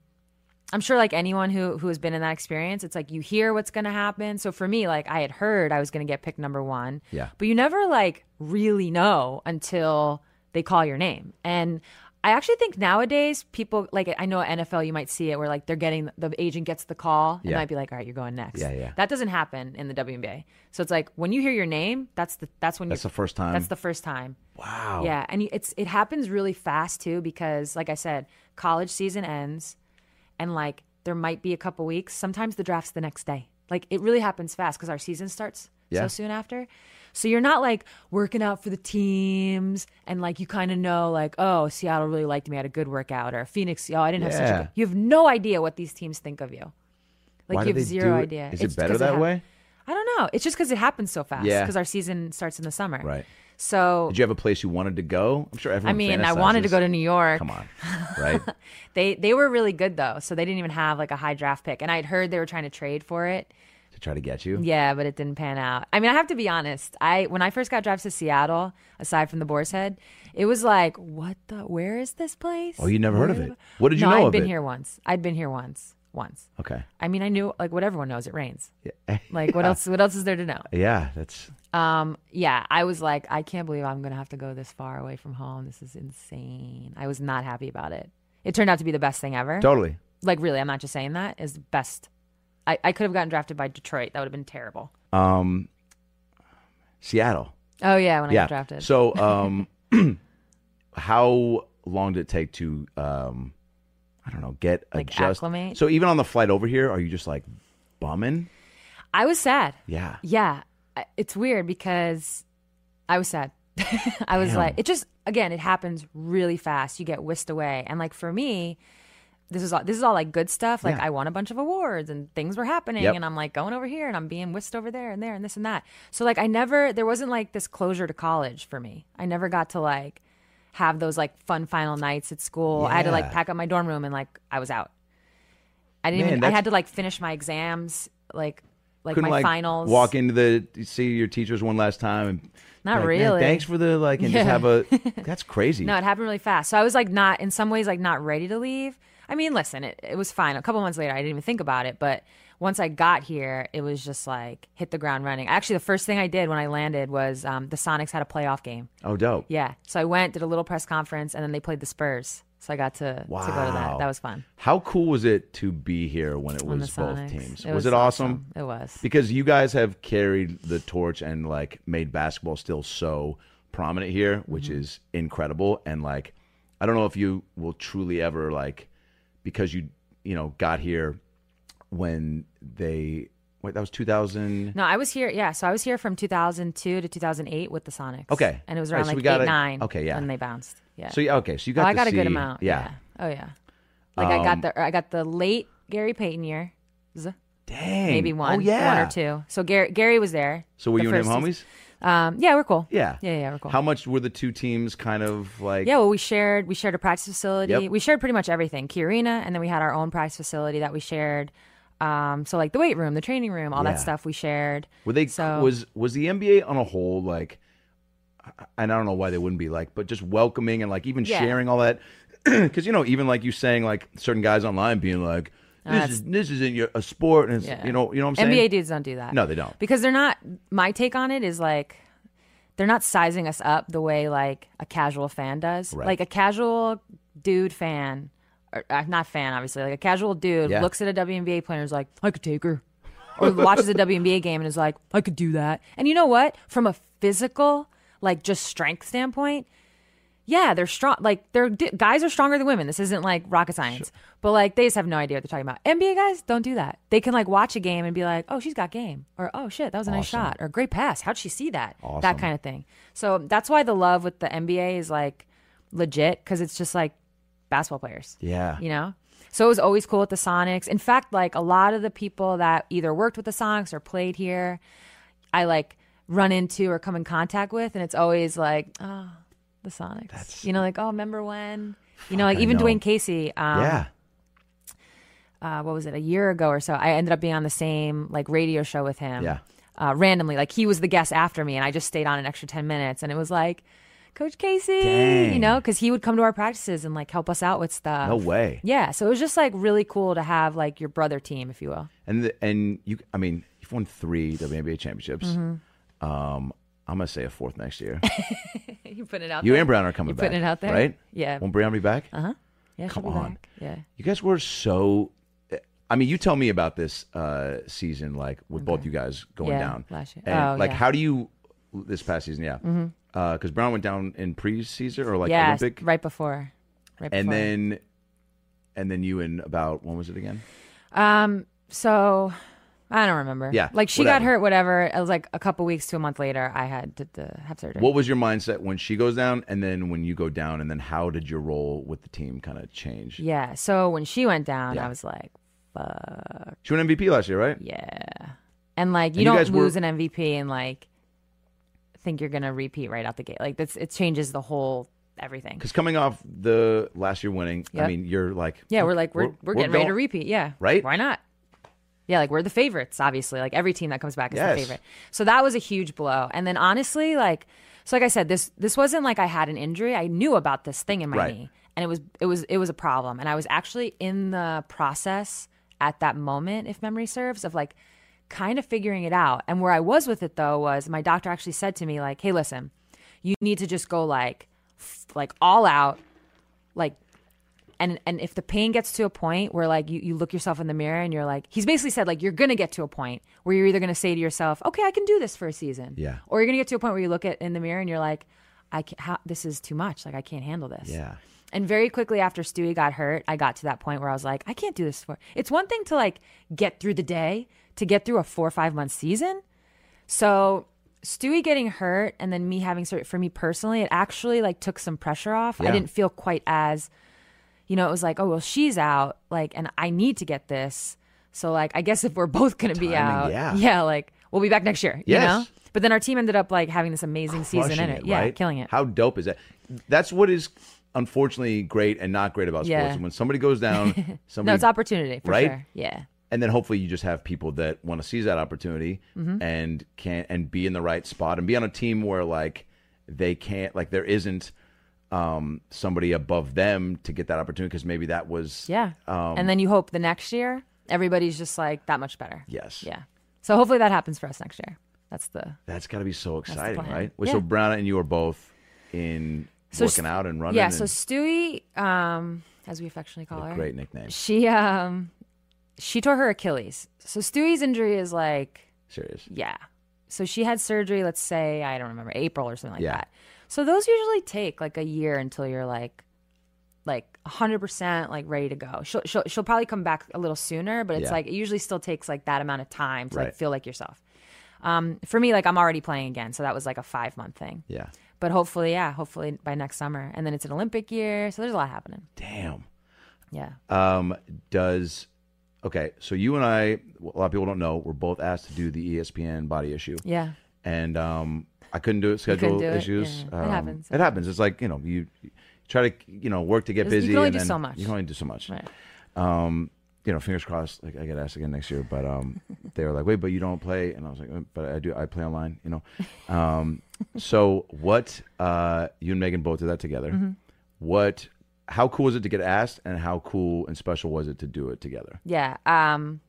[SPEAKER 3] I'm sure like anyone who who has been in that experience, it's like you hear what's going to happen. So for me, like I had heard I was going to get picked number one,
[SPEAKER 6] Yeah.
[SPEAKER 3] but you never like really know until they call your name and. I actually think nowadays people like I know at NFL you might see it where like they're getting the agent gets the call and
[SPEAKER 6] Yeah.
[SPEAKER 3] might be like all right you're going next
[SPEAKER 6] Yeah, yeah.
[SPEAKER 3] that doesn't happen in the WNBA so it's like when you hear your name that's the that's when
[SPEAKER 6] that's
[SPEAKER 3] you
[SPEAKER 6] the first time.
[SPEAKER 3] that's the first time
[SPEAKER 6] wow.
[SPEAKER 3] yeah, and it's it happens really fast too because, like I said, college season ends, and like there might be a couple weeks. Sometimes the draft's the next day. Like it really happens fast because our season starts
[SPEAKER 6] Yeah.
[SPEAKER 3] so soon after. So you're not like working out for the teams, and like you kind of know like, oh, Seattle really liked me. I had a good workout, or Phoenix. Oh, I didn't have such
[SPEAKER 6] Yeah.
[SPEAKER 3] a. good You have no idea what these teams think of you. Like
[SPEAKER 6] Why
[SPEAKER 3] you
[SPEAKER 6] do
[SPEAKER 3] have
[SPEAKER 6] they
[SPEAKER 3] zero
[SPEAKER 6] do it?
[SPEAKER 3] idea.
[SPEAKER 6] Is it
[SPEAKER 3] It's
[SPEAKER 6] better
[SPEAKER 3] 'cause
[SPEAKER 6] that
[SPEAKER 3] hap-
[SPEAKER 6] way?
[SPEAKER 3] I don't know. It's just because it happens so fast.
[SPEAKER 6] Yeah.
[SPEAKER 3] Because our season starts in the summer.
[SPEAKER 6] Right.
[SPEAKER 3] So
[SPEAKER 6] Did you have a place you wanted to go? I'm sure everyone.
[SPEAKER 3] I mean, I wanted to
[SPEAKER 6] fantasizes.
[SPEAKER 3] go to New York.
[SPEAKER 6] Come on, right?
[SPEAKER 3] They they were really good though, so they didn't even have like a high draft pick. And I'd heard they were trying to trade for it.
[SPEAKER 6] to try to get you.
[SPEAKER 3] Yeah, but it didn't pan out. I mean, I have to be honest. I when I first got drafted to Seattle, aside from the Boar's Head, it was like, what the? Where is this place?
[SPEAKER 6] Oh, you never heard of
[SPEAKER 3] Where-
[SPEAKER 6] it. What did you
[SPEAKER 3] no,
[SPEAKER 6] know
[SPEAKER 3] I'd
[SPEAKER 6] of
[SPEAKER 3] been
[SPEAKER 6] it?
[SPEAKER 3] here once. I'd been here once. Once.
[SPEAKER 6] Okay.
[SPEAKER 3] I mean, I knew like what everyone knows. It rains.
[SPEAKER 6] Yeah.
[SPEAKER 3] Like what else? What else is there to know?
[SPEAKER 6] Yeah, that's
[SPEAKER 3] Um, yeah, I was like, I can't believe I'm gonna have to go this far away from home. This is insane. I was not happy about it. It turned out to be the best thing ever.
[SPEAKER 6] totally.
[SPEAKER 3] like really, I'm not just saying that. Is the best. I, I could have gotten drafted by Detroit. That would have been terrible.
[SPEAKER 6] Um, Seattle.
[SPEAKER 3] Oh yeah, when I
[SPEAKER 6] yeah.
[SPEAKER 3] got drafted.
[SPEAKER 6] So, um, how long did it take to um, I don't know, get
[SPEAKER 3] Like
[SPEAKER 6] adjust.
[SPEAKER 3] acclimate?
[SPEAKER 6] So even on the flight over here, are you just like bumming?
[SPEAKER 3] I was sad.
[SPEAKER 6] Yeah.
[SPEAKER 3] Yeah, I- it's weird because I was sad. I was like, it just again, it happens really fast. You get whisked away, and like for me, this is all this is all like good stuff. Like
[SPEAKER 6] Yeah.
[SPEAKER 3] I won a bunch of awards, and things were happening,
[SPEAKER 6] Yep.
[SPEAKER 3] and I'm like going over here, and I'm being whisked over there, and there, and this and that. So like I never there wasn't like this closure to college for me. I never got to like have those like fun final nights at school. I had to like
[SPEAKER 6] Yeah.
[SPEAKER 3] pack up my dorm room, and like I was out. I didn't
[SPEAKER 6] Man,
[SPEAKER 3] even. I
[SPEAKER 6] that's-
[SPEAKER 3] had to like finish my exams, like like
[SPEAKER 6] Couldn't
[SPEAKER 3] my
[SPEAKER 6] like
[SPEAKER 3] finals.
[SPEAKER 6] walk into the see your teachers one last time and
[SPEAKER 3] Not
[SPEAKER 6] be like, "Man,
[SPEAKER 3] really.
[SPEAKER 6] Thanks for the like and just
[SPEAKER 3] Yeah.
[SPEAKER 6] have a that's crazy.
[SPEAKER 3] No, it happened really fast. So I was like not in some ways like not ready to leave. I mean, listen, it, it was fine. A couple months later, I didn't even think about it, but once I got here, it was just like hit the ground running. Actually, the first thing I did when I landed was um, the Sonics had a playoff game.
[SPEAKER 6] oh dope.
[SPEAKER 3] Yeah, so I went, did a little press conference, and then they played the Spurs. So I got to, to go to
[SPEAKER 6] Wow.
[SPEAKER 3] that. That was fun.
[SPEAKER 6] How cool was it to be here when it
[SPEAKER 3] on the
[SPEAKER 6] was both
[SPEAKER 3] Sonics.
[SPEAKER 6] teams? was, it awesome?
[SPEAKER 3] It was.
[SPEAKER 6] Because you guys have carried the torch and like made basketball still so prominent here, which
[SPEAKER 3] Mm-hmm.
[SPEAKER 6] is incredible. And like, I don't know if you will truly ever like, because you you know got here when they wait that was two thousand.
[SPEAKER 3] No, I was here. Yeah, so I was here from 2002 to 2008 with the Sonics.
[SPEAKER 6] Okay.
[SPEAKER 3] and it was
[SPEAKER 6] Right,
[SPEAKER 3] around
[SPEAKER 6] so
[SPEAKER 3] like
[SPEAKER 6] we got
[SPEAKER 3] eight
[SPEAKER 6] a-
[SPEAKER 3] nine.
[SPEAKER 6] okay, yeah.
[SPEAKER 3] when they bounced. Yeah.
[SPEAKER 6] So yeah, okay, so you
[SPEAKER 3] Oh,
[SPEAKER 6] got.
[SPEAKER 3] I
[SPEAKER 6] to
[SPEAKER 3] got a good
[SPEAKER 6] see-
[SPEAKER 3] amount.
[SPEAKER 6] Yeah. Um,
[SPEAKER 3] Yeah. Oh yeah. Like I got the or I got the late Gary Payton year,
[SPEAKER 6] Dang.
[SPEAKER 3] maybe one,
[SPEAKER 6] Oh yeah.
[SPEAKER 3] one or two. So Gary Gary was there.
[SPEAKER 6] So were
[SPEAKER 3] the
[SPEAKER 6] you and him
[SPEAKER 3] first
[SPEAKER 6] homies?
[SPEAKER 3] season. Um, yeah, we're cool.
[SPEAKER 6] Yeah.
[SPEAKER 3] yeah, yeah, we're cool.
[SPEAKER 6] How much were the two teams kind of like?
[SPEAKER 3] yeah, well, we shared we shared a practice facility.
[SPEAKER 6] Yep.
[SPEAKER 3] We shared pretty much everything, Key Arena, and then we had our own practice facility that we shared. Um, so like the weight room, the training room, all
[SPEAKER 6] Yeah.
[SPEAKER 3] that stuff we shared.
[SPEAKER 6] Were they
[SPEAKER 3] So-
[SPEAKER 6] was was the NBA on a whole like? I- And I don't know why they wouldn't be like, but just welcoming and like even
[SPEAKER 3] Yeah.
[SPEAKER 6] sharing all that, because you know even like you saying like certain guys online being like, this
[SPEAKER 3] that's-
[SPEAKER 6] is this isn't your a sport and it's,
[SPEAKER 3] Yeah.
[SPEAKER 6] you know you know what I'm
[SPEAKER 3] NBA
[SPEAKER 6] saying.
[SPEAKER 3] dudes don't do that.
[SPEAKER 6] No, they don't.
[SPEAKER 3] Because they're not. My take on it is like they're not sizing us up the way like a casual fan does.
[SPEAKER 6] Right.
[SPEAKER 3] Like a casual dude fan, or uh, not fan, obviously. Like a casual dude
[SPEAKER 6] Yeah.
[SPEAKER 3] looks at a WNBA player and is like, I could take her, or watches a WNBA game and is like, I could do that. And you know what? From a physical, like just strength standpoint, yeah, they're strong. Like they're d- guys are stronger than women. This isn't like rocket science, but like they just have no idea what they're talking about. NBA guys don't do that. They can like watch a game and be like, "Oh, she's got game," or "Oh shit, that was a nice
[SPEAKER 6] Awesome.
[SPEAKER 3] shot," or "Great pass. How'd she see that?"
[SPEAKER 6] Awesome.
[SPEAKER 3] That kind of thing. So that's why the love with the NBA is like legit because it's just like basketball players
[SPEAKER 6] Yeah,
[SPEAKER 3] you know so it was always cool with the sonics in fact like a lot of the people that either worked with the sonics or played here i like run into or come in contact with and it's always like oh the sonics you know like oh remember when you know like
[SPEAKER 6] I
[SPEAKER 3] even
[SPEAKER 6] know.
[SPEAKER 3] dwayne casey um,
[SPEAKER 6] yeah.
[SPEAKER 3] uh, what was it a year ago or so i ended up being on the same like radio show with him
[SPEAKER 6] Yeah.
[SPEAKER 3] uh, randomly like he was the guest after me and i just stayed on an extra 10 minutes and it was like coach casey
[SPEAKER 6] Dang.
[SPEAKER 3] you know because he would come to our practices and like help us out with stuff
[SPEAKER 6] No way.
[SPEAKER 3] yeah, so it was just like really cool to have like your brother team, if you will.
[SPEAKER 6] And the, and you, I mean, you've won three WNBA championships.
[SPEAKER 3] Mm-hmm.
[SPEAKER 6] Um, I'm gonna say a fourth next year.
[SPEAKER 3] You putting it out
[SPEAKER 6] you
[SPEAKER 3] there.
[SPEAKER 6] and Brown are coming
[SPEAKER 3] You
[SPEAKER 6] back.
[SPEAKER 3] putting it out there?
[SPEAKER 6] right?
[SPEAKER 3] Yeah. Uh-huh.
[SPEAKER 6] Won't Brown be back?
[SPEAKER 3] yeah,
[SPEAKER 6] come
[SPEAKER 3] she'll be
[SPEAKER 6] on.
[SPEAKER 3] back. Yeah.
[SPEAKER 6] You guys were so. I mean, you tell me about this uh, season, like with both you guys going
[SPEAKER 3] Yeah,
[SPEAKER 6] down.
[SPEAKER 3] last year.
[SPEAKER 6] And,
[SPEAKER 3] Oh,
[SPEAKER 6] like,
[SPEAKER 3] yeah. Mm-hmm.
[SPEAKER 6] how do you this past season? Yeah, because Brown went down in preseason or like
[SPEAKER 3] yeah,
[SPEAKER 6] Olympic,
[SPEAKER 3] right before. Right before.
[SPEAKER 6] and then and then you in about when was it again?
[SPEAKER 3] um so I don't remember.
[SPEAKER 6] Yeah,
[SPEAKER 3] Like she got
[SPEAKER 6] whatever.
[SPEAKER 3] hurt, whatever. It was like a couple weeks to a month later I had to, to have surgery.
[SPEAKER 6] What was your mindset when she goes down, and then when you go down, and then how did your role with the team kind of change?
[SPEAKER 3] yeah. So when she went down,
[SPEAKER 6] Yeah.
[SPEAKER 3] I was like,
[SPEAKER 6] She won MVP last year, right?
[SPEAKER 3] Yeah. And like you
[SPEAKER 6] And you
[SPEAKER 3] don't
[SPEAKER 6] guys were-
[SPEAKER 3] lose an MVP and like think you're gonna repeat right out the gate. Like that's it changes the whole everything.
[SPEAKER 6] Because coming off the last year winning, I
[SPEAKER 3] Yep.
[SPEAKER 6] mean, you're like,
[SPEAKER 3] Yeah, we're like we're we're, getting ready to
[SPEAKER 6] going-
[SPEAKER 3] repeat. Yeah,
[SPEAKER 6] Right?
[SPEAKER 3] Why not? Yeah, like we're the favorites, obviously. Like every team that comes back is
[SPEAKER 6] Yes.
[SPEAKER 3] the favorite. So that was a huge blow. And then honestly, like so, like I said, this this wasn't like I had an injury. I knew about this thing in my
[SPEAKER 6] Right.
[SPEAKER 3] knee, and it was it was it was a problem. And I was actually in the process at that moment, if memory serves, of like kind of figuring it out. And where I was with it though was my doctor actually said to me like, "Hey, listen, you need to just go like f- like all out, like and and if the pain gets to a point where like you, you look yourself in the mirror and you're like he's basically said like you're gonna get to a point where you're either gonna say to yourself okay i can do this for a season
[SPEAKER 6] Yeah.
[SPEAKER 3] or you're gonna get to a point where you look at in the mirror and you're like I can't, how, this is too much. Like I can't handle this.
[SPEAKER 6] Yeah.
[SPEAKER 3] And very quickly after Stewie got hurt, I got to that point where I was like, I can't do this for. It's one thing to like get through the day, to get through a four or five month season. So Stewie getting hurt and then me having surgery for me personally, it actually like took some pressure off.
[SPEAKER 6] Yeah.
[SPEAKER 3] I didn't feel quite as, you know, it was like, oh well, she's out, like, and I need to get this. So like, I guess if we're both gonna be out,
[SPEAKER 6] yeah.
[SPEAKER 3] like we'll be back next year.
[SPEAKER 6] Yes.
[SPEAKER 3] You know. But then our team ended up like having this amazing season
[SPEAKER 6] Crushing
[SPEAKER 3] in it. yeah,
[SPEAKER 6] right?
[SPEAKER 3] killing it.
[SPEAKER 6] How dope is that? That's what is unfortunately great and not great about sports.
[SPEAKER 3] Yeah.
[SPEAKER 6] And when somebody goes down, somebody
[SPEAKER 3] no, it's opportunity for
[SPEAKER 6] right?
[SPEAKER 3] sure. Yeah.
[SPEAKER 6] and then hopefully you just have people that want to seize that opportunity
[SPEAKER 3] Mm-hmm.
[SPEAKER 6] and can and be in the right spot and be on a team where like they can't like there isn't um somebody above them to get that opportunity because maybe that was
[SPEAKER 3] Yeah.
[SPEAKER 6] Um,
[SPEAKER 3] and then you hope the next year everybody's just like that much better.
[SPEAKER 6] yes
[SPEAKER 3] Yeah. So hopefully that happens for us next year. That's the
[SPEAKER 6] that's got to be so exciting
[SPEAKER 3] plan.
[SPEAKER 6] right Well, so
[SPEAKER 3] Yeah.
[SPEAKER 6] Brown and you are both in
[SPEAKER 3] So
[SPEAKER 6] working
[SPEAKER 3] s-
[SPEAKER 6] out and running
[SPEAKER 3] Yeah,
[SPEAKER 6] and
[SPEAKER 3] so Stewie um as we affectionately call her.
[SPEAKER 6] great nickname
[SPEAKER 3] She um she tore her Achilles. So Stewie's injury is like
[SPEAKER 6] serious
[SPEAKER 3] yeah. So she had surgery, let's say, I don't remember, April or something like
[SPEAKER 6] Yeah.
[SPEAKER 3] that. So those usually take like a year until you're like like 100% like ready to go. She'll she'll, she'll probably come back a little sooner, but it's
[SPEAKER 6] Yeah.
[SPEAKER 3] like it usually still takes like that amount of time to
[SPEAKER 6] Right.
[SPEAKER 3] like feel like yourself. Um for me like I'm already playing again, so that was like a 5 month thing.
[SPEAKER 6] yeah
[SPEAKER 3] But hopefully, yeah, hopefully by next summer. And then it's an Olympic year, so there's a lot happening.
[SPEAKER 6] damn
[SPEAKER 3] Yeah.
[SPEAKER 6] um, does okay so you and i a lot of people don't know we're both asked to do the E espn body issue
[SPEAKER 3] Yeah.
[SPEAKER 6] and um, i couldn't do it
[SPEAKER 3] couldn't
[SPEAKER 6] schedule
[SPEAKER 3] do it,
[SPEAKER 6] issues
[SPEAKER 3] yeah. It
[SPEAKER 6] Um,
[SPEAKER 3] happens.
[SPEAKER 6] it happens it's like you know you, you try to you know work to get
[SPEAKER 3] There's- you
[SPEAKER 6] busy
[SPEAKER 3] can only
[SPEAKER 6] and
[SPEAKER 3] do
[SPEAKER 6] then
[SPEAKER 3] so much.
[SPEAKER 6] you can only do so much
[SPEAKER 3] Right.
[SPEAKER 6] um, you know fingers crossed like i get asked again next year but um, they were like wait but you don't play and i was like "Uh, but i do i play online you know um, so what uh, you and megan both did that together
[SPEAKER 3] Mm-hmm.
[SPEAKER 6] what how cool was it to get asked and how cool and special was it to do it together
[SPEAKER 3] Yeah. Um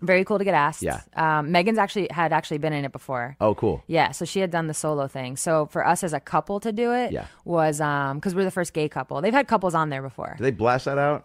[SPEAKER 3] very cool to get asked.
[SPEAKER 6] Yeah.
[SPEAKER 3] Um Megan's actually had actually been in it before.
[SPEAKER 6] oh cool
[SPEAKER 3] Yeah, so she had done the solo thing. So for us as a couple to do it
[SPEAKER 6] Yeah.
[SPEAKER 3] was um cuz we're the first gay couple. They've had couples on there before.
[SPEAKER 6] did they blast that out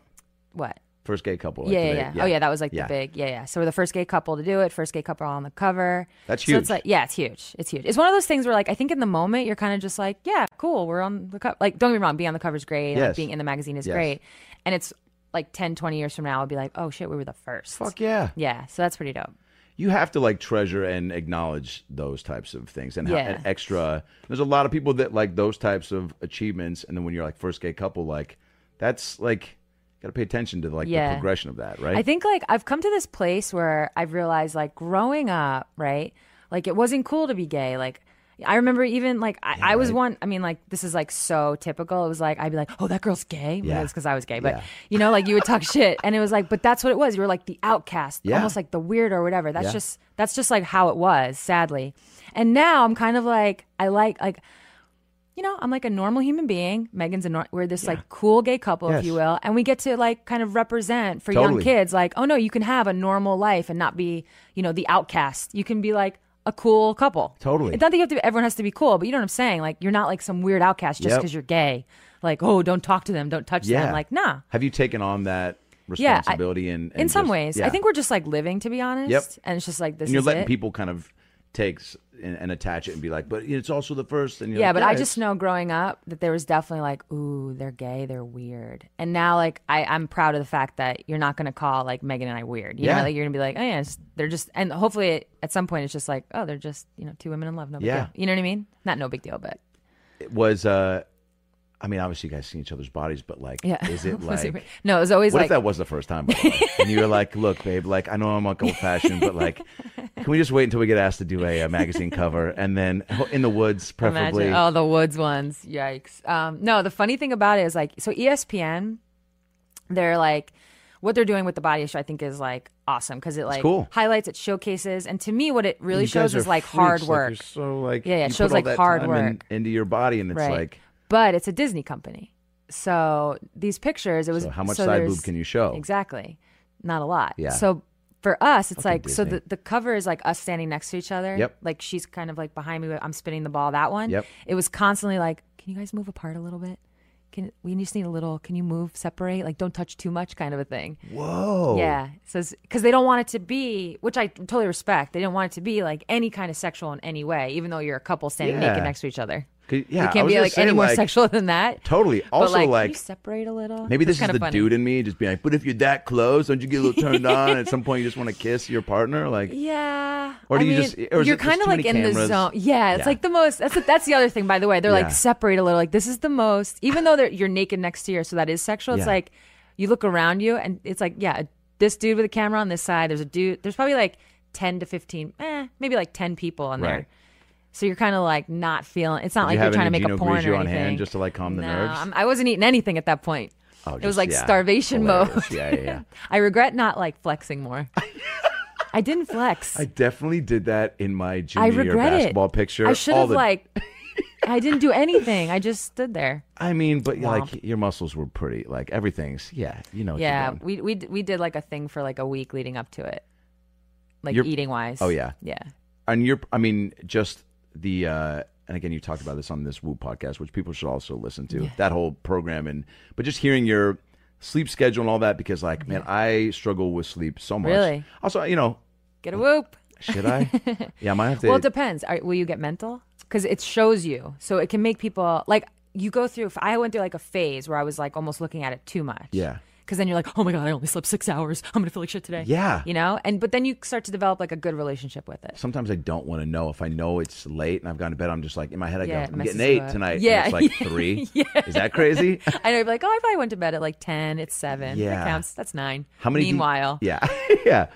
[SPEAKER 3] What?
[SPEAKER 6] first gay couple like,
[SPEAKER 3] yeah,
[SPEAKER 6] do
[SPEAKER 3] yeah,
[SPEAKER 6] they-
[SPEAKER 3] yeah. Oh yeah, that was like
[SPEAKER 6] Yeah.
[SPEAKER 3] the big. Yeah, yeah. So we're the first gay couple to do it. First gay couple on the cover.
[SPEAKER 6] That's
[SPEAKER 3] So
[SPEAKER 6] huge.
[SPEAKER 3] it's like yeah, it's huge. It's huge. It's one of those things where like I think in the moment you're kind of just like yeah, cool. We're on the cover. Like don't get me wrong, being on the cover is great.
[SPEAKER 6] Yes.
[SPEAKER 3] Like, being in the magazine is
[SPEAKER 6] Yes.
[SPEAKER 3] great. And it's like 10, 20 years from now, I'll be like oh shit, we were the first.
[SPEAKER 6] fuck yeah
[SPEAKER 3] Yeah. So that's pretty dope.
[SPEAKER 6] you have to like treasure and acknowledge those types of things and, how,
[SPEAKER 3] Yeah.
[SPEAKER 6] and extra there's a lot of people that like those types of achievements and then when you're like first gay couple like that's like got to pay attention to like the
[SPEAKER 3] Yeah.
[SPEAKER 6] progression of that right
[SPEAKER 3] I think like I've come to this place where I've realized like growing up, right? Like it wasn't cool to be gay. Like I remember even like I, I was one. I mean, like this is like so typical. It was like I'd be like, "Oh, that girl's gay."
[SPEAKER 6] Yeah.
[SPEAKER 3] Yeah, it's because I was gay, but
[SPEAKER 6] Yeah.
[SPEAKER 3] you know, like you would talk shit, and it was like, but that's what it was. You were like the outcast,
[SPEAKER 6] Yeah.
[SPEAKER 3] almost like the weird or whatever. That's
[SPEAKER 6] Yeah.
[SPEAKER 3] just that's just like how it was, sadly. And now I'm kind of like I like like you know, I'm like a normal human being. Megan's a nor- we're this like cool gay couple,
[SPEAKER 6] Yes.
[SPEAKER 3] if you will, and we get to like kind of represent for young
[SPEAKER 6] Totally.
[SPEAKER 3] kids, like, oh no, you can have a normal life and not be, you know, the outcast. You can be like a cool couple.
[SPEAKER 6] Totally.
[SPEAKER 3] It's not that you have to. Everyone has to be cool, but you know what I'm saying. Like, you're not like some weird outcast just
[SPEAKER 6] Yep.
[SPEAKER 3] because you're gay. Like, oh, don't talk to them, don't touch
[SPEAKER 6] yeah
[SPEAKER 3] them. Like, nah.
[SPEAKER 6] have you taken on that
[SPEAKER 3] Yeah, I-
[SPEAKER 6] responsibility and, and
[SPEAKER 3] In some
[SPEAKER 6] just-
[SPEAKER 3] ways,
[SPEAKER 6] yeah.
[SPEAKER 3] I think we're just like living, to be honest.
[SPEAKER 6] Yep.
[SPEAKER 3] And it's just like this.
[SPEAKER 6] and you're
[SPEAKER 3] is
[SPEAKER 6] letting
[SPEAKER 3] it.
[SPEAKER 6] people kind of take s- and, and attach it and be like but it's also the first and you're
[SPEAKER 3] Yeah,
[SPEAKER 6] like,
[SPEAKER 3] but I
[SPEAKER 6] it's-
[SPEAKER 3] just know growing up that there was definitely like, ooh, they're gay, they're weird. And now, like, I, I'm proud of the fact that you're not going to call like Megan and I weird. You
[SPEAKER 6] Yeah.
[SPEAKER 3] know, like you're going to be like, oh, yeah, it's, they're just, and hopefully it, at some point it's just like, oh, they're just, you know, two women in love. No big
[SPEAKER 6] Yeah.
[SPEAKER 3] deal. You know what I mean? Not no big deal, but
[SPEAKER 6] it was uh I mean, obviously, you guys see each other's bodies, but like,
[SPEAKER 3] yeah.
[SPEAKER 6] is it
[SPEAKER 3] Was
[SPEAKER 6] like,
[SPEAKER 3] weird? no, it was always
[SPEAKER 6] What
[SPEAKER 3] like,
[SPEAKER 6] if that was the first time? by the way? and you were like, "Look, babe, like I know I'm like old fashioned, but like, can we just wait until we get asked to do a, uh magazine cover and then in the woods, preferably?"
[SPEAKER 3] Imagine. Oh, the Woods ones. Yikes. Um, no, the funny thing about it is like, so E ESPN, they're like, what they're doing with the body issue, I think, is like awesome because it like
[SPEAKER 6] cool.
[SPEAKER 3] highlights, it showcases, and to me, what it really
[SPEAKER 6] You guys
[SPEAKER 3] shows
[SPEAKER 6] are
[SPEAKER 3] is like
[SPEAKER 6] freaks,
[SPEAKER 3] hard
[SPEAKER 6] like,
[SPEAKER 3] work.
[SPEAKER 6] you're so like,
[SPEAKER 3] Yeah, yeah, it
[SPEAKER 6] you
[SPEAKER 3] shows,
[SPEAKER 6] put all
[SPEAKER 3] like,
[SPEAKER 6] that
[SPEAKER 3] hard
[SPEAKER 6] time in-
[SPEAKER 3] work.
[SPEAKER 6] into your body, and it's
[SPEAKER 3] right.
[SPEAKER 6] like,
[SPEAKER 3] but it's a Disney company, so these pictures. It was
[SPEAKER 6] so how much side
[SPEAKER 3] there's-
[SPEAKER 6] boob can you show?
[SPEAKER 3] Exactly, not a lot.
[SPEAKER 6] Yeah.
[SPEAKER 3] So for us, it's
[SPEAKER 6] Fucking
[SPEAKER 3] like so
[SPEAKER 6] Disney.
[SPEAKER 3] the, the cover is like us standing next to each other.
[SPEAKER 6] Yep.
[SPEAKER 3] Like she's kind of like behind me. I'm spinning the ball. That one.
[SPEAKER 6] Yep.
[SPEAKER 3] It was constantly like, can you guys move apart a little bit? Can we just need a little? Can you move, separate? Like don't touch too much, kind of a thing.
[SPEAKER 6] Whoa.
[SPEAKER 3] Yeah. So because they don't want it to be, which I totally respect. They don't want it to be like any kind of sexual in any way, even though you're a couple standing
[SPEAKER 6] Yeah.
[SPEAKER 3] naked next to each other.
[SPEAKER 6] 'Cause, yeah,
[SPEAKER 3] you
[SPEAKER 6] I
[SPEAKER 3] can't
[SPEAKER 6] was
[SPEAKER 3] be
[SPEAKER 6] gonna
[SPEAKER 3] like
[SPEAKER 6] say,
[SPEAKER 3] any more
[SPEAKER 6] like,
[SPEAKER 3] sexual than that.
[SPEAKER 6] Totally.
[SPEAKER 3] but
[SPEAKER 6] Also,
[SPEAKER 3] like, can
[SPEAKER 6] like,
[SPEAKER 3] you separate a little.
[SPEAKER 6] Maybe
[SPEAKER 3] That's
[SPEAKER 6] this is
[SPEAKER 3] kinda
[SPEAKER 6] the
[SPEAKER 3] funny.
[SPEAKER 6] dude in me just being like, but if you're that close, don't you get a little turned on? At some point, you just want to kiss your partner, like
[SPEAKER 3] Yeah.
[SPEAKER 6] Or do
[SPEAKER 3] I
[SPEAKER 6] you
[SPEAKER 3] mean,
[SPEAKER 6] just- or is
[SPEAKER 3] you're
[SPEAKER 6] it just
[SPEAKER 3] kind of
[SPEAKER 6] too
[SPEAKER 3] like
[SPEAKER 6] many
[SPEAKER 3] in the
[SPEAKER 6] cameras?
[SPEAKER 3] zone. Yeah, it's
[SPEAKER 6] Yeah.
[SPEAKER 3] like the most. That's the, that's the other thing, by the way. They're
[SPEAKER 6] Yeah.
[SPEAKER 3] like separate a little. Like this is the most. Even though they're, you're naked next to you, so that is sexual. It's
[SPEAKER 6] Yeah.
[SPEAKER 3] like you look around you, and it's like yeah, this dude with a camera on this side. There's a dude. There's probably like ten to fifteen, eh, maybe like ten people in
[SPEAKER 6] Right.
[SPEAKER 3] there. So you're kind of like not feeling. It's not
[SPEAKER 6] Did
[SPEAKER 3] like
[SPEAKER 6] you
[SPEAKER 3] you're
[SPEAKER 6] have
[SPEAKER 3] trying to
[SPEAKER 6] any
[SPEAKER 3] make
[SPEAKER 6] Gino
[SPEAKER 3] a porn
[SPEAKER 6] Grigio
[SPEAKER 3] or
[SPEAKER 6] on hand
[SPEAKER 3] anything.
[SPEAKER 6] just to, like, calm the
[SPEAKER 3] no,
[SPEAKER 6] nerves?
[SPEAKER 3] I'm- I wasn't eating anything at that point.
[SPEAKER 6] oh,
[SPEAKER 3] it
[SPEAKER 6] just-
[SPEAKER 3] was like
[SPEAKER 6] yeah.
[SPEAKER 3] starvation
[SPEAKER 6] Hilarious.
[SPEAKER 3] mode.
[SPEAKER 6] Yeah, yeah, yeah.
[SPEAKER 3] I regret not like flexing more. I didn't flex.
[SPEAKER 6] I definitely did that in my
[SPEAKER 3] I
[SPEAKER 6] junior year
[SPEAKER 3] regret
[SPEAKER 6] basketball
[SPEAKER 3] it.
[SPEAKER 6] picture.
[SPEAKER 3] I should
[SPEAKER 6] All
[SPEAKER 3] have
[SPEAKER 6] the-
[SPEAKER 3] like. I didn't do anything. I just stood there.
[SPEAKER 6] I mean, but like
[SPEAKER 3] Womp.
[SPEAKER 6] your muscles were pretty. Like everything's. Yeah, you know. What
[SPEAKER 3] yeah,
[SPEAKER 6] You're doing.
[SPEAKER 3] we we d- we did like a thing for like a week leading up to it, like
[SPEAKER 6] You're-
[SPEAKER 3] eating wise.
[SPEAKER 6] Oh, yeah.
[SPEAKER 3] yeah.
[SPEAKER 6] and you're i mean just the uh and again you talked about this on this woo podcast which people should also listen to that whole program and but just hearing your sleep schedule and all that because like man i struggle with sleep so much
[SPEAKER 3] Really?
[SPEAKER 6] also you know
[SPEAKER 3] Get a whoop.
[SPEAKER 6] should i yeah i might have to
[SPEAKER 3] well, it depends. Are, will you get mental? Because it shows you, so it can make people like you go through. I went through like a phase where I was like almost looking at it too much.
[SPEAKER 6] yeah
[SPEAKER 3] Because then you're like, oh my god, I only slept six hours. I'm gonna feel like shit today.
[SPEAKER 6] Yeah.
[SPEAKER 3] You know, and but then you start to develop like a good relationship with it.
[SPEAKER 6] sometimes i don't want to know if i know it's late and i've gone to bed i'm just like in my head i
[SPEAKER 3] Yeah, it
[SPEAKER 6] go i'm
[SPEAKER 3] messes
[SPEAKER 6] getting
[SPEAKER 3] you
[SPEAKER 6] eight
[SPEAKER 3] up.
[SPEAKER 6] tonight and
[SPEAKER 3] Yeah.
[SPEAKER 6] it's like three is that crazy
[SPEAKER 3] I know you're like, oh, I probably went to bed at like ten. It's seven.
[SPEAKER 6] Yeah.
[SPEAKER 3] That counts. That's nine.
[SPEAKER 6] how many do you-
[SPEAKER 3] Meanwhile,
[SPEAKER 6] yeah yeah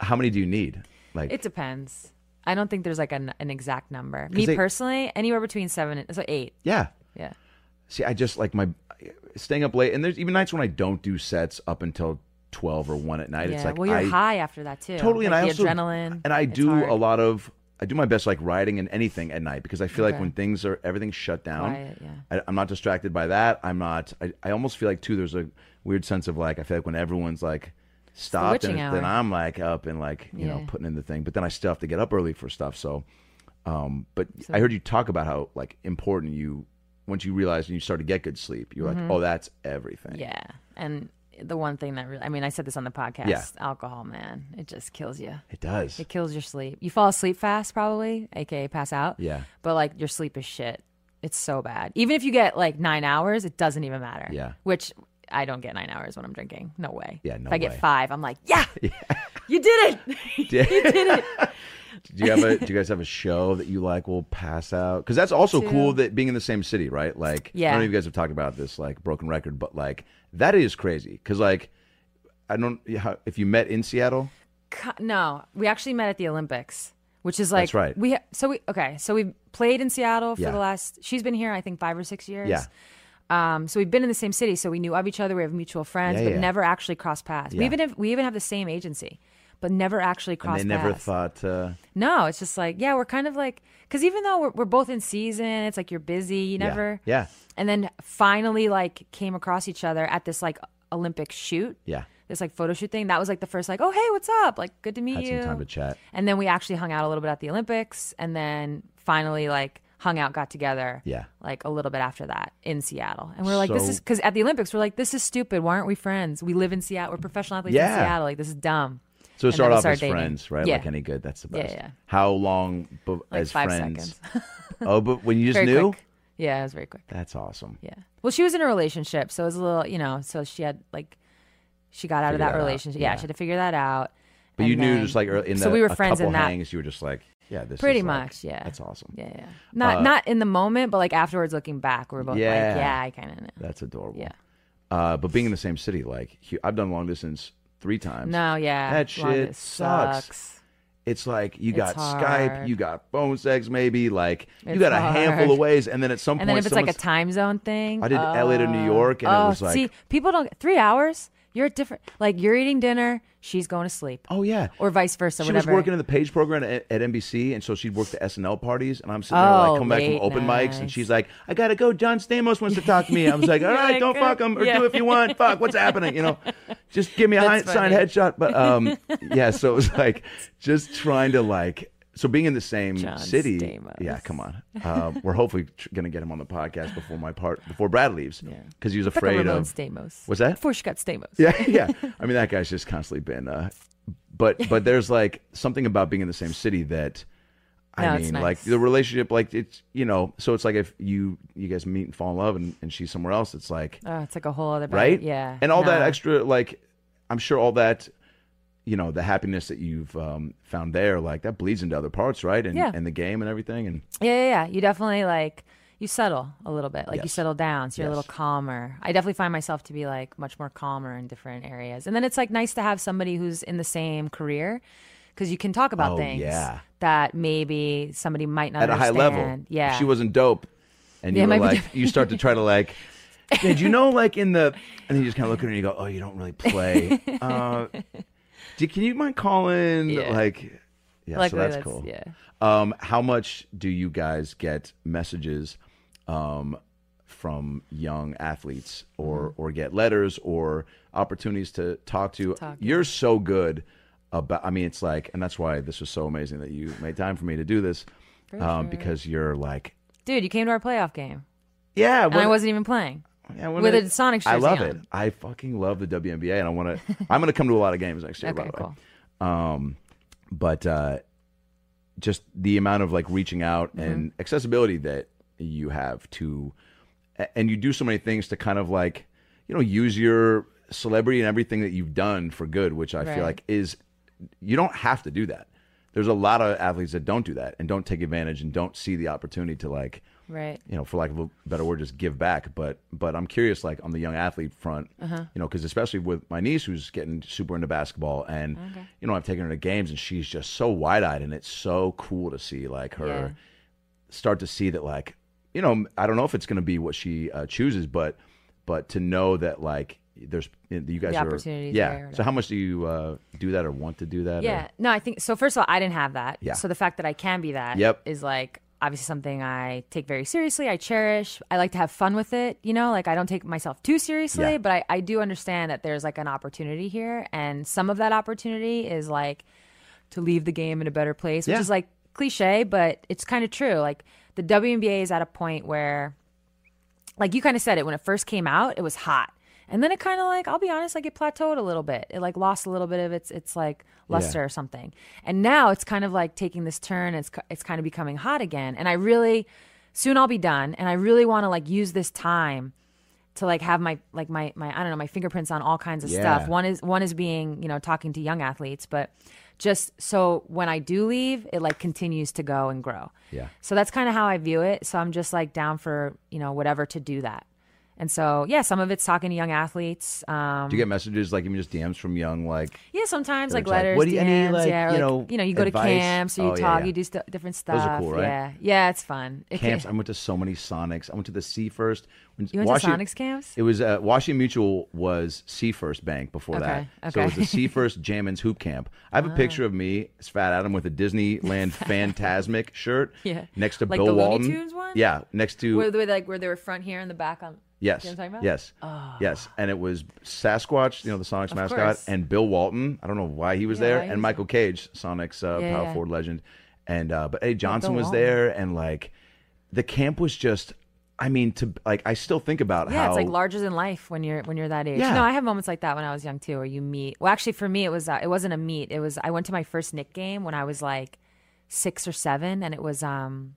[SPEAKER 6] how many do you need like
[SPEAKER 3] it depends. I don't think there's like an, an exact number. Me
[SPEAKER 6] they-
[SPEAKER 3] personally, anywhere between seven and so eight.
[SPEAKER 6] yeah
[SPEAKER 3] Yeah.
[SPEAKER 6] See, I just like my staying up late, and there's even nights when I don't do sets up until twelve or one at night.
[SPEAKER 3] Yeah.
[SPEAKER 6] It's like
[SPEAKER 3] well, you're
[SPEAKER 6] I,
[SPEAKER 3] high after that too.
[SPEAKER 6] totally,
[SPEAKER 3] Like,
[SPEAKER 6] and I
[SPEAKER 3] the
[SPEAKER 6] also
[SPEAKER 3] adrenaline.
[SPEAKER 6] and I
[SPEAKER 3] it's
[SPEAKER 6] do
[SPEAKER 3] hard.
[SPEAKER 6] a lot of I do my best like writing and anything at night because I feel like
[SPEAKER 3] Okay.
[SPEAKER 6] when things are everything's shut down,
[SPEAKER 3] Quiet, yeah.
[SPEAKER 6] I, I'm not distracted by that. I'm not. I, I almost feel like too. There's a weird sense of like I feel like when everyone's like stopped, and
[SPEAKER 3] witching
[SPEAKER 6] then
[SPEAKER 3] hour.
[SPEAKER 6] I'm like up and like you know
[SPEAKER 3] Yeah.
[SPEAKER 6] putting in the thing, but then I still have to get up early for stuff. So, um, but I heard you talk about how like important you once you realize and you start to get good sleep, you're like, oh, that's everything.
[SPEAKER 3] Mm-hmm. Yeah. And the one thing that really, I mean, I said this on the podcast.
[SPEAKER 6] Yeah.
[SPEAKER 3] Alcohol, man, it just kills you.
[SPEAKER 6] it does.
[SPEAKER 3] It kills your sleep. You fall asleep fast, probably, aka pass out.
[SPEAKER 6] Yeah.
[SPEAKER 3] But like your sleep is shit. It's so bad. Even if you get like nine hours, it doesn't even matter.
[SPEAKER 6] Yeah.
[SPEAKER 3] Which I don't get nine hours when I'm drinking. No way.
[SPEAKER 6] Yeah, no
[SPEAKER 3] If I
[SPEAKER 6] way.
[SPEAKER 3] get five, I'm like, yeah, you did it.
[SPEAKER 6] do you have a? Do you guys have a show that you like? Will pass out because that's also cool that being in the same city, right? Like, I don't
[SPEAKER 3] Yeah.
[SPEAKER 6] know if you guys have talked about this like broken record, but like that is crazy because like I don't how, if you met in Seattle.
[SPEAKER 3] Co- no, we actually met at the Olympics, which is like
[SPEAKER 6] That's right.
[SPEAKER 3] We ha- so we okay. So we played in Seattle for
[SPEAKER 6] Yeah.
[SPEAKER 3] the last. She's been here, I think, five or six years.
[SPEAKER 6] Yeah.
[SPEAKER 3] Um, so we've been in the same city, so we knew of each other. We have mutual friends,
[SPEAKER 6] Yeah,
[SPEAKER 3] but
[SPEAKER 6] yeah.
[SPEAKER 3] never actually crossed paths. We
[SPEAKER 6] Yeah.
[SPEAKER 3] even have, we even have the same agency, but never actually
[SPEAKER 6] And
[SPEAKER 3] crossed.
[SPEAKER 6] they never
[SPEAKER 3] paths.
[SPEAKER 6] thought. Uh,
[SPEAKER 3] No, it's just like yeah, we're kind of like because even though we're, we're both in season, it's like you're busy. You
[SPEAKER 6] yeah,
[SPEAKER 3] never.
[SPEAKER 6] Yeah.
[SPEAKER 3] And then finally, like came across each other at this like Olympic shoot.
[SPEAKER 6] Yeah.
[SPEAKER 3] This like photo shoot thing. That was like the first like oh hey what's up like good to meet
[SPEAKER 6] Had
[SPEAKER 3] you.
[SPEAKER 6] some time to chat.
[SPEAKER 3] And then we actually hung out a little bit at the Olympics and then finally like hung out, got together.
[SPEAKER 6] Yeah.
[SPEAKER 3] Like a little bit after that in Seattle. And we are like, this
[SPEAKER 6] So-
[SPEAKER 3] is because at the Olympics, we're like, this is stupid. Why aren't we friends? We live in Seattle. We're professional athletes
[SPEAKER 6] Yeah.
[SPEAKER 3] in Seattle. Like, this is dumb.
[SPEAKER 6] So
[SPEAKER 3] And
[SPEAKER 6] start
[SPEAKER 3] then we
[SPEAKER 6] off
[SPEAKER 3] started
[SPEAKER 6] as
[SPEAKER 3] dating.
[SPEAKER 6] friends, right?
[SPEAKER 3] Yeah.
[SPEAKER 6] Like any good. That's the
[SPEAKER 3] Yeah,
[SPEAKER 6] best.
[SPEAKER 3] yeah.
[SPEAKER 6] How long be-
[SPEAKER 3] Like
[SPEAKER 6] as
[SPEAKER 3] five
[SPEAKER 6] friends?
[SPEAKER 3] seconds.
[SPEAKER 6] oh, but when you just
[SPEAKER 3] very
[SPEAKER 6] knew,
[SPEAKER 3] quick. Yeah, it was very quick.
[SPEAKER 6] that's awesome.
[SPEAKER 3] Yeah. Well, she was in a relationship. So it was a little, you know, so she had like, she got out
[SPEAKER 6] Figure
[SPEAKER 3] of
[SPEAKER 6] that
[SPEAKER 3] that
[SPEAKER 6] out.
[SPEAKER 3] relationship. Yeah,
[SPEAKER 6] Yeah.
[SPEAKER 3] she had to figure that out.
[SPEAKER 6] But
[SPEAKER 3] And
[SPEAKER 6] you knew
[SPEAKER 3] then-
[SPEAKER 6] just like early- in the
[SPEAKER 3] so we were
[SPEAKER 6] a
[SPEAKER 3] friends
[SPEAKER 6] couple
[SPEAKER 3] in that.
[SPEAKER 6] hangs, you were just like, yeah, this
[SPEAKER 3] Pretty
[SPEAKER 6] is like-
[SPEAKER 3] much, yeah.
[SPEAKER 6] That's awesome.
[SPEAKER 3] Yeah, yeah. Not not in the moment, but like afterwards, looking back, we were both
[SPEAKER 6] Uh, Yeah.
[SPEAKER 3] like, yeah, I kind of know.
[SPEAKER 6] That's adorable.
[SPEAKER 3] Yeah.
[SPEAKER 6] Uh, but being in the same city, like hu- I've done long distance three times.
[SPEAKER 3] No, yeah.
[SPEAKER 6] That
[SPEAKER 3] Long
[SPEAKER 6] shit
[SPEAKER 3] distance
[SPEAKER 6] sucks. It's like you got Skype,
[SPEAKER 3] hard.
[SPEAKER 6] you got phone sex, maybe like you
[SPEAKER 3] It's
[SPEAKER 6] got a handful
[SPEAKER 3] hard.
[SPEAKER 6] of ways, and then at some
[SPEAKER 3] And then
[SPEAKER 6] point,
[SPEAKER 3] if it's like a
[SPEAKER 6] someone's-
[SPEAKER 3] time zone thing,
[SPEAKER 6] I did LA to New York, and
[SPEAKER 3] oh,
[SPEAKER 6] it was like,
[SPEAKER 3] see, people don't three hours. You're at different. Like you're eating dinner, she's going to sleep,
[SPEAKER 6] oh yeah,
[SPEAKER 3] or vice versa.
[SPEAKER 6] she
[SPEAKER 3] whatever.
[SPEAKER 6] was working in the page program at, at NBC, and so she'd work the SNL parties, and I'm sitting there
[SPEAKER 3] Oh,
[SPEAKER 6] like coming back from
[SPEAKER 3] late
[SPEAKER 6] open mics, and
[SPEAKER 3] nights.
[SPEAKER 6] she's like, "I gotta go. John Stamos wants to talk to me." I was like, "All
[SPEAKER 3] You're
[SPEAKER 6] right,
[SPEAKER 3] like,
[SPEAKER 6] don't
[SPEAKER 3] uh,
[SPEAKER 6] fuck him, or
[SPEAKER 3] yeah.
[SPEAKER 6] do if you want. Fuck, what's happening? You know, just give me a high,
[SPEAKER 3] That's
[SPEAKER 6] signed
[SPEAKER 3] funny.
[SPEAKER 6] headshot." But um, yeah, so it was like just trying to like. So being in the same
[SPEAKER 3] John
[SPEAKER 6] city,
[SPEAKER 3] Stamos.
[SPEAKER 6] yeah, come on. Uh, we're hopefully tr- gonna get him on the podcast before my part before Brad leaves, because he was
[SPEAKER 3] It's like a
[SPEAKER 6] afraid
[SPEAKER 3] Ramon
[SPEAKER 6] of
[SPEAKER 3] Stamos.
[SPEAKER 6] What's that?
[SPEAKER 3] Before she got Stamos.
[SPEAKER 6] Yeah, yeah. I mean, that guy's just constantly been. Uh, but but there's like something about being in the same city that I
[SPEAKER 3] No,
[SPEAKER 6] mean,
[SPEAKER 3] it's nice.
[SPEAKER 6] like the relationship, like it's you know, so it's like if you you guys meet and fall in love, and, and she's somewhere else, it's like
[SPEAKER 3] Oh, it's like a whole other bag-
[SPEAKER 6] right,
[SPEAKER 3] Yeah,
[SPEAKER 6] and all that
[SPEAKER 3] nah.
[SPEAKER 6] extra, like I'm sure all that, you know, the happiness that you've um, found there, like that bleeds into other parts, right, and
[SPEAKER 3] Yeah.
[SPEAKER 6] and the game and everything, and
[SPEAKER 3] Yeah, yeah, yeah. You definitely like you settle a little bit. Like you
[SPEAKER 6] Yes.
[SPEAKER 3] settle down, so you're a
[SPEAKER 6] Yes.
[SPEAKER 3] little calmer. I definitely find myself to be like much more calmer in different areas. And then it's like nice to have somebody who's in the same career because you can talk about
[SPEAKER 6] Oh,
[SPEAKER 3] things
[SPEAKER 6] yeah.
[SPEAKER 3] that maybe somebody might not
[SPEAKER 6] at a high
[SPEAKER 3] understand.
[SPEAKER 6] level,
[SPEAKER 3] Yeah.
[SPEAKER 6] if she wasn't dope, and you
[SPEAKER 3] Yeah, it
[SPEAKER 6] were
[SPEAKER 3] might be
[SPEAKER 6] like,
[SPEAKER 3] different.
[SPEAKER 6] you start to try to like. Did you know, like in the, and then you just kind of look at her and you go, "Oh, you don't really play." Uh, do, can you mind calling?
[SPEAKER 3] Yeah.
[SPEAKER 6] Like, yeah, so
[SPEAKER 3] Luckily,
[SPEAKER 6] that's,
[SPEAKER 3] that's-
[SPEAKER 6] cool.
[SPEAKER 3] yeah.
[SPEAKER 6] Um, how much do you guys get messages um, from young athletes, or
[SPEAKER 3] Mm-hmm.
[SPEAKER 6] or get letters, or opportunities to talk to?
[SPEAKER 3] Talk,
[SPEAKER 6] You're so good about. I mean, it's like, and that's why this was so amazing that you made time for me to do this, um, because you're like,
[SPEAKER 3] Dude, you came to our playoff game
[SPEAKER 6] yeah,
[SPEAKER 3] and I wasn't even playing.
[SPEAKER 6] yeah, when
[SPEAKER 3] with
[SPEAKER 6] it-
[SPEAKER 3] a Sonics
[SPEAKER 6] I
[SPEAKER 3] jersey
[SPEAKER 6] love
[SPEAKER 3] on.
[SPEAKER 6] it. I fucking love the WNBA, and I want to. I'm going to come to a lot of games next year. by
[SPEAKER 3] Okay,
[SPEAKER 6] the way.
[SPEAKER 3] cool.
[SPEAKER 6] um, but uh, just the amount of like reaching out
[SPEAKER 3] Mm-hmm.
[SPEAKER 6] and accessibility that you have to, a- and you do so many things to kind of like, you know, use your celebrity and everything that you've done for good, which I
[SPEAKER 3] Right.
[SPEAKER 6] feel like is you don't have to do that. There's a lot of athletes that don't do that and don't take advantage and don't see the opportunity to like,
[SPEAKER 3] Right.
[SPEAKER 6] you know, for lack of a better word, just give back. But but I'm curious, like on the young athlete front,
[SPEAKER 3] Uh-huh.
[SPEAKER 6] you know, because especially with my niece who's getting super into basketball, and you know, I've taken her to games, and she's just so wide eyed, and it's so cool to see like her
[SPEAKER 3] Yeah.
[SPEAKER 6] start to see that like you know I don't know if it's going to be what she uh, chooses, but but to know that like there's you guys
[SPEAKER 3] The
[SPEAKER 6] are
[SPEAKER 3] opportunity's
[SPEAKER 6] yeah.
[SPEAKER 3] there or
[SPEAKER 6] so how much do you uh, do that or want to do that? or-
[SPEAKER 3] Yeah. No, I think so. First of all, I didn't have that.
[SPEAKER 6] Yeah.
[SPEAKER 3] So the fact that I can be that is
[SPEAKER 6] Yep.
[SPEAKER 3] like obviously something I take very seriously. I cherish. I like to have fun with it. You know, like I don't take myself too seriously,
[SPEAKER 6] Yeah.
[SPEAKER 3] but I, I do understand that there's like an opportunity here. And some of that opportunity is like to leave the game in a better place, which
[SPEAKER 6] Yeah.
[SPEAKER 3] is like cliche, but it's kind of true. Like the WNBA is at a point where like you kind of said it when it first came out, it was hot. And then it kind of like, I'll be honest, like it plateaued a little bit. It like lost a little bit of its its like luster or something. And now it's kind of like taking this turn. It's ki- it's kind of becoming hot again. And I really soon I'll be done. And I really want to like use this time to like have my like my my I don't know my fingerprints on all kinds of
[SPEAKER 6] Yeah.
[SPEAKER 3] stuff. One is one is being you know talking to young athletes, but just so when I do leave, it like continues to go and grow.
[SPEAKER 6] Yeah.
[SPEAKER 3] So that's kind of how I view it. So I'm just like down for you know whatever to do that. And so yeah, some of it's talking to young athletes. Um,
[SPEAKER 6] Do you get messages like even just DMs from young like
[SPEAKER 3] yeah, sometimes
[SPEAKER 6] Or
[SPEAKER 3] like
[SPEAKER 6] it's like,
[SPEAKER 3] letters,
[SPEAKER 6] what do you-
[SPEAKER 3] DMs,
[SPEAKER 6] any, like,
[SPEAKER 3] yeah, or,
[SPEAKER 6] you
[SPEAKER 3] like,
[SPEAKER 6] know,
[SPEAKER 3] you know, you go to
[SPEAKER 6] advice?
[SPEAKER 3] camps, or you
[SPEAKER 6] Oh, yeah,
[SPEAKER 3] talk,
[SPEAKER 6] yeah.
[SPEAKER 3] you do st- different
[SPEAKER 6] are
[SPEAKER 3] stuff.
[SPEAKER 6] cool, right?
[SPEAKER 3] Yeah, yeah, it's fun. It can-
[SPEAKER 6] camps. I went to so many Sonics. I went to the Sea First. When
[SPEAKER 3] You went to Sonics camps?
[SPEAKER 6] It was uh, Washington Mutual was Sea First Bank before
[SPEAKER 3] Okay,
[SPEAKER 6] that. So it was
[SPEAKER 3] okay. Ah.
[SPEAKER 6] the Sea First Jammin's Hoop Camp. I have a picture of me, it's Fat Adam, with a Disneyland Fantasmic shirt.
[SPEAKER 3] Yeah.
[SPEAKER 6] Next to
[SPEAKER 3] Like
[SPEAKER 6] Bill
[SPEAKER 3] the Looney
[SPEAKER 6] Walton.
[SPEAKER 3] Tunes one?
[SPEAKER 6] Yeah. Next to
[SPEAKER 3] where, where, like where they were front here and the back on.
[SPEAKER 6] yes,
[SPEAKER 3] You know what I'm talking about? Ah.
[SPEAKER 6] yes, yes. And it was Sasquatch, you know, the Sonics mascot,
[SPEAKER 3] course.
[SPEAKER 6] and Bill Walton. I don't know why he was
[SPEAKER 3] Yeah,
[SPEAKER 6] there,
[SPEAKER 3] why he
[SPEAKER 6] and
[SPEAKER 3] was
[SPEAKER 6] Michael Cage, Sonics uh,
[SPEAKER 3] Yeah,
[SPEAKER 6] power
[SPEAKER 3] yeah.
[SPEAKER 6] forward legend. And uh, but Eddie Johnson
[SPEAKER 3] Bill
[SPEAKER 6] was
[SPEAKER 3] Walton.
[SPEAKER 6] there, and like the camp was just. I mean, to like, I still think about
[SPEAKER 3] Yeah,
[SPEAKER 6] how
[SPEAKER 3] it's like larger than life when you're when you're that age.
[SPEAKER 6] Yeah.
[SPEAKER 3] No, I have moments like that when I was young too, where you meet. Well, actually, for me, it was uh, it wasn't a meet. It was I went to my first Nick game when I was like six or seven, and it was um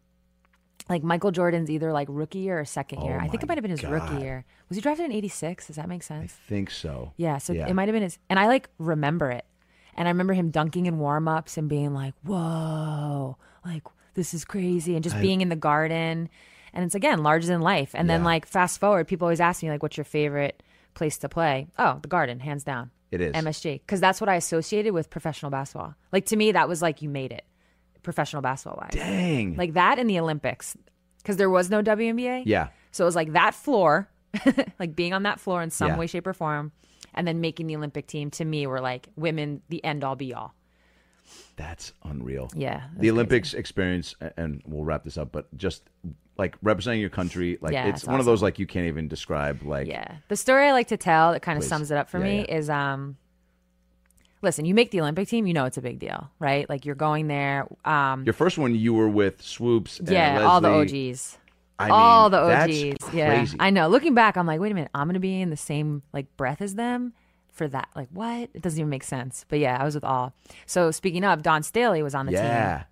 [SPEAKER 3] like Michael Jordan's either like rookie year or second year. I think it
[SPEAKER 6] Oh my
[SPEAKER 3] might have been his
[SPEAKER 6] God.
[SPEAKER 3] rookie year. Was he drafted in '86? Does that make
[SPEAKER 6] I
[SPEAKER 3] sense?
[SPEAKER 6] think so.
[SPEAKER 3] Yeah, so it might have been his. And I like remember it. And I remember him dunking in warm ups and being like, whoa, like this is crazy. And just being in the garden. And it's again, larger than life. And then
[SPEAKER 6] Yeah.
[SPEAKER 3] like fast forward, people always ask me, like, what's your favorite place to play? Oh, the garden, hands down.
[SPEAKER 6] It is.
[SPEAKER 3] MSG. Because that's what I associated with professional basketball. Like to me, that was like, you made it professional basketball wise.
[SPEAKER 6] Dang.
[SPEAKER 3] Like that in the Olympics. Because there was no WNBA.
[SPEAKER 6] yeah.
[SPEAKER 3] So it was like that floor, like being on that floor in some
[SPEAKER 6] Yeah.
[SPEAKER 3] way, shape, or form, and then making the Olympic team to me were like women, the end all be all.
[SPEAKER 6] That's unreal.
[SPEAKER 3] Yeah, that's
[SPEAKER 6] The
[SPEAKER 3] crazy.
[SPEAKER 6] Olympics experience, a- and we'll wrap this up, but just like representing your country, like
[SPEAKER 3] Yeah,
[SPEAKER 6] it's,
[SPEAKER 3] it's
[SPEAKER 6] one of those like you can't even describe. Like,
[SPEAKER 3] Yeah. The story I like to tell that kind of
[SPEAKER 6] Please.
[SPEAKER 3] sums it up for
[SPEAKER 6] Yeah,
[SPEAKER 3] me
[SPEAKER 6] yeah.
[SPEAKER 3] is um listen, you make the Olympic team, you know it's a big deal, right? Like you're going there. Um
[SPEAKER 6] your first one you were with Swoops. and
[SPEAKER 3] yeah, all the
[SPEAKER 6] Leslie.
[SPEAKER 3] OGs.
[SPEAKER 6] I
[SPEAKER 3] all
[SPEAKER 6] mean,
[SPEAKER 3] the OGs.
[SPEAKER 6] that's
[SPEAKER 3] Yeah.
[SPEAKER 6] crazy.
[SPEAKER 3] I know. Looking back, I'm like, wait a minute, I'm gonna be in the same like breath as them for that. Like what? It doesn't even make sense. But yeah, I was with all. So speaking of, Don Staley was on the team.
[SPEAKER 6] yeah.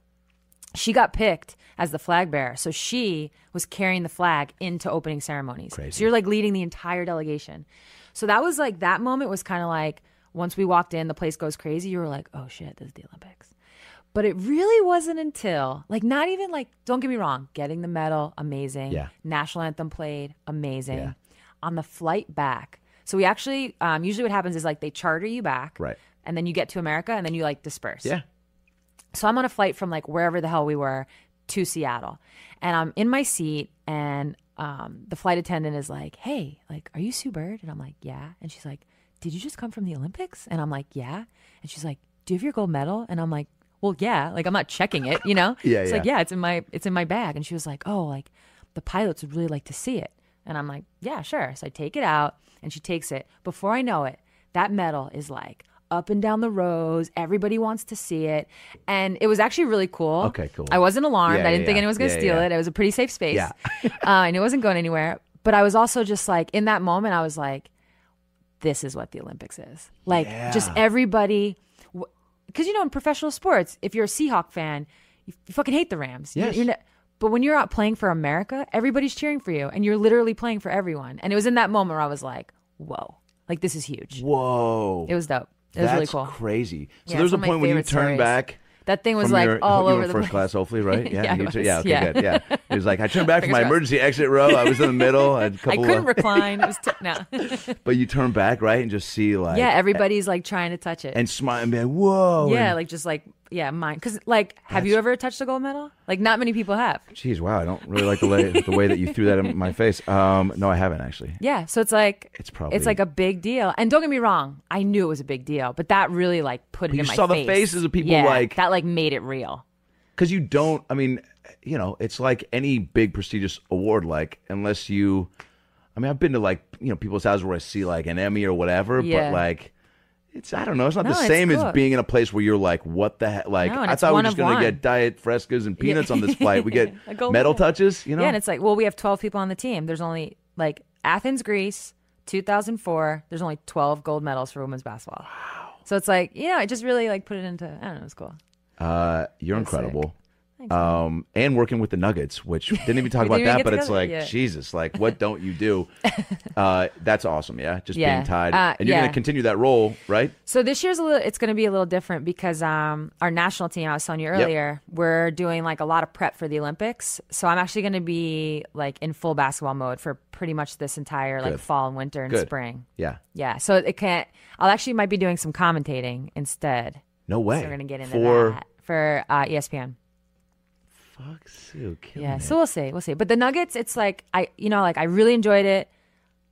[SPEAKER 3] she got picked as the flag bearer. So she was carrying the flag into opening ceremonies. So you're like leading the entire delegation. So that was like that moment was kind of like once we walked in, the place goes crazy. You were like, oh shit, this is the Olympics. But it really wasn't until like not even like don't get me wrong, getting the medal, amazing.
[SPEAKER 6] Yeah.
[SPEAKER 3] National anthem played, amazing. On the flight back, so we actually um, usually what happens is like they charter you back,
[SPEAKER 6] Right.
[SPEAKER 3] And then you get to America, and then you like disperse.
[SPEAKER 6] Yeah.
[SPEAKER 3] So I'm on a flight from like wherever the hell we were to Seattle, and I'm in my seat, and um, the flight attendant is like, "Hey, like, are you Sue Bird?" And I'm like, "Yeah." And she's like, "Did you just come from the Olympics?" And I'm like, "Yeah." And she's like, "Do you have your gold medal?" And I'm like, "Well, yeah." Like I'm not checking it, you know?
[SPEAKER 6] Yeah,
[SPEAKER 3] It's like
[SPEAKER 6] yeah.
[SPEAKER 3] yeah, it's in my it's in my bag. And she was like, "Oh, like the pilots would really like to see it." And I'm like, "Yeah, sure." So I take it out, and she takes it. Before I know it, that medal is like up and down the rows. Everybody wants to see it. And it was actually really cool.
[SPEAKER 6] Okay, cool.
[SPEAKER 3] I wasn't alarmed.
[SPEAKER 6] Yeah,
[SPEAKER 3] I didn't
[SPEAKER 6] yeah,
[SPEAKER 3] think
[SPEAKER 6] yeah.
[SPEAKER 3] anyone was going to
[SPEAKER 6] Yeah,
[SPEAKER 3] steal
[SPEAKER 6] yeah.
[SPEAKER 3] it. It was a pretty safe space.
[SPEAKER 6] Yeah.
[SPEAKER 3] uh, and it wasn't going anywhere. But I was also just like, in that moment, I was like, this is what the Olympics is. Like, just everybody. Because, you know, in professional sports, if you're a Seahawk fan, you, you fucking hate the Rams. You're-
[SPEAKER 6] Yes.
[SPEAKER 3] you're not- but when you're out playing for America, everybody's cheering for you and you're literally playing for everyone. And it was in that moment where I was like, whoa, like, this is huge.
[SPEAKER 6] Whoa.
[SPEAKER 3] It was dope. It was
[SPEAKER 6] That's
[SPEAKER 3] really cool.
[SPEAKER 6] crazy. So
[SPEAKER 3] Yeah, it's
[SPEAKER 6] there's a
[SPEAKER 3] one of my
[SPEAKER 6] point when you
[SPEAKER 3] favorite
[SPEAKER 6] turn
[SPEAKER 3] stories.
[SPEAKER 6] back.
[SPEAKER 3] That thing was
[SPEAKER 6] from
[SPEAKER 3] like
[SPEAKER 6] your-
[SPEAKER 3] all
[SPEAKER 6] you
[SPEAKER 3] over
[SPEAKER 6] were
[SPEAKER 3] the
[SPEAKER 6] first
[SPEAKER 3] place.
[SPEAKER 6] class, hopefully, right?
[SPEAKER 3] Yeah,
[SPEAKER 6] you
[SPEAKER 3] I
[SPEAKER 6] too-
[SPEAKER 3] was.
[SPEAKER 6] yeah, okay,
[SPEAKER 3] Yeah.
[SPEAKER 6] good. Yeah, it was like I turned back from my
[SPEAKER 3] Fingers crossed.
[SPEAKER 6] emergency exit row. I was in the middle. I, had a
[SPEAKER 3] I
[SPEAKER 6] couple
[SPEAKER 3] couldn't
[SPEAKER 6] of-
[SPEAKER 3] recline. It was t- no.
[SPEAKER 6] but you turn back, right, and just see like
[SPEAKER 3] yeah, everybody's like trying to touch it.
[SPEAKER 6] and smile and be like, whoa.
[SPEAKER 3] yeah,
[SPEAKER 6] and-
[SPEAKER 3] like just like yeah, mine. Because like, have you ever touched a gold medal? Like, not many people have.
[SPEAKER 6] Geez, wow, I don't really like the way, the way that you threw that in my face. Um, no, I haven't actually.
[SPEAKER 3] Yeah, so it's like
[SPEAKER 6] It's probably-
[SPEAKER 3] it's like a big deal. And don't get me wrong, I knew it was a big deal, but that really like put it
[SPEAKER 6] you
[SPEAKER 3] in my
[SPEAKER 6] saw the
[SPEAKER 3] face.
[SPEAKER 6] faces of people,
[SPEAKER 3] Yeah,
[SPEAKER 6] like-
[SPEAKER 3] that like made it real.
[SPEAKER 6] because you don't i mean you know it's like any big prestigious award like unless you i mean i've been to like you know people's houses where i see like an emmy or whatever
[SPEAKER 3] Yeah.
[SPEAKER 6] but like it's i don't know it's not
[SPEAKER 3] No,
[SPEAKER 6] the
[SPEAKER 3] it's
[SPEAKER 6] same
[SPEAKER 3] cool.
[SPEAKER 6] as being in a place where you're like what the heck like
[SPEAKER 3] No, and
[SPEAKER 6] i
[SPEAKER 3] it's
[SPEAKER 6] thought we were
[SPEAKER 3] one
[SPEAKER 6] just
[SPEAKER 3] of
[SPEAKER 6] gonna
[SPEAKER 3] one.
[SPEAKER 6] get diet frescas and peanuts on this flight we get
[SPEAKER 3] A gold medal.
[SPEAKER 6] metal touches you know
[SPEAKER 3] Yeah, and it's like, well, we have twelve people on the team. There's only like Athens, Greece, two thousand four. There's only twelve gold medals for women's basketball. Wow. So it's like, you know, it just really like put it into. I don't know, it's cool.
[SPEAKER 6] uh, you're
[SPEAKER 3] That's sick.
[SPEAKER 6] incredible um, and working with the Nuggets, which didn't even talk
[SPEAKER 3] We
[SPEAKER 6] about
[SPEAKER 3] didn't even
[SPEAKER 6] that,
[SPEAKER 3] get
[SPEAKER 6] but
[SPEAKER 3] to
[SPEAKER 6] it's
[SPEAKER 3] go-
[SPEAKER 6] like
[SPEAKER 3] yeah.
[SPEAKER 6] Jesus, like what don't you do? Uh, that's awesome, yeah. Just
[SPEAKER 3] Yeah.
[SPEAKER 6] being tied,
[SPEAKER 3] Uh,
[SPEAKER 6] and you're
[SPEAKER 3] yeah.
[SPEAKER 6] gonna continue that role, right?
[SPEAKER 3] So this year's a little. It's going to be a little different because um, our national team. I was telling you earlier, we're doing like a lot of prep for the Olympics. So I'm actually going to be like in full basketball mode for pretty much this entire like
[SPEAKER 6] Good.
[SPEAKER 3] fall and winter and
[SPEAKER 6] Good.
[SPEAKER 3] spring.
[SPEAKER 6] Yeah.
[SPEAKER 3] Yeah. So it can't. I'll actually might be doing some commentating instead.
[SPEAKER 6] No way.
[SPEAKER 3] So we're going to get into
[SPEAKER 6] For
[SPEAKER 3] that for uh, ESPN.
[SPEAKER 6] fuck's sake. kill
[SPEAKER 3] Yeah.
[SPEAKER 6] me.
[SPEAKER 3] So we'll see. We'll see. But the Nuggets, it's like I, you know, like I really enjoyed it.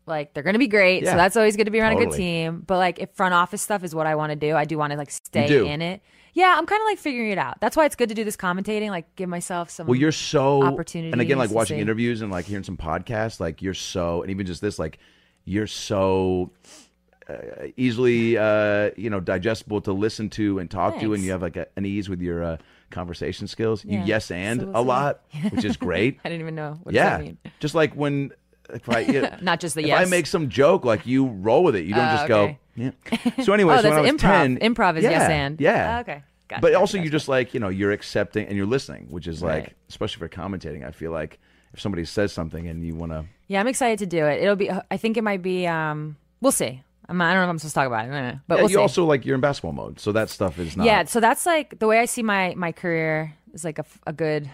[SPEAKER 3] Like they're going to be great.
[SPEAKER 6] Yeah.
[SPEAKER 3] So that's always good to be around a good
[SPEAKER 6] Totally.
[SPEAKER 3] team. But like if front office stuff is what I want to do, I do want to like
[SPEAKER 6] do.
[SPEAKER 3] stay in it. Yeah, I'm kind of like figuring it out. That's why it's good to do this commentating. Like give myself some.
[SPEAKER 6] well, you're so and again, like
[SPEAKER 3] opportunities to
[SPEAKER 6] watching
[SPEAKER 3] see.
[SPEAKER 6] interviews and like hearing some podcasts, like you're so, and even just this, like you're so uh, easily, uh, you know, digestible to listen to and talk to, and
[SPEAKER 3] Thanks.
[SPEAKER 6] you have like a, an ease with your uh, conversation skills. You
[SPEAKER 3] Yeah.
[SPEAKER 6] yes and
[SPEAKER 3] So
[SPEAKER 6] a
[SPEAKER 3] was I.
[SPEAKER 6] lot, which is great.
[SPEAKER 3] I didn't even know what does
[SPEAKER 6] yeah,
[SPEAKER 3] that mean.
[SPEAKER 6] just like when if I you know,
[SPEAKER 3] Not just the
[SPEAKER 6] if I
[SPEAKER 3] yes. Oh,
[SPEAKER 6] make some joke, like you roll with it. You don't just
[SPEAKER 3] okay.
[SPEAKER 6] go. Yeah. So anyway,
[SPEAKER 3] oh,
[SPEAKER 6] so when I
[SPEAKER 3] that's
[SPEAKER 6] was
[SPEAKER 3] improv.
[SPEAKER 6] 10,
[SPEAKER 3] improv is
[SPEAKER 6] yeah,
[SPEAKER 3] yes and.
[SPEAKER 6] yeah.
[SPEAKER 3] Oh, okay. Gotcha,
[SPEAKER 6] but
[SPEAKER 3] gotcha,
[SPEAKER 6] also you
[SPEAKER 3] gotcha.
[SPEAKER 6] just like you know you're accepting and you're listening which is like
[SPEAKER 3] Right.
[SPEAKER 6] especially for commentating i feel like if somebody says something and you want to
[SPEAKER 3] Yeah, I'm excited to do it. It'll be. I think it might be. Um, we'll see. I'm, I don't know if I'm supposed to talk about it, eh, but we'll
[SPEAKER 6] you
[SPEAKER 3] see.
[SPEAKER 6] also like you're in basketball mode so that stuff is not
[SPEAKER 3] Yeah, so that's like the way I see my my career is like a, f- a good.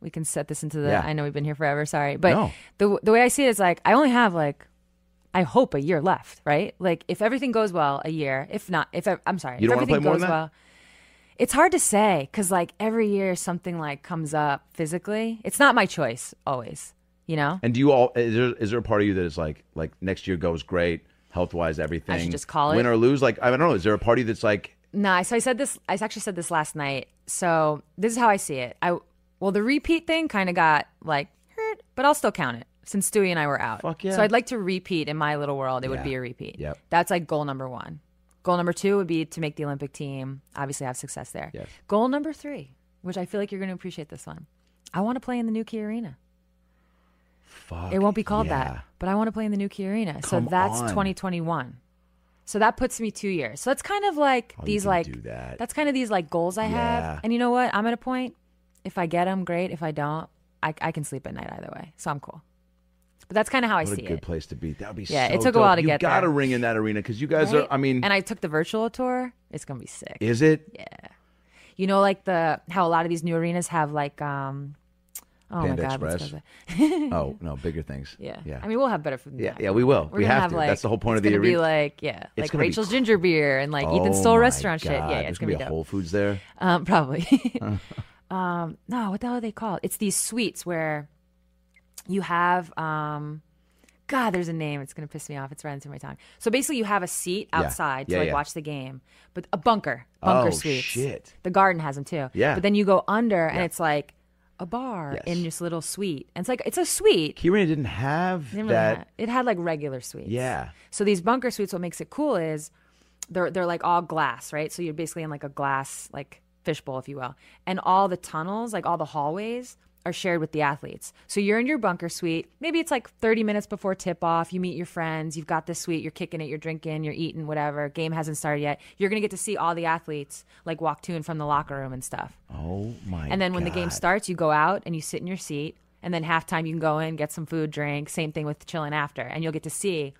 [SPEAKER 3] We can set this into the.
[SPEAKER 6] Yeah.
[SPEAKER 3] I know we've been here forever. Sorry, but
[SPEAKER 6] No.
[SPEAKER 3] the the way I see it is like I only have like, I hope a year left. Right, like if everything goes well, a year. If not, if I- I'm sorry,
[SPEAKER 6] You don't
[SPEAKER 3] if
[SPEAKER 6] wanna play
[SPEAKER 3] everything
[SPEAKER 6] more
[SPEAKER 3] goes
[SPEAKER 6] than that?
[SPEAKER 3] well, it's hard to say because like every year something like comes up physically. It's not my choice always. You know,
[SPEAKER 6] and do you all is there is there a part of you that is like like next year goes great health wise everything
[SPEAKER 3] just call it.
[SPEAKER 6] win or lose like i don't know is there a party that's like
[SPEAKER 3] No, so I said this. I actually said this last night. So this is how I see it. I well, the repeat thing kind of got like hurt, but I'll still count it since Stewie and I were out.
[SPEAKER 6] Fuck yeah.
[SPEAKER 3] So I'd like to repeat in my little world. It would be a repeat.
[SPEAKER 6] Yep.
[SPEAKER 3] That's like goal number one. Goal number two would be to make the Olympic team. Obviously, have success there.
[SPEAKER 6] Yes.
[SPEAKER 3] Goal number three, which I feel like you're going to appreciate this one. I want to play in the new Key Arena.
[SPEAKER 6] fuck
[SPEAKER 3] It won't be called
[SPEAKER 6] yeah.
[SPEAKER 3] that, but I want to play in the new Key Arena.
[SPEAKER 6] Come
[SPEAKER 3] so that's
[SPEAKER 6] on.
[SPEAKER 3] 2021. So that puts me two years. So that's kind of like
[SPEAKER 6] Oh, you
[SPEAKER 3] these
[SPEAKER 6] can
[SPEAKER 3] like
[SPEAKER 6] do that.
[SPEAKER 3] that's kind of these like goals I
[SPEAKER 6] Yeah.
[SPEAKER 3] have. And you know what? I'm at a point. If I get them, great. If I don't, I, I can sleep at night either way. So I'm cool. But that's kind of how I
[SPEAKER 6] What a
[SPEAKER 3] see
[SPEAKER 6] good
[SPEAKER 3] it.
[SPEAKER 6] place to be. That would be
[SPEAKER 3] Yeah,
[SPEAKER 6] so
[SPEAKER 3] it took a
[SPEAKER 6] dope.
[SPEAKER 3] while to
[SPEAKER 6] you
[SPEAKER 3] get
[SPEAKER 6] got to
[SPEAKER 3] there.
[SPEAKER 6] ring in that arena because you guys
[SPEAKER 3] right?
[SPEAKER 6] are. I mean,
[SPEAKER 3] and I took the virtual tour. It's gonna be sick.
[SPEAKER 6] is it?
[SPEAKER 3] You know, like the how a lot of these new arenas have like um. Oh
[SPEAKER 6] Panda
[SPEAKER 3] my god! what's
[SPEAKER 6] Express.
[SPEAKER 3] that-
[SPEAKER 6] Oh no, bigger things.
[SPEAKER 3] Yeah.
[SPEAKER 6] yeah.
[SPEAKER 3] I mean, we'll have better food. Than
[SPEAKER 6] Yeah,
[SPEAKER 3] that.
[SPEAKER 6] yeah, we will.
[SPEAKER 3] We're
[SPEAKER 6] We
[SPEAKER 3] gonna
[SPEAKER 6] have
[SPEAKER 3] have
[SPEAKER 6] to.
[SPEAKER 3] like
[SPEAKER 6] That's the whole point
[SPEAKER 3] it's
[SPEAKER 6] of the
[SPEAKER 3] gonna be
[SPEAKER 6] arena.
[SPEAKER 3] like yeah,
[SPEAKER 6] It's
[SPEAKER 3] like
[SPEAKER 6] gonna be
[SPEAKER 3] Rachel's
[SPEAKER 6] cool.
[SPEAKER 3] ginger beer and like Ethan's
[SPEAKER 6] Oh
[SPEAKER 3] Soul
[SPEAKER 6] my
[SPEAKER 3] Restaurant shit. Yeah,
[SPEAKER 6] God,
[SPEAKER 3] yeah,
[SPEAKER 6] There's
[SPEAKER 3] it's
[SPEAKER 6] gonna be a
[SPEAKER 3] dope.
[SPEAKER 6] Whole Foods there.
[SPEAKER 3] Um, probably. um, no, what the hell are they called? It's these suites where you have um, God, there's a name. It's gonna piss me off. It's running through my tongue. So basically, you have a seat outside
[SPEAKER 6] Yeah,
[SPEAKER 3] to like
[SPEAKER 6] yeah.
[SPEAKER 3] watch the game, but a bunker, bunker
[SPEAKER 6] Oh,
[SPEAKER 3] suites.
[SPEAKER 6] shit.
[SPEAKER 3] The garden has them too.
[SPEAKER 6] Yeah.
[SPEAKER 3] But then you go under, and it's like a bar
[SPEAKER 6] Yes.
[SPEAKER 3] in this little suite. And it's like it's a suite.
[SPEAKER 6] Kirina didn't have
[SPEAKER 3] Didn't really
[SPEAKER 6] that.
[SPEAKER 3] have- it had like regular suites.
[SPEAKER 6] Yeah.
[SPEAKER 3] So these bunker suites, what makes it cool is they're they're like all glass, right? So you're basically in like a glass like fishbowl, if you will, and all the tunnels, like all the hallways, are shared with the athletes. So you're in your bunker suite. Maybe it's like 30 minutes before tip off. You meet your friends. You've got this suite. You're kicking it. You're drinking. You're eating. Whatever. Game hasn't started yet. You're gonna get to see all the athletes like walk to and from the locker room and stuff.
[SPEAKER 6] Oh my.
[SPEAKER 3] And then when the game
[SPEAKER 6] God.
[SPEAKER 3] starts, you go out and you sit in your seat. And then halftime, you can go in, get some food, drink. Same thing with chilling after, and you'll get to see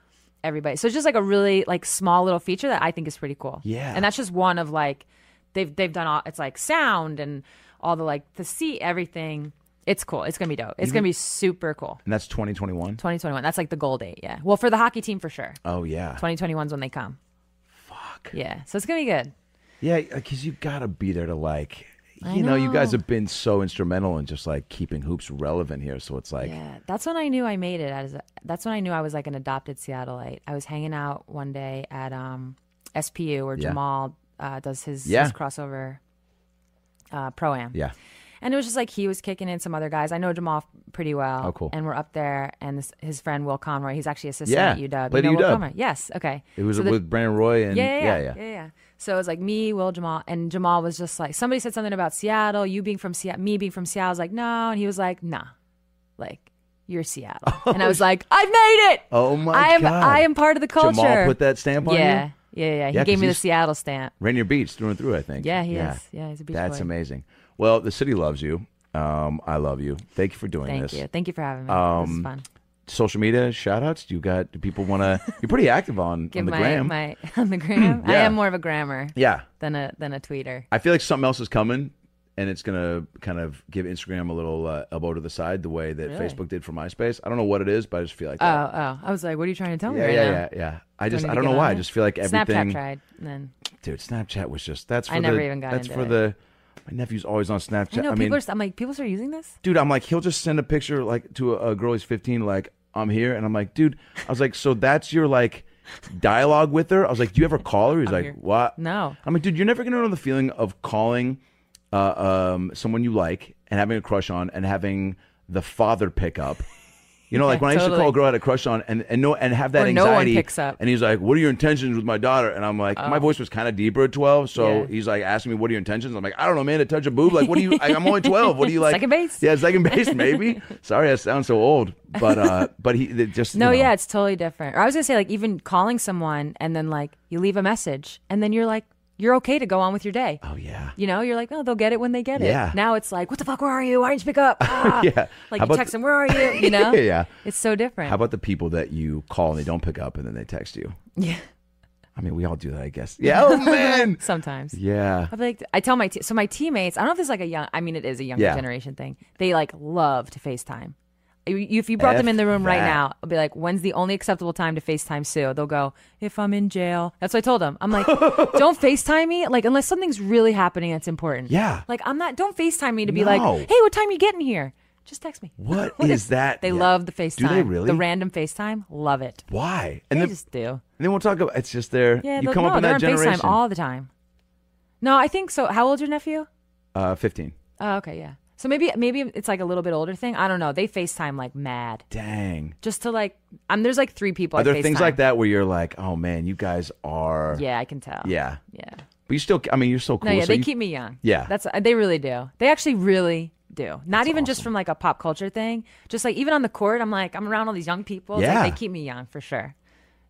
[SPEAKER 3] everybody. So it's just like a really like small little feature that I think is pretty cool.
[SPEAKER 6] Yeah.
[SPEAKER 3] and that's just one of like they've they've done all. It's like sound and all the like the seat, everything. It's cool. It's gonna be dope. It's gonna be super cool.
[SPEAKER 6] and that's 2021.
[SPEAKER 3] 2021. That's like the goal date. Yeah. Well, for the hockey team for sure.
[SPEAKER 6] Oh yeah.
[SPEAKER 3] 2021's when they come.
[SPEAKER 6] Fuck.
[SPEAKER 3] Yeah. So it's gonna be good.
[SPEAKER 6] Yeah, because you gotta be there to like. You know. you guys have been so instrumental in just like keeping hoops relevant here. So it's like,
[SPEAKER 3] Yeah, that's when I knew I made it. As a, that's when I knew I was like an adopted Seattleite. I was hanging out one day at um, SPU where
[SPEAKER 6] Yeah.
[SPEAKER 3] Jamal uh, does his,
[SPEAKER 6] Yeah.
[SPEAKER 3] his crossover uh, pro am.
[SPEAKER 6] yeah,
[SPEAKER 3] And it was just like he was kicking in some other guys. I know Jamal pretty well.
[SPEAKER 6] Oh, cool.
[SPEAKER 3] And we're up there, and this, his friend Will Conroy, he's actually assistant
[SPEAKER 6] Yeah,
[SPEAKER 3] at UW.
[SPEAKER 6] played
[SPEAKER 3] you
[SPEAKER 6] at
[SPEAKER 3] know Will
[SPEAKER 6] UW.
[SPEAKER 3] Conroy? Yes. Okay.
[SPEAKER 6] it was
[SPEAKER 3] So the-
[SPEAKER 6] with Brandon Roy and
[SPEAKER 3] yeah, yeah, yeah, yeah, yeah. So it was like me, Will, Jamal, and Jamal was just like somebody said something about Seattle. You being from Seattle, me being from Seattle. I was like, no, and he was like, nah, like you're Seattle, and I was like, I've made it.
[SPEAKER 6] Oh my
[SPEAKER 3] I am,
[SPEAKER 6] God.
[SPEAKER 3] I am part of the culture.
[SPEAKER 6] Jamal put that stamp on
[SPEAKER 3] yeah, yeah, yeah,
[SPEAKER 6] you.
[SPEAKER 3] yeah. He
[SPEAKER 6] Yeah, 'cause
[SPEAKER 3] gave me the
[SPEAKER 6] he's-
[SPEAKER 3] Seattle stamp.
[SPEAKER 6] Rainier Beach through and through. I think.
[SPEAKER 3] Yeah, he is. Yeah, he's a beach
[SPEAKER 6] That's
[SPEAKER 3] boy.
[SPEAKER 6] amazing. Well, the city loves you. Um, I love you. Thank you for doing
[SPEAKER 3] Thank
[SPEAKER 6] this.
[SPEAKER 3] you, thank you for having me. this
[SPEAKER 6] Um,
[SPEAKER 3] is fun.
[SPEAKER 6] Social media shout outs. You got do people want to? You're pretty active on,
[SPEAKER 3] Give
[SPEAKER 6] on the
[SPEAKER 3] my
[SPEAKER 6] gram.
[SPEAKER 3] my on the gram. I
[SPEAKER 6] Yeah.
[SPEAKER 3] am more of a grammar
[SPEAKER 6] yeah,
[SPEAKER 3] than a than a tweeter.
[SPEAKER 6] I feel like something else is coming, and it's gonna kind of give Instagram a little uh, elbow to the side, the way that
[SPEAKER 3] Really?
[SPEAKER 6] Facebook did for MySpace. I don't know what it is, but I just feel like
[SPEAKER 3] Oh,
[SPEAKER 6] that.
[SPEAKER 3] oh! I was like, what are you trying to tell me
[SPEAKER 6] yeah,
[SPEAKER 3] right
[SPEAKER 6] yeah,
[SPEAKER 3] now?
[SPEAKER 6] yeah, yeah. I just
[SPEAKER 3] need
[SPEAKER 6] I
[SPEAKER 3] to get
[SPEAKER 6] don't know
[SPEAKER 3] on
[SPEAKER 6] why. I
[SPEAKER 3] it?
[SPEAKER 6] just feel like everything,
[SPEAKER 3] Snapchat tried, and then
[SPEAKER 6] dude. Snapchat was just that's. For
[SPEAKER 3] I never
[SPEAKER 6] the,
[SPEAKER 3] even got
[SPEAKER 6] That's
[SPEAKER 3] into
[SPEAKER 6] for
[SPEAKER 3] it.
[SPEAKER 6] the. My nephew's always on Snapchat.
[SPEAKER 3] I know
[SPEAKER 6] mean,
[SPEAKER 3] people are. st- I'm like, people are using this.
[SPEAKER 6] dude, I'm like, he'll just send a picture like to a, a girl who's 15, like, I'm here. And I'm like, dude, I was like, so that's your like dialogue with her? I was like, do you ever call her? He's like,
[SPEAKER 3] here.
[SPEAKER 6] what?
[SPEAKER 3] No.
[SPEAKER 6] I'm like, dude, you're never going to know the feeling of calling uh, um, someone you like and having a crush on and having the father pick up. You know, like when I used to call
[SPEAKER 3] totally.
[SPEAKER 6] a girl I had a crush on and, and no and have that
[SPEAKER 3] Or no one
[SPEAKER 6] anxiety.
[SPEAKER 3] picks up. Oh.
[SPEAKER 6] And he's like, What are your intentions with my daughter? And I'm like, my voice was kind of deeper at twelve. So
[SPEAKER 3] Yeah.
[SPEAKER 6] he's like asking me, What are your intentions? I'm like, I don't know, man, to touch a boob. Like, what do you I, I'm only twelve. What do you like?
[SPEAKER 3] Second base?
[SPEAKER 6] Yeah, second base, maybe. Sorry, I sound so old, but uh, but he they just you
[SPEAKER 3] No,
[SPEAKER 6] know.
[SPEAKER 3] yeah, it's totally different. Or I was gonna say, like, even calling someone and then like you leave a message and then you're like, you're okay to go on with your day.
[SPEAKER 6] oh yeah,
[SPEAKER 3] You know, you're like, oh, they'll get it when they get it.
[SPEAKER 6] Yeah.
[SPEAKER 3] Now it's like, what the fuck? Where are you? Why didn't you pick up? Ah.
[SPEAKER 6] yeah.
[SPEAKER 3] Like you
[SPEAKER 6] How about
[SPEAKER 3] text them, where are you? You know.
[SPEAKER 6] Yeah, yeah.
[SPEAKER 3] It's so different.
[SPEAKER 6] How about the people that you call and they don't pick up and then they text you?
[SPEAKER 3] yeah.
[SPEAKER 6] I mean, we all do that, I guess. Yeah. Oh man.
[SPEAKER 3] Sometimes.
[SPEAKER 6] yeah.
[SPEAKER 3] I'll be like, I tell my te- so my teammates. I don't know if this is like a young. I mean, it is a younger
[SPEAKER 6] Yeah.
[SPEAKER 3] generation thing. They like love to Facetime. You- you- If you brought them
[SPEAKER 6] F
[SPEAKER 3] in the room right
[SPEAKER 6] that.
[SPEAKER 3] now, I'll be like, "When's the only acceptable time to Facetime Sue?" They'll go, "If I'm in jail." That's what I told them. I'm like, "Don't Facetime me, like unless something's really happening that's important."
[SPEAKER 6] Yeah.
[SPEAKER 3] Like I'm not. Don't Facetime me to be like,
[SPEAKER 6] No.
[SPEAKER 3] "Hey, what time you getting here?" Just text me.
[SPEAKER 6] What is that?
[SPEAKER 3] They
[SPEAKER 6] Yeah.
[SPEAKER 3] love the
[SPEAKER 6] Do they
[SPEAKER 3] Facetime.
[SPEAKER 6] really?
[SPEAKER 3] The random Facetime, love it.
[SPEAKER 6] Why? And
[SPEAKER 3] they
[SPEAKER 6] then,
[SPEAKER 3] just do.
[SPEAKER 6] and then we'll talk about. It's just there.
[SPEAKER 3] Yeah,
[SPEAKER 6] you
[SPEAKER 3] they'll-
[SPEAKER 6] come
[SPEAKER 3] no,
[SPEAKER 6] up in
[SPEAKER 3] they're
[SPEAKER 6] that
[SPEAKER 3] on
[SPEAKER 6] generation.
[SPEAKER 3] Facetime all the time. No, I think so. How old's your nephew?
[SPEAKER 6] uh, Fifteen.
[SPEAKER 3] Oh, okay, yeah. So maybe maybe it's like a little bit older thing. I don't know. They FaceTime like mad.
[SPEAKER 6] Dang.
[SPEAKER 3] Just to like I'm there's like three people. I
[SPEAKER 6] Are there things
[SPEAKER 3] FaceTime.
[SPEAKER 6] like that where you're like, oh man, you guys are.
[SPEAKER 3] Yeah, I can tell.
[SPEAKER 6] Yeah.
[SPEAKER 3] Yeah.
[SPEAKER 6] But you still. I mean, you're so cool.
[SPEAKER 3] No, yeah,
[SPEAKER 6] so
[SPEAKER 3] they
[SPEAKER 6] you-
[SPEAKER 3] keep me young.
[SPEAKER 6] Yeah.
[SPEAKER 3] That's uh, they really do. They actually really do. Not even just from like a pop culture thing. Just like even on the court, I'm like, I'm around all these young people. It's like,
[SPEAKER 6] Yeah.
[SPEAKER 3] they keep me young for sure.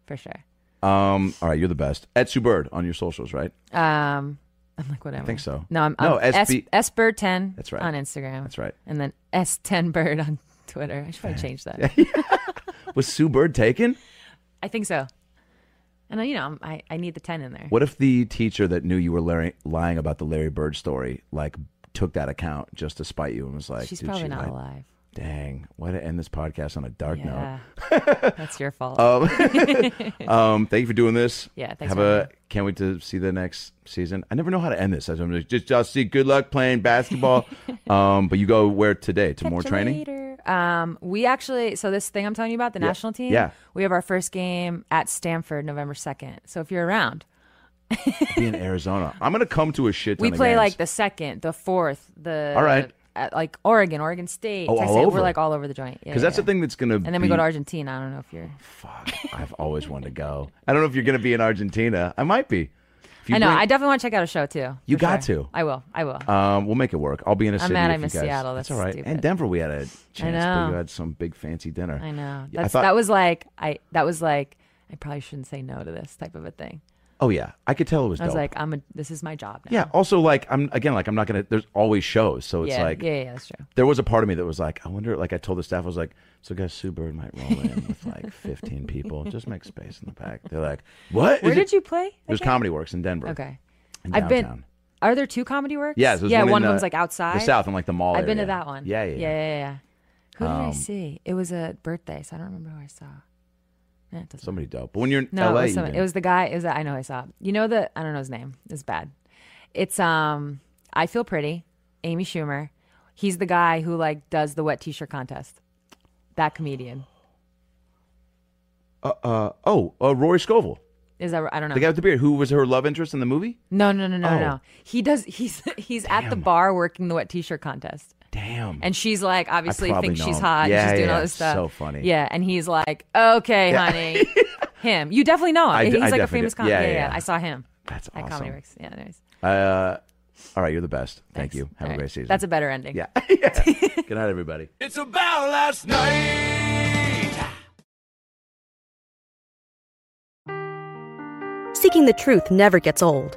[SPEAKER 3] For sure.
[SPEAKER 6] Um. All right, you're the best. At Sue Bird on your socials, right?
[SPEAKER 3] Um I'm like, whatever. I
[SPEAKER 6] think so.
[SPEAKER 3] No, I'm,
[SPEAKER 6] No,
[SPEAKER 3] I'm
[SPEAKER 6] SB
[SPEAKER 3] S, bird 10
[SPEAKER 6] That's right.
[SPEAKER 3] on Instagram.
[SPEAKER 6] That's right.
[SPEAKER 3] And then S10bird on Twitter. I should probably change that.
[SPEAKER 6] Was Sue Bird taken?
[SPEAKER 3] I think so. And, I- you know, I'm- I, I need the 10 in there.
[SPEAKER 6] What if the teacher that knew you were Larry, lying about the Larry Bird story, like, took that account just to spite you and was like,
[SPEAKER 3] She's
[SPEAKER 6] "Dude,
[SPEAKER 3] probably
[SPEAKER 6] she
[SPEAKER 3] not
[SPEAKER 6] lied."
[SPEAKER 3] alive.
[SPEAKER 6] Dang, why to end this podcast on a dark
[SPEAKER 3] Yeah. That's your fault.
[SPEAKER 6] Uh, note? Um, thank you for doing this.
[SPEAKER 3] Yeah, thanks
[SPEAKER 6] Have
[SPEAKER 3] for
[SPEAKER 6] a
[SPEAKER 3] having
[SPEAKER 6] can't wait to see the next season. I never know how to end this. I'm just just I'll see. Good luck playing basketball. um, but you go where today to more
[SPEAKER 3] Catch ya
[SPEAKER 6] training.
[SPEAKER 3] later. Um, we actually, so this thing I'm telling you about, the national team,
[SPEAKER 6] Yeah.
[SPEAKER 3] we have our first game at Stanford November 2nd. So if you're around,
[SPEAKER 6] Be in Arizona. I'm gonna come to a shit. Ton
[SPEAKER 3] we
[SPEAKER 6] of
[SPEAKER 3] play
[SPEAKER 6] games.
[SPEAKER 3] like the second, the fourth, the.
[SPEAKER 6] All right.
[SPEAKER 3] At, like Oregon, Oregon State.
[SPEAKER 6] Oh, all
[SPEAKER 3] Texas State.
[SPEAKER 6] over.
[SPEAKER 3] We're like all over the joint.
[SPEAKER 6] because that's the thing that's gonna.
[SPEAKER 3] And then we go
[SPEAKER 6] be-
[SPEAKER 3] to Argentina. I don't know if you're.
[SPEAKER 6] Fuck, I've always wanted to go. I don't know if you're gonna be in Argentina. I might be. If you
[SPEAKER 3] I know.
[SPEAKER 6] bring-
[SPEAKER 3] I definitely want to check out a show too.
[SPEAKER 6] You
[SPEAKER 3] for
[SPEAKER 6] got
[SPEAKER 3] sure.
[SPEAKER 6] to.
[SPEAKER 3] I will. I will.
[SPEAKER 6] Um, we'll make it work. I'll be in a
[SPEAKER 3] I'm
[SPEAKER 6] city.
[SPEAKER 3] mad I
[SPEAKER 6] if you
[SPEAKER 3] missed
[SPEAKER 6] guys-
[SPEAKER 3] Seattle.
[SPEAKER 6] That's
[SPEAKER 3] That's
[SPEAKER 6] all right. And
[SPEAKER 3] stupid.
[SPEAKER 6] Denver, we had a chance, but
[SPEAKER 3] know.
[SPEAKER 6] you had some big fancy dinner.
[SPEAKER 3] I know.
[SPEAKER 6] Yeah, I
[SPEAKER 3] That's
[SPEAKER 6] thought-
[SPEAKER 3] that was like I. That was like I probably shouldn't say no to this type of a thing.
[SPEAKER 6] Oh yeah, I could tell it was.
[SPEAKER 3] I was
[SPEAKER 6] dope.
[SPEAKER 3] like, I'm a. This is my job now.
[SPEAKER 6] yeah. Also, like I'm again, like I'm not gonna. There's always shows, so it's
[SPEAKER 3] Yeah.
[SPEAKER 6] like
[SPEAKER 3] yeah. Yeah. That's true.
[SPEAKER 6] there was a part of me that was like, I wonder. Like I told the staff, I was like, so guys, Sue Bird might roll in with like 15 people. Just make space in the back. They're like, what?
[SPEAKER 3] Where
[SPEAKER 6] Is
[SPEAKER 3] did
[SPEAKER 6] it-
[SPEAKER 3] you play?
[SPEAKER 6] It was
[SPEAKER 3] again?
[SPEAKER 6] Comedy Works in Denver.
[SPEAKER 3] Okay.
[SPEAKER 6] in
[SPEAKER 3] I've been.
[SPEAKER 6] downtown.
[SPEAKER 3] Are there two comedy works?
[SPEAKER 6] Yeah, so there's
[SPEAKER 3] yeah.
[SPEAKER 6] one,
[SPEAKER 3] One,
[SPEAKER 6] in,
[SPEAKER 3] of
[SPEAKER 6] uh,
[SPEAKER 3] them's like outside.
[SPEAKER 6] the south, in like the mall.
[SPEAKER 3] I've been to
[SPEAKER 6] area.
[SPEAKER 3] that one.
[SPEAKER 6] Yeah, yeah, Um,
[SPEAKER 3] yeah,
[SPEAKER 6] yeah.
[SPEAKER 3] yeah, yeah. Who did I see? It was a birthday, so I don't remember who I saw. Eh, it doesn't
[SPEAKER 6] Somebody dope. But when you're in
[SPEAKER 3] No,
[SPEAKER 6] LA,
[SPEAKER 3] it was some,
[SPEAKER 6] even-
[SPEAKER 3] it was the guy. Is I know who I saw. You know the I don't know his name. It's bad. It's um I feel pretty. Amy Schumer. He's the guy who like does the wet t-shirt contest. That comedian
[SPEAKER 6] uh, uh, oh, uh, Rory Scovel,
[SPEAKER 3] is that I don't know.
[SPEAKER 6] the guy with the beard, who was her love interest in the movie.
[SPEAKER 3] no, no, no, no,
[SPEAKER 6] Oh.
[SPEAKER 3] no. He does. He's he's at the bar working the wet t-shirt contest,
[SPEAKER 6] Damn.
[SPEAKER 3] and she's like obviously
[SPEAKER 6] probably
[SPEAKER 3] thinks
[SPEAKER 6] know
[SPEAKER 3] she's
[SPEAKER 6] him.
[SPEAKER 3] hot.
[SPEAKER 6] Yeah,
[SPEAKER 3] and she's doing
[SPEAKER 6] yeah,
[SPEAKER 3] all this stuff.
[SPEAKER 6] so funny.
[SPEAKER 3] Yeah, and he's like, okay, honey, him. You definitely know him.
[SPEAKER 6] I d-
[SPEAKER 3] he's
[SPEAKER 6] I
[SPEAKER 3] like a
[SPEAKER 6] definitely
[SPEAKER 3] famous
[SPEAKER 6] do.
[SPEAKER 3] comic.
[SPEAKER 6] Yeah,
[SPEAKER 3] Yeah, yeah,
[SPEAKER 6] yeah, yeah.
[SPEAKER 3] I saw him
[SPEAKER 6] That's
[SPEAKER 3] at Comedy
[SPEAKER 6] awesome.
[SPEAKER 3] Works. Yeah, anyways.
[SPEAKER 6] Uh, all right, you're the best. Thank you. Have a
[SPEAKER 3] All right.
[SPEAKER 6] great season.
[SPEAKER 3] That's a better ending.
[SPEAKER 6] yeah. Good night, everybody.
[SPEAKER 2] It's about last night.
[SPEAKER 7] Seeking the truth never gets old.